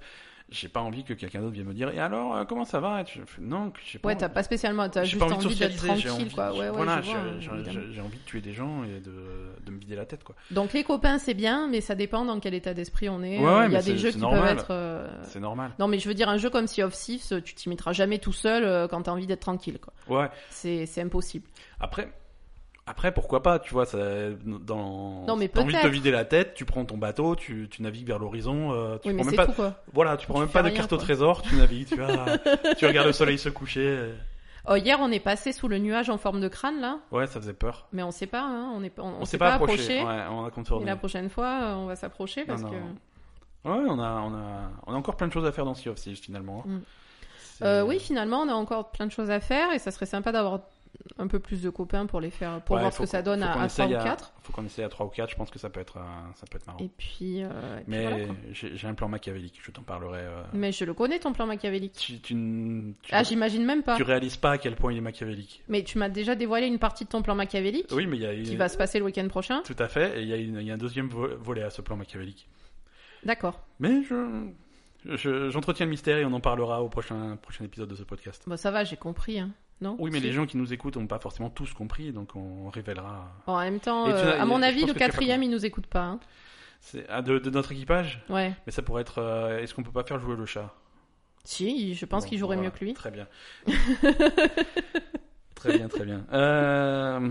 J'ai pas envie que quelqu'un d'autre vienne me dire, et alors, euh, comment ça va Et je fais, Non, que je sais pas. Ouais, t'as pas spécialement, t'as J'ai juste pas envie, envie, de d'être socialiser, j'ai tranquille, envie, quoi. Ouais, ouais, voilà, je vois, j'ai- j'ai- évidemment. j'ai- j'ai envie de tuer des gens et de, de me vider la tête, quoi. Donc les copains, c'est bien, mais ça dépend dans quel état d'esprit on est. Ouais, ouais, Euh, il y mais a des c'est- jeux c'est qui normal. peuvent être. euh, C'est normal. Non, mais je veux dire, un jeu comme Sea of Thieves, euh, tu t'y mettras jamais tout seul euh, quand t'as envie d'être tranquille, quoi. Ouais. C'est c'est impossible. Après, après, pourquoi pas, tu vois, ça, dans, Non, mais t'as envie de te peut-être. vider la tête, tu prends ton bateau, tu, tu navigues vers l'horizon, euh, tu prends Oui, mais même c'est pas, tout, quoi. voilà, tu prends Tu même fais pas de rien, carte au quoi. trésor, tu navigues, tu vas, tu regardes le soleil se coucher. Oh, hier, on est passé sous le nuage en forme de crâne, là, Ouais, ça faisait peur. mais on sait pas, hein, on, est, pas- on, on On s'est pas approché, approché. ouais, on a Et contourné. la prochaine fois, euh, on va s'approcher parce Non, que. non. Ouais, on a, on a, on a encore plein de choses à faire dans Sea of Thieves, finalement. hein. Mm. C'est- Euh, oui, finalement, on a encore plein de choses à faire et ça serait sympa d'avoir un peu plus de copains pour les faire, pour Ouais, voir ce faut que ça qu'on- donne faut qu'on à, à 3 essaye ou à- 4. Faut qu'on essaye à 3 ou 4, je pense que ça peut être, euh, ça peut être marrant. Et puis, euh, et puis Mais voilà, quoi. j'ai j'ai un plan machiavélique, je t'en parlerai. euh. Mais je le connais ton plan machiavélique. Tu, tu, n- tu- Ah, j'imagine même pas. tu réalises pas à quel point il est machiavélique. Mais tu m'as déjà dévoilé une partie de ton plan machiavélique Oui, mais il y a une... qui va se passer le week-end prochain. Tout à fait, et il y, a une- il y a un deuxième vo- volet à ce plan machiavélique. D'accord. Mais je... je- J'entretiens le mystère et on en parlera au prochain, prochain épisode de ce podcast. Bon, ça va, j'ai compris. hein. Non Oui, mais Si. les gens qui nous écoutent n'ont pas forcément tous compris, donc on révélera. Bon, en même temps, Et tu euh, as- à mon je avis, pense le que tu as pas quatrième, il nous écoute pas. hein. C'est ah, de, de notre équipage Ouais. Mais ça pourrait être. euh, Est-ce qu'on peut pas faire jouer le chat Si, je pense Bon, qu'il jouerait voilà, mieux que lui. Très bien. très bien, très bien. Euh,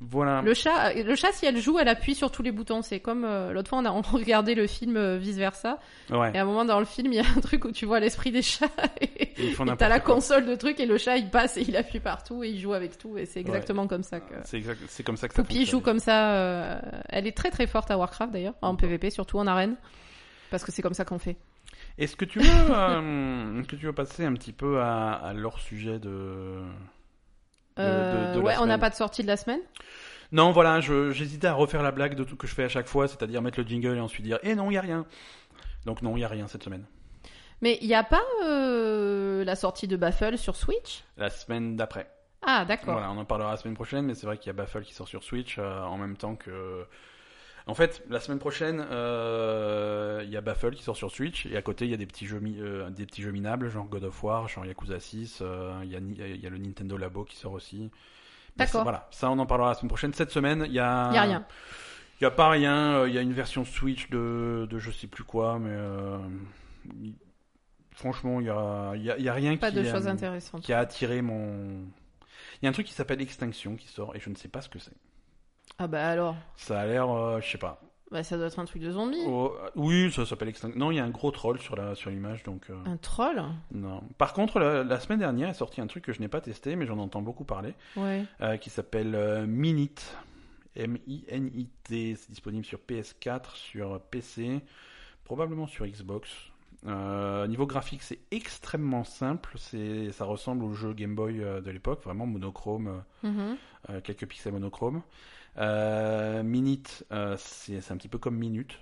voilà. Le chat, euh, le chat, si elle joue, elle appuie sur tous les boutons. C'est comme euh, l'autre fois, on a on regardait le film euh, Vice Versa. Ouais. Et à un moment dans le film, il y a un truc où tu vois l'esprit des chats. Et Ils font et t'as la n'importe quoi. console de trucs et le chat, il passe et il appuie partout et il joue avec tout. Et c'est exactement comme ça que. C'est exact- Ah, c'est comme ça que ça Poupie joue fonctionne. comme ça. euh, Elle est très très forte à Warcraft d'ailleurs, en PvP surtout en arène, parce que c'est comme ça qu'on fait. Est-ce que tu veux, euh, est-ce que tu veux passer un petit peu à, à leur sujet de. de- Euh, de- de la ouais, on n'a semaine. pas de sortie de la semaine. Non, voilà, je- j'hésitais à refaire la blague de tout que je fais à chaque fois, c'est-à-dire mettre le jingle et ensuite dire Eh non, il y a rien. Donc non, il y a rien cette semaine. Mais il n'y a pas euh, la sortie de Baffle sur Switch La semaine d'après. Ah d'accord. Voilà, on en parlera la semaine prochaine, mais c'est vrai qu'il y a Baffle qui sort sur Switch euh, en même temps que. En fait, la semaine prochaine, euh, il y a Baffle qui sort sur Switch, et à côté, il y a des petits jeux, mi- euh, des petits jeux minables, genre God of War, genre Yakuza 6, euh, il y, a, Ni- il y a le Nintendo Labo qui sort aussi. Mais D'accord. ça, Voilà, ça, on en parlera la semaine prochaine. Cette semaine, il y a. Il n'y a rien. Il y a pas rien, euh, il y a une version Switch de, de je sais plus quoi, mais. euh, il- Franchement, il y a, il y a- il y a rien Pas qui. de euh, choses intéressantes. qui a attiré mon. Il y a un truc qui s'appelle Extinction qui sort et je ne sais pas ce que c'est. Ah bah alors, Ça a l'air, euh, je sais pas. bah, ça doit être un truc de zombie. Oh, euh, oui, ça s'appelle Extinction. Non, il y a un gros troll sur la sur l'image donc euh, Un troll non. Par contre, la, la semaine dernière est sorti un truc que je n'ai pas testé mais j'en entends beaucoup parler, Ouais. euh, qui s'appelle euh, Minit. M I N I T. C'est disponible sur PS4, sur PC, probablement sur Xbox. Euh, niveau graphique, c'est extrêmement simple. C'est, ça ressemble au jeu Game Boy euh, de l'époque, vraiment monochrome. euh, Mhm. euh, quelques pixels monochrome. Euh, minute, euh, c'est c'est un petit peu comme minute,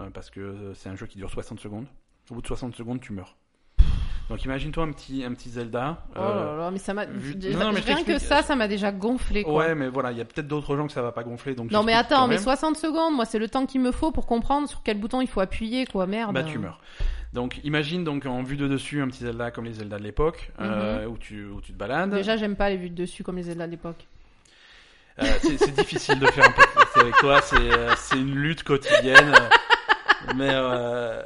euh, parce que euh, c'est un jeu qui dure 60 secondes. Au bout de 60 secondes, tu meurs. Donc imagine-toi un petit, un petit Zelda. Oh euh, là là, mais ça m'a. vu- déjà- Non, non, mais je Rien que t'explique. ça, ça m'a déjà gonflé quoi. ouais, mais voilà, il y a peut-être d'autres gens que ça va pas gonfler. Donc non mais j'explique attends, quand mais même. 60 secondes, moi c'est le temps qu'il me faut pour comprendre sur quel bouton il faut appuyer quoi, merde. Bah, tu meurs. Donc imagine donc en vue de dessus un petit Zelda comme les Zelda de l'époque, euh, où, tu, où tu te balades. Mhm. Déjà, j'aime pas les vues de dessus comme les Zelda de l'époque. Euh, c'est c'est difficile de faire un podcast avec toi, c'est euh, c'est une lutte quotidienne. euh, mais, euh,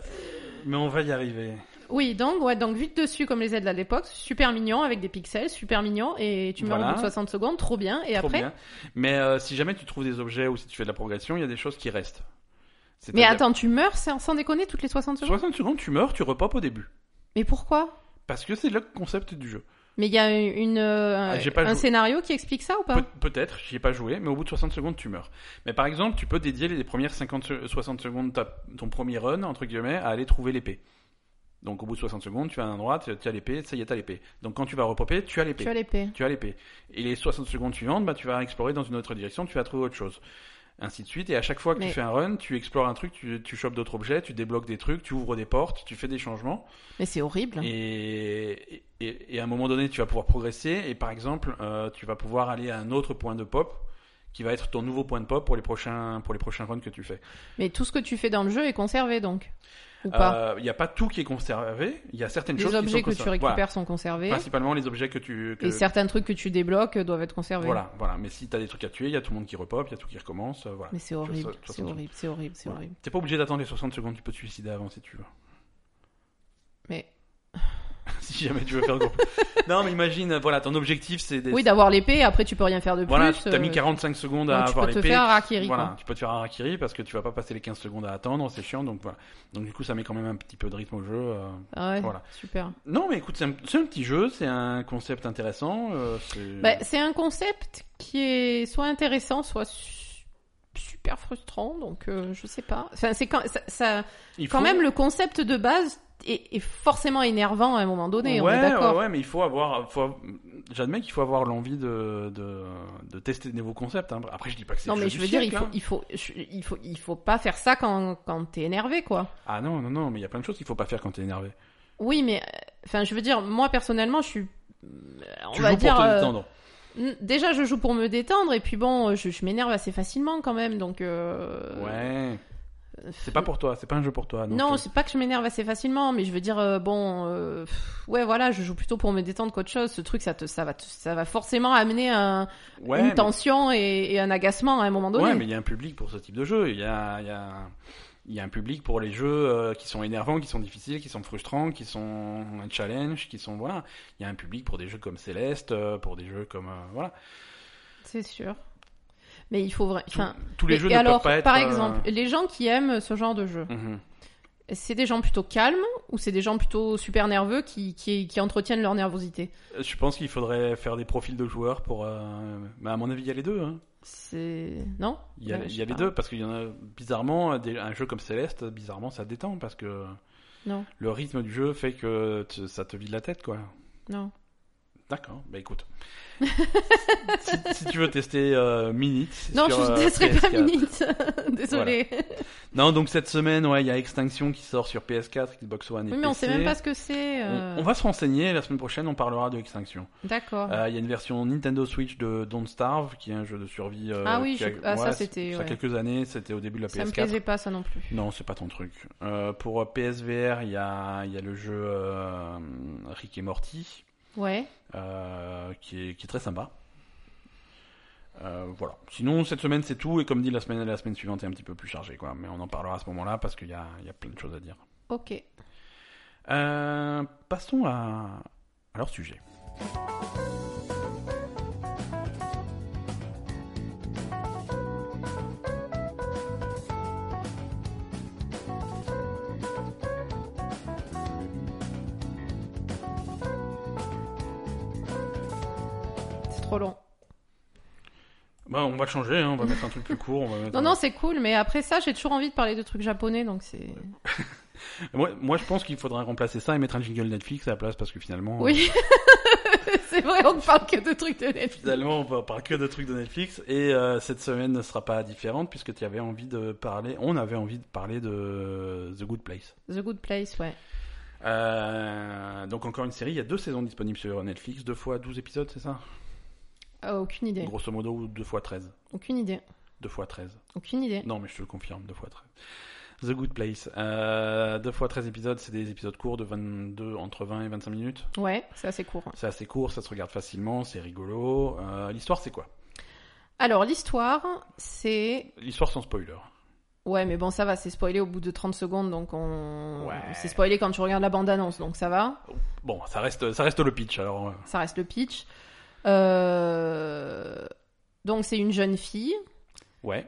mais on va y arriver. Oui, donc, ouais, donc vite dessus comme les aides à l'époque, super mignon avec des pixels, super mignon, et tu meurs Voilà. au bout de 60 secondes, trop bien, et Trop après. bien. Mais euh, si jamais tu trouves des objets ou si tu fais de la progression, il y a des choses qui restent. Mais C'est-à-dire- attends, tu meurs sans, sans déconner toutes les 60 secondes 60 secondes, tu meurs, tu repopes au début. Mais pourquoi Parce que c'est le concept du jeu. Mais il y a une, euh, Ah, j'ai pas un joué. scénario qui explique ça ou pas Peut- Peut-être, j'y ai pas joué, mais au bout de 60 secondes, tu meurs. Mais par exemple, tu peux dédier les premières 50, se- 60 secondes, de ta- ton premier run, entre guillemets, à aller trouver l'épée. Donc au bout de 60 secondes, tu as un endroit, tu tu as l'épée, ça y est, t'as l'épée. Donc quand tu vas repopper, tu as l'épée. Tu as l'épée. Tu as l'épée. Et les 60 secondes suivantes, bah, tu vas explorer dans une autre direction, tu vas trouver autre chose. Ainsi de suite. Et à chaque fois que Mais- tu fais un run, tu explores un truc, tu, tu chopes d'autres objets, tu débloques des trucs, tu ouvres des portes, tu fais des changements. Mais c'est horrible. Et, et, et à un moment donné, tu vas pouvoir progresser. Et par exemple, euh, tu vas pouvoir aller à un autre point de pop qui va être ton nouveau point de pop pour les prochains, pour les prochains runs que tu fais. Mais tout ce que tu fais dans le jeu est conservé donc ou pas Euh, Il n'y a pas tout qui est conservé. Il y a certaines choses Les qui objets sont que tu conservées. récupères Voilà. sont conservés Principalement les objets que tu. que- et certains trucs que tu débloques euh, doivent être conservés. Voilà, voilà. Mais si tu as des trucs à tuer, il y a tout le monde qui repop, il y a tout qui recommence. euh, voilà. Mais c'est Sur- horrible, sur- sur- c'est horrible, c'est horrible, c'est Voilà. horrible. T'es pas obligé d'attendre les 60 secondes, tu peux te suicider avant si tu veux. Mais si jamais tu veux faire groupe. non, mais imagine, voilà, ton objectif c'est des. oui, d'avoir l'épée, après tu peux rien faire de plus. voilà, tu t'as mis euh, 45 secondes à donc tu avoir peux te l'épée. faire harakiri Voilà, quoi. tu peux te faire un harakiri parce que tu vas pas passer les 15 secondes à attendre, c'est chiant, donc voilà. Donc du coup, ça met quand même un petit peu de rythme au jeu. euh. Ah ouais, Voilà. Euh. super. Non, mais écoute, c'est un, c'est un petit jeu, c'est un concept intéressant. euh, c'est- Bah, c'est un concept qui est soit intéressant, soit su- super frustrant, donc euh, je sais pas. Enfin, c'est quand, ça, ça- il quand faut- même le concept de base est, est forcément énervant à un moment donné, ouais, on est d'accord. ouais, ouais, mais il faut avoir, faut- j'admets qu'il faut avoir l'envie de, de, de tester de nouveaux concepts. hein. Après, je dis pas que c'est Non le mais jeu je du veux dire, il siècle, faut, hein. il faut, je- il faut, il faut pas faire ça quand, quand t'es énervé, quoi. Ah non, non, non, mais il y a plein de choses qu'il faut pas faire quand t'es énervé. Oui, mais, euh, enfin, je veux dire, moi personnellement, je suis, euh, on tu va joues dire, pour te euh, détendre. n- déjà, je joue pour me détendre, et puis bon, euh, je, je m'énerve assez facilement quand même, donc. Euh... Ouais, c'est pas pour toi, c'est pas un jeu pour toi. donc, Non, euh, c'est pas que je m'énerve assez facilement, mais je veux dire, euh, bon, euh, pff, ouais, voilà, je joue plutôt pour me détendre qu'autre chose. Ce truc, ça, te, ça, va, te- ça va forcément amener un, ouais, une mais- tension et, et un agacement à un moment donné. Ouais, mais il y a un public pour ce type de jeu. Il y a, il y a- il y a un public pour les jeux euh, qui sont énervants, qui sont difficiles, qui sont frustrants, qui sont un challenge, qui sont voilà. Il y a un public pour des jeux comme Céleste, euh, pour des jeux comme euh, voilà. C'est sûr. Mais il faut vraiment. Tous- tous les jeux et ne alors, peuvent pas être. par euh, exemple, les gens qui aiment ce genre de jeu, mhm. c'est des gens plutôt calmes ou c'est des gens plutôt super nerveux qui, qui, qui entretiennent leur nervosité Je pense qu'il faudrait faire des profils de joueurs pour. euh, Mais à mon avis, il y a les deux. hein. C'est. Non Il y a, Ouais, il je y sais a les pas. deux parce qu'il y en a bizarrement des- un jeu comme Céleste, bizarrement ça détend parce que Non. le rythme du jeu fait que tu- ça te vide la tête quoi. Non. D'accord, bah écoute. si, si tu veux tester euh, Minute. Non, sur, euh, je ne testerai pas PS4. minutes. Désolée. Non, donc cette semaine, ouais, il y a Extinction qui sort sur PS4, Xbox One et Oui, mais on PC. sait même pas ce que c'est. euh, On, on va se renseigner, la semaine prochaine on parlera de Extinction. D'accord. Euh, Il y a une version Nintendo Switch de Don't Starve, qui est un jeu de survie. euh, Ah oui, qui a- je- ah, ça, ouais, c'était, Ça a ouais. quelques années, c'était au début de la ça me PS4. plaisait pas, ça non plus. Non, c'est pas ton truc. Euh, pour euh, PSVR, il y a, il y a le jeu euh, Rick et Morty. Ouais. euh, qui, est, qui est très sympa. Euh, voilà. Sinon, cette semaine, c'est tout. Et comme dit, la semaine, la semaine suivante est un petit peu plus chargée. Quoi. Mais on en parlera à ce moment-là parce qu'il y a, il y a plein de choses à dire. Ok. Euh, passons à, à leur sujet. C'est trop long. Bah, on va le changer. hein. On va mettre un truc plus court. On va mettre Non, un- non, c'est cool, mais après ça, j'ai toujours envie de parler de trucs japonais, donc c'est. moi, moi, je pense qu'il faudrait remplacer ça et mettre un jingle Netflix à la place parce que finalement, euh, Oui. c'est vrai, on ne parle que de trucs de Netflix. Finalement, on parle que de trucs de Netflix et euh, cette semaine ne sera pas différente puisque tu avais envie de parler, on avait envie de parler de The Good Place. The Good Place, ouais. Euh, donc encore une série, il y a deux saisons disponibles sur Netflix, deux fois 12 épisodes, c'est ça Ah, aucune idée. Grosso modo, ou deux fois 13. Aucune idée. Deux fois 13. Aucune idée. Non, mais je te le confirme, deux fois 13. The Good Place. Euh, deux fois 13 épisodes, c'est des épisodes courts de 22, entre 20 et 25 minutes. Ouais, c'est assez court. hein. C'est assez court, ça se regarde facilement, c'est rigolo. Euh, L'histoire, c'est quoi Alors, l'histoire, c'est. L'histoire sans spoiler. Ouais, mais bon, ça va, c'est spoilé au bout de 30 secondes, donc on. Ouais. C'est spoilé quand tu regardes la bande-annonce, donc ça va. Bon, ça reste, ça reste le pitch, alors... euh, Ça reste le pitch. Euh... Donc, c'est une jeune fille Ouais.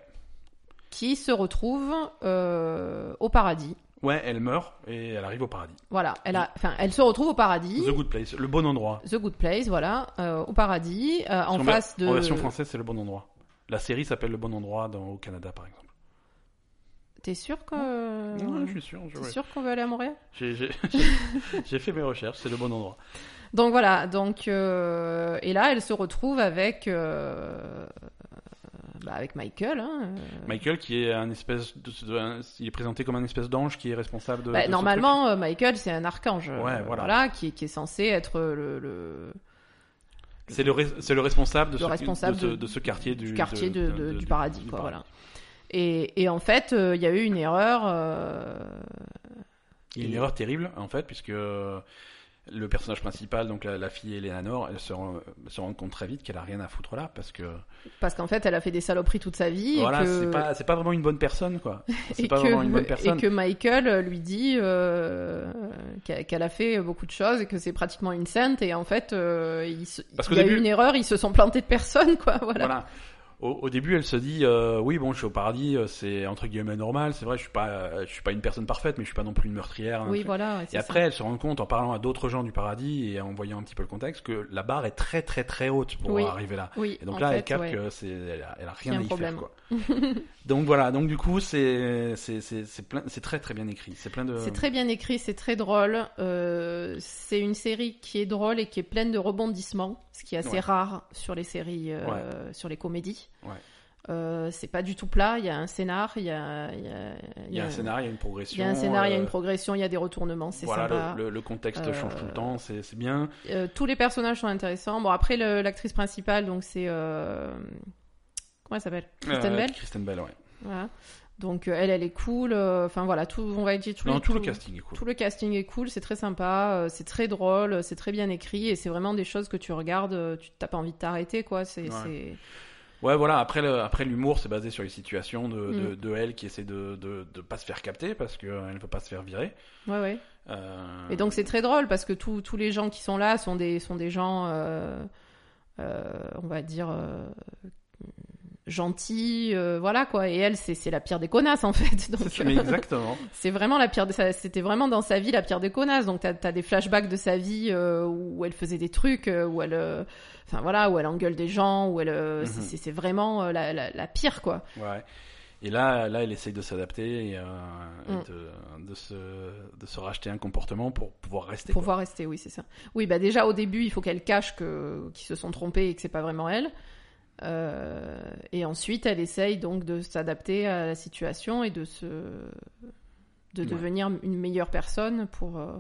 qui se retrouve euh, au paradis. Ouais, elle meurt et elle arrive au paradis. Voilà, elle, a, enfin, elle se retrouve au paradis. The Good Place, le bon endroit. The Good Place, voilà, euh, au paradis, euh, Parce en qu'en face ver- de. En version française, c'est le bon endroit. La série s'appelle Le Bon Endroit dans, au Canada, par exemple. T'es sûr que. Ouais, je suis sûr. je- Euh, T'es ouais. sûr qu'on veut aller à Montréal J'ai j'ai- j'ai fait mes recherches, c'est le bon endroit. Donc voilà, donc euh, et là elle se retrouve avec euh, bah, avec Michael. hein, euh. Michael, qui est un espèce de, de- un- il est présenté comme un espèce d'ange qui est responsable de. Bah, de ce normalement euh, Michael c'est un archange, euh, Ouais, voilà. voilà, qui, qui est censé être le, le- truc. C'est le, res- c'est le responsable de Le ce, responsable de ce- de- de ce quartier du, du quartier de- de- du paradis quoi, paradis. voilà. Et, et en fait euh, il y a eu une erreur. euh, Il y a une Et- erreur terrible en fait, puisque euh, le personnage principal, donc la, la fille Eleanor, elle se rend, se rend compte très vite qu'elle a rien à foutre là, parce que Parce qu'en fait, elle a fait des saloperies toute sa vie. voilà, et que... c'est pas c'est pas vraiment une bonne personne quoi. C'est et pas que- vraiment une bonne et personne. que Michael lui dit euh, qu'a- qu'elle a fait beaucoup de choses et que c'est pratiquement une sainte. Et en fait, euh, il, se- Parce il qu'au y a début- eu une erreur, ils se sont plantés de personne, quoi. Voilà. Voilà. Au, au début, elle se dit euh, oui bon, je suis au paradis, euh, c'est entre guillemets normal, c'est vrai, je suis pas euh, je suis pas une personne parfaite, mais je suis pas non plus une meurtrière. hein, oui, tu- voilà. Et c'est après, elle se rend compte en parlant à d'autres gens du paradis et en voyant un petit peu le contexte que la barre est très très très haute pour Oui. arriver là. ça. Oui, Et donc en là, fait, elle capte ouais. que c'est, elle a, elle a rien Il y a à un y problème. faire, quoi. donc voilà, donc du coup, c'est, c'est, c'est, c'est plein, c'est très très bien écrit. C'est plein de. C'est très bien écrit, c'est très drôle. euh, c'est une série qui est drôle et qui est pleine de rebondissements, ce qui est assez Ouais. rare sur les séries, euh, sur les comédies. Ouais. Euh, c'est pas du tout plat, il y a un scénar, il y a, il y a- Il y a un scénario, il y a une Il progression. y a un scénario, il y a euh, une progression, il y a des retournements, c'est Voilà, sympa. le, le- le contexte Euh, change tout le temps, c'est, c'est bien. Euh, tous les personnages sont intéressants. Bon, après, le- l'actrice principale, donc c'est. euh, Comment elle s'appelle Kristen Euh, Bell. Kristen Bell, ouais. Voilà. Donc, euh, elle, elle est cool. euh, Enfin, voilà, tout, on va dire tout, Non, les- tout le tout- casting est cool. tout le casting est cool, c'est très sympa, euh, c'est très drôle, euh, c'est très bien écrit et c'est vraiment des choses que tu regardes, euh, tu t'as pas envie de t'arrêter quoi. C'est Ouais. c'est- Ouais, voilà. Après, le- après l'humour, c'est basé sur les situations de, de, Mm. de elle qui essaie de, de, de pas se faire capter parce qu'elle ne veut pas se faire virer. ouais ouais. Euh, Et donc c'est très drôle parce que tous tous les gens qui sont là sont des, sont des gens, euh, euh, on va dire, euh, gentils, euh, voilà quoi. Et elle, c'est c'est la pire des connasses en fait. c'est Donc ça, mais exactement. c'est vraiment la pire, des- ça- c'était vraiment dans sa vie la pire des connasses. Donc t'as as des flashbacks de sa vie euh, où elle faisait des trucs, euh, où elle, euh, enfin voilà, où elle engueule des gens, où elle, euh, Mhm. c'est- c'est c'est vraiment euh, la, la, la pire quoi. Ouais. Et là, là, elle essaye de s'adapter et, euh, et Mm. de, de, se, de se racheter un comportement pour pouvoir rester. Pour quoi. pouvoir rester, oui, c'est ça. Oui, bah déjà au début, il faut qu'elle cache que qu'ils se sont trompés et que c'est pas vraiment elle. Euh, et ensuite, elle essaye donc de s'adapter à la situation et de se de Ouais. devenir une meilleure personne pour euh,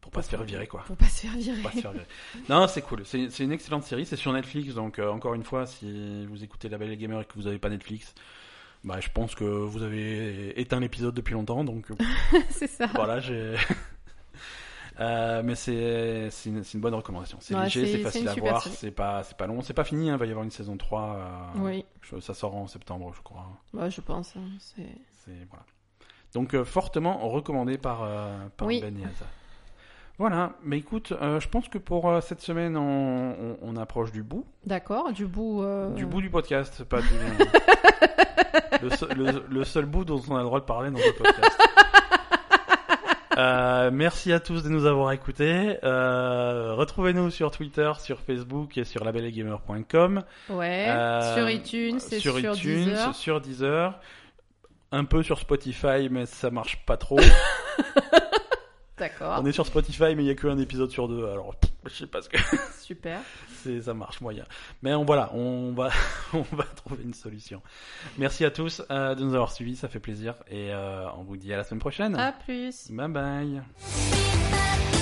Pour pas se faire virer, quoi. pour pas se faire virer. Pour pas se faire virer. Non, c'est cool. C'est c'est une excellente série. C'est sur Netflix, donc euh, encore une fois, si vous écoutez La Belle et le Gamer et que vous n'avez pas Netflix, bah, je pense que vous avez éteint l'épisode depuis longtemps, donc euh, c'est ça. voilà, j'ai. Euh, mais c'est c'est une, c'est une bonne recommandation. C'est Ouais, léger, c'est- c'est c'est facile une à super voir, série. c'est pas, c'est pas long, c'est pas fini, hein, il va y avoir une saison 3, euh, Oui, je- ça sort en septembre je crois. bah, je pense. hein, c'est- C'est- voilà. Donc euh, fortement recommandé par, euh, par Oui. Ben Yaz. Voilà, mais écoute, euh, je pense que pour euh, cette semaine, on, on- on approche du bout, D'accord, du bout. euh, du bout du podcast, pas du- le, seul- le- le seul bout dont on a le droit de parler dans ce podcast. Euh, merci à tous de nous avoir écoutés. Euh, Retrouvez-nous sur Twitter, sur Facebook et sur labellegamer.com. Ouais. Euh, sur iTunes, c'est sur, sur iTunes, Deezer. sur Deezer, un peu sur Spotify, mais ça marche pas trop. D'accord. On est sur Spotify, mais il y a qu'un épisode sur deux. Alors, pff, je sais pas ce que Super. c'est, ça marche moyen. Mais on, voilà, on va, on va trouver une solution. Merci à tous euh, de nous avoir suivis, Ah. ça fait plaisir. Et euh, on vous dit à la semaine prochaine. À plus. Bye bye. Beep, bop,